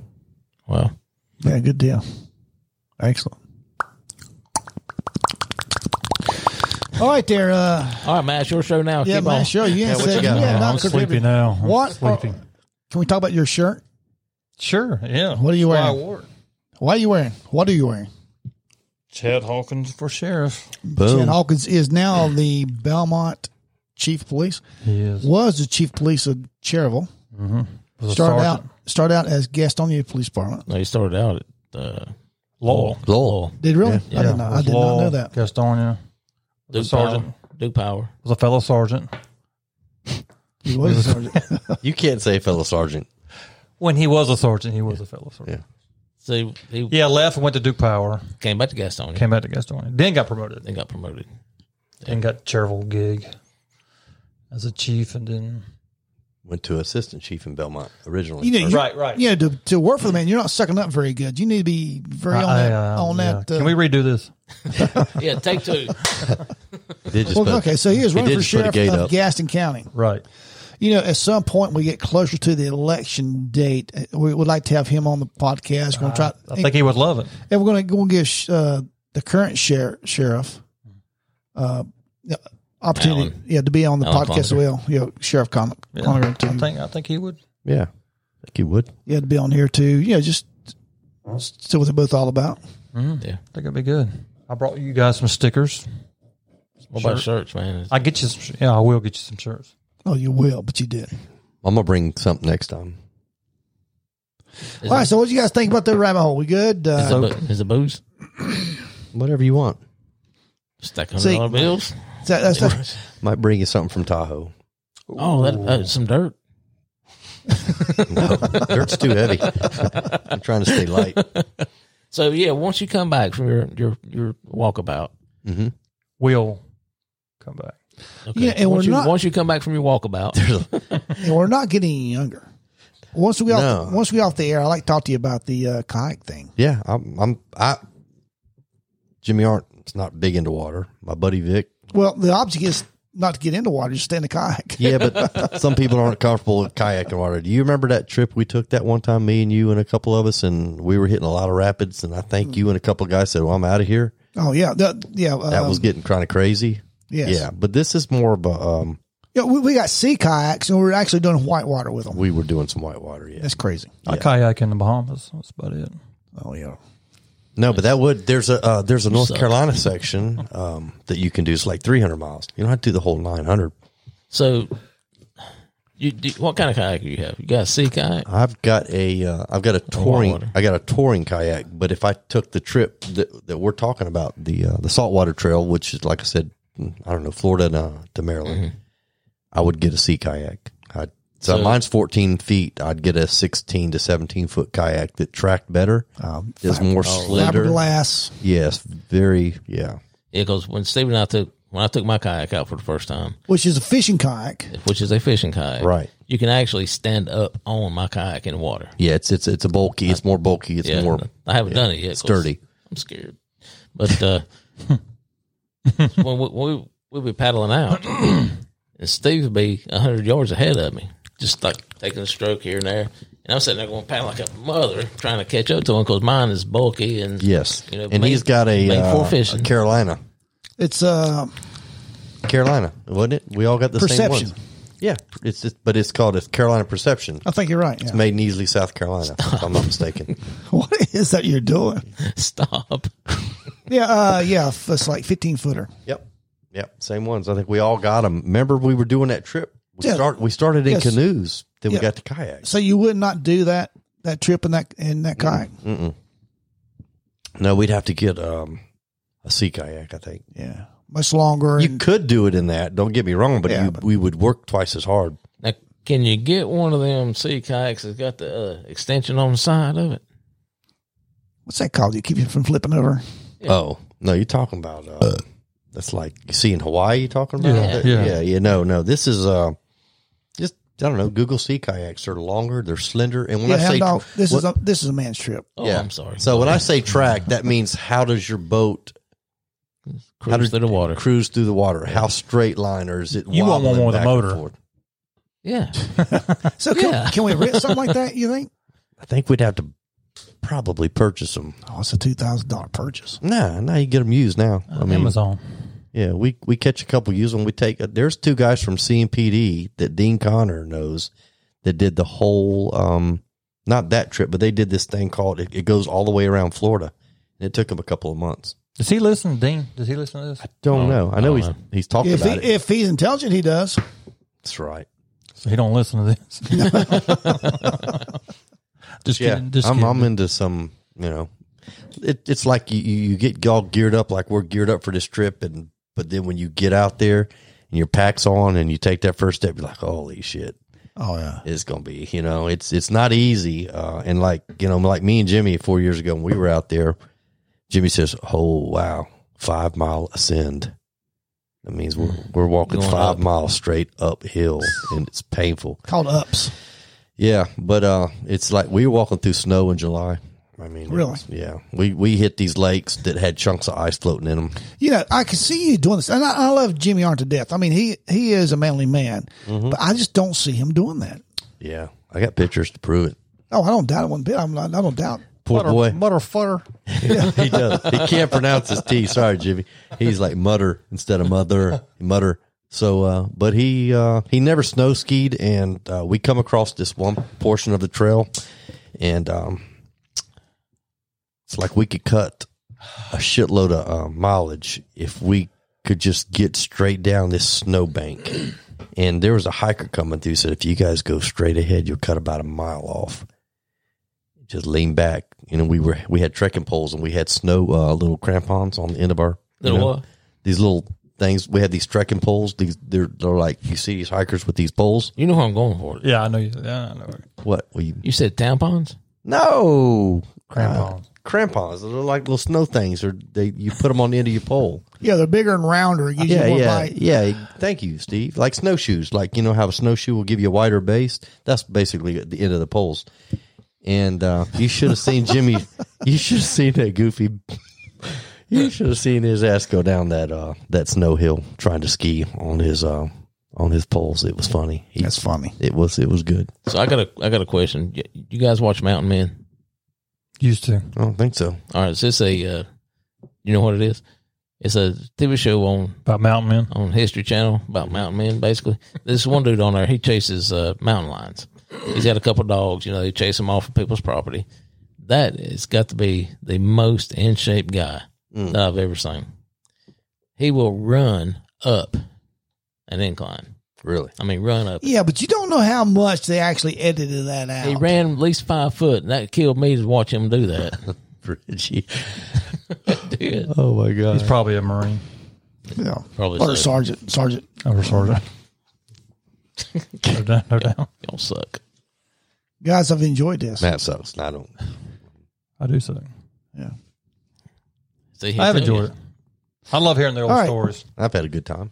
There. Wow.
Yeah, good deal. Excellent. All right, there. Uh,
All right, Matt, it's your show now.
yeah,
Keep
man,
on.
sure. You yeah,
what you got?
yeah,
Oh,
not
I'm sleepy
contributed.
now. I'm
What?
Sleepy.
Can we talk about your shirt?
Sure. Yeah.
What are you
Why I
wearing?
wore it.
Why are you wearing? What are you wearing?
Ted Hawkins for sheriff.
Boom.
Chad Hawkins is now the Belmont Chief of Police.
He is.
Was the Chief of Police of Cherville.
Was a
Started out
sergeant.
started out as guest on the police department.
No, you started out at uh,
Law.
Lowell.
Did really? I
Yeah,
did not. I
was
did not
Law,
know that.
Gastonia
Duke
sergeant.
Power. Duke Power.
was a fellow sergeant.
He was a sergeant.
You can't say fellow sergeant.
When he was a sergeant, he was a fellow sergeant.
Yeah.
See, he
Yeah, left and went to Duke Power.
came back to Gastonia.
Came back to Gastonia. Then got promoted.
Then got promoted.
Then got Cherville gig as a chief, and then
Went to assistant chief in Belmont originally.
You know, you,
Right, right.
You know, to, to work for the man, you're not sucking up very good. You need to be very on
I-
that.
I, um,
on
yeah.
that. Uh,
Can we redo this?
Yeah, take two.
He did just
well,
put-
okay, so he is
he
running
did
for
just put a
sheriff
gate
of
up.
Gaston County.
Right.
You know, at some point we get closer to the election date, uh, we would like to have him on the podcast. We're going to try.
I think he would love it.
and we're going to go and give uh, the current sher- sheriff uh, the opportunity,
Alan.
yeah, to be on the
Alan
podcast as
Conger.
well. You know, Sheriff Con-
Yeah.
Conger
I
to
think I think he would.
yeah, I think he would.
yeah to be on here too. You know, just see what they're both all about.
Yeah.
I think it'd be good. I brought you guys some stickers.
What about shirts, man?
I get you some. Yeah, I will get you some shirts.
Oh, you will, but you did.
I'm gonna bring something next time.
Is,
All right. So, what do you guys think about the rabbit hole? We good?
it, is,
Uh,
it, boo- is it booze?
Whatever you want.
Stack
See-
hundred dollar bills.
that, that's, that's,
Might bring you something from Tahoe.
Oh, that, uh, some dirt.
No, dirt's too heavy. I'm trying to stay light.
So yeah, once you come back from your your your walkabout,
Will come back.
yeah, and we're
once you,
not
once you come back from your walkabout,
and we're not getting any younger. Once we off,
No.
once we off the air, I like to talk to you about the uh, kayak thing.
Yeah, I'm. I'm I Jimmy Art's not big into water. My buddy Vic.
Well, the object is not to get into water, just stay in the kayak.
Yeah, but some people aren't comfortable with kayaking water. Do you remember that trip we took that one time, me and you and a couple of us, and we were hitting a lot of rapids, and I
Hmm.
think you and a couple of guys said, "Well, I'm out of here."
Oh yeah, that, yeah.
That
um,
was getting kind of crazy.
yes.
Yeah, but this is more of a. Um,
Yeah, we, we got sea kayaks and we are actually doing whitewater with them.
we were doing some whitewater. Yeah,
That's crazy.
I kayak in the Bahamas. That's about it.
Oh yeah.
No, but that would there's a uh, there's a North Carolina section um, that you can do. It's like 300 miles. You don't have to do the whole 900.
so you do, what kind of kayak do you have? You got a sea kayak?
I've got a uh, I've got a touring
water.
I got a touring kayak. But if I took the trip that, that we're talking about the uh, the saltwater trail, which is like I said, I don't know Florida to, to Maryland, I would get a sea kayak. I'd, so,
Mm-hmm. So-
mine's 14 feet. I'd get a 16 to 17 foot kayak that tracked better.
Um,
is more slender.
Fiberglass.
Yes, very yeah.
Yeah, because when Steve and I took when I took my kayak out for the first time,
Which is a fishing kayak.
which is a fishing kayak,
Right.
You can actually stand up on my kayak in the water.
Yeah, it's it's it's a bulky. It's more bulky. It's
Uh, Yeah,
more
I haven't done it yet. 'cause
sturdy.
I'm scared, but uh, when we, when we we'd be paddling out, and Steve would be hundred yards ahead of me, just like taking a stroke here and there, and I'm sitting there going paddle like a mother, trying to catch up to him because mine is bulky and
Yes,
You know,
and
main-
he's got a,
main
uh,
four fishing.
a Carolina,
It's uh
Carolina, wasn't it? We all got the
Perception.
same ones. Yeah, it's, it's but it's called it's Carolina Perception.
I think you're right. yeah.
Made in Easley, South Carolina, if I'm not mistaken.
What is that you're doing?
stop.
Yeah, uh yeah, f- it's like fifteen footer.
yep, yep, same ones. I think we all got them. Remember, we were doing that trip. We
Yeah.
start we started in
Yes.
canoes, then
Yeah.
we got to kayaks.
So you would not do that that trip in that in that kayak.
No, we'd have to get um, a sea kayak. I think
Yeah. much longer.
You
and-
could do it in that. Don't get me wrong, but,
Yeah,
you,
but-
we would work twice as hard.
Now, can you get one of them sea kayaks that's got the uh, extension on the side of it?
what's that called? You keep it from flipping over.
Oh no, you're talking about uh, that's like you see in Hawaii. You talking about
Yeah,
That-
yeah.
yeah, yeah. No, no, this is uh, just I don't know. Google sea kayaks are longer, they're slender, and when
yeah,
I say
hound dog. This
what-
is a this is a man's trip.
Oh, I'm sorry.
So when I say track, that means how does your boat how
Cruise
does-
through the water.
cruise through the water? How straight line or is it?
You want one
wobbling
with a
back and
motor.
forth?
Yeah.
So can,
Yeah.
can we rent something like that? You think?
I think we'd have to probably purchase them.
Oh, it's a two thousand dollar purchase.
Nah, nah, you get them used now. I mean,
Uh, Amazon.
Yeah, we we catch a couple using. We take uh, there's two guys from CMPD that Dean Connor knows that did the whole um not that trip, but they did this thing called it, it goes all the way around Florida. And it took him a couple of months.
Does he listen, Dean? Does he listen to this?
Don't know. Oh, I know
I don't
he's he's talking
If he,
about it.
if he's intelligent, he does.
That's right.
So he don't listen to this. just
Yeah,
kidding. Just
I'm
kidding.
I'm into some. You know, it, it's like you you you get all geared up like we're geared up for this trip, and but then when you get out there and your pack's on and you take that first step, you're like, holy shit.
Oh yeah.
is going to be. You know, it's it's not easy. Uh, and like you know, like me and Jimmy four years ago when we were out there, Jimmy says, "Oh wow, five mile ascend." That means we're we're walking
Mm. Going
five
up.
miles straight uphill, and it's painful.
Called ups.
Yeah, but uh, it's like we were walking through snow in July. I mean, it
Really?
was- yeah, we we hit these lakes that had chunks of ice floating in them.
You know, I can see you doing this, and I, I love Jimmy Arn to death. I mean, he he is a manly man, but I just don't see him doing that.
Yeah, I got pictures to prove it.
Oh, I don't doubt it one bit. I'm not, I don't doubt.
Poor boy,
Motherfucker.
he does. He can't pronounce his T. Sorry, Jimmy. He's like mutter instead of mother, mutter. So, uh, but he uh, he never snow skied, and uh, we come across this one portion of the trail, and um, it's like we could cut a shitload of uh, mileage if we could just get straight down this snowbank. And there was a hiker coming through said, if you guys go straight ahead, you'll cut about a mile off just lean back. You know, we were we had trekking poles and we had snow uh, little crampons on the end of our you
Little
know,
what?
these little things. We had these trekking poles. These they're, they're like you see these hikers with these poles.
You know where I'm going for it.
Yeah, I know you. Yeah, I know.
What? We,
You said tampons?
no
Crampons.
Uh, crampons. They're like little snow things, or they you put them on the end of your pole.
Yeah, they're bigger and rounder. It gives you
Yeah,
more
yeah,
bite.
yeah. Thank you, Steve. Like snowshoes, like you know how a snowshoe will give you a wider base. That's basically at the end of the poles. And uh, you should have seen Jimmy. you should have seen that goofy. You should have seen his ass go down that uh, that snow hill trying to ski on his uh, on his poles. It was funny. He,
That's funny.
it was it was good.
So I got a I got a question. Y- You guys watch Mountain Men?
Used to.
I don't think so.
All right, is this a uh, you know what it is? It's a TV show on
About mountain men.
on History Channel about mountain men. Basically, this one dude on there he chases uh, mountain lions. He's got a couple dogs. You know, they chase them off of people's property. That has got to be the most in shape guy that I've ever seen. He will run up an incline.
Really?
I mean, run up.
Yeah, but you don't know how much they actually edited that out.
He ran at least five foot, and that killed me to watch him do that.
Reggie.
Dude,
Oh my god.
He's probably a Marine
Yeah.
Probably
or
so.
sergeant, sergeant.
or Oh, sergeant. no, doubt- no doubt.
y'all suck.
Guys, I've enjoyed this.
That sucks. I don't.
I do so.
Yeah.
See, he'll
I have
tell you.
enjoyed it. I love hearing the old
All right.
stories.
I've had a good time.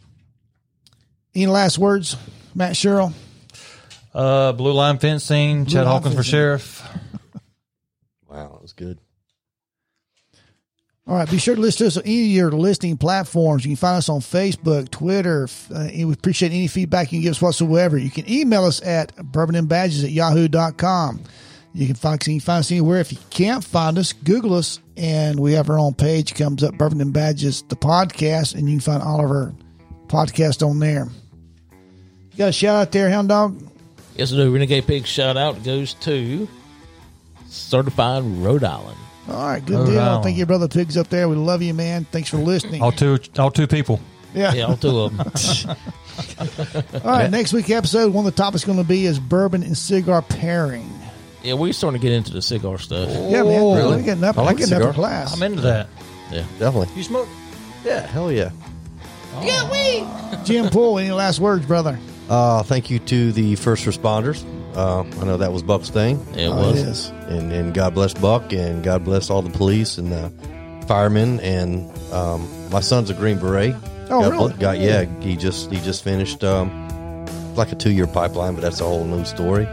Any last words, Matt Sherrill?
Uh, blue line fencing. Chad
line
Hawkins for
fencing.
sheriff.
Wow, it was good.
All right, be sure to listen to us on any of your listening platforms. You can find us on Facebook, Twitter. F- Uh, and we appreciate any feedback you can give us whatsoever. You can email us at bourbonandbadges at yahoo.com. You can find, you can find us anywhere. If you can't find us, Google us, and we have our own page. comes up, Bourbon and Badges, the podcast, and you can find all of our podcast on there. You got a shout out there, Hound Dog?
Yes, I do. Renegade Pig shout out goes to Certified Rhode Island.
All right, good
All
deal.
right.
Thank you, Brother Pigs up there. We love you, man. Thanks for listening.
All two, all two people.
Yeah, all two of them.
All right, next week's episode, one of the topics going to be is bourbon and cigar pairing.
yeah, we're starting to get into the cigar stuff.
Yeah, man,
Oh,
we're getting up,
I like
we're getting up
cigar.
in class.
I'm into that.
Yeah.
Definitely.
You smoke?
Yeah. Hell yeah.
Jim Poole, any last words, brother?
Uh, thank you to the first responders. Uh, I know that was Buck's thing.
It
Uh,
was.
Yes.
And, and God bless Buck and God bless all the police and the firemen. And um, my son's a Green Beret.
Oh,
God
really?
bless- God, yeah, he just he just finished um, like a two year pipeline, but that's a whole new story.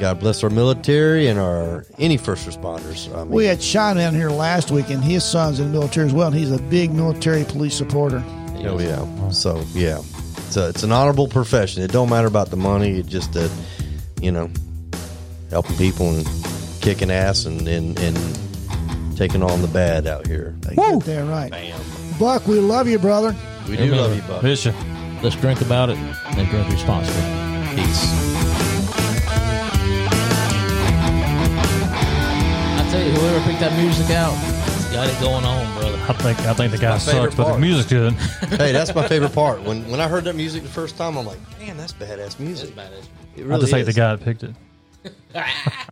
God bless our military and our any first responders. I mean,
We had Sean down here last week, and his son's in the military as well, and he's a big military police supporter.
Oh yeah. So yeah, it's a, it's an honorable profession. It don't matter about the money. It just that you know helping people and kicking ass and and, and taking on the bad out here. Like,
Woo! There, right. Buck, we love you, brother.
We do love you, Buck.
Miss you.
Let's drink about it and drink responsibly.
Peace.
I tell you, whoever picked that music out, has got it going on, brother.
I think I think the guy
favorite
sucks, but the
part.
music's good.
hey, that's my favorite part. When when I heard that music the first time, I'm like, man, that's badass music. It really
I just hate the
is.
guy that picked it.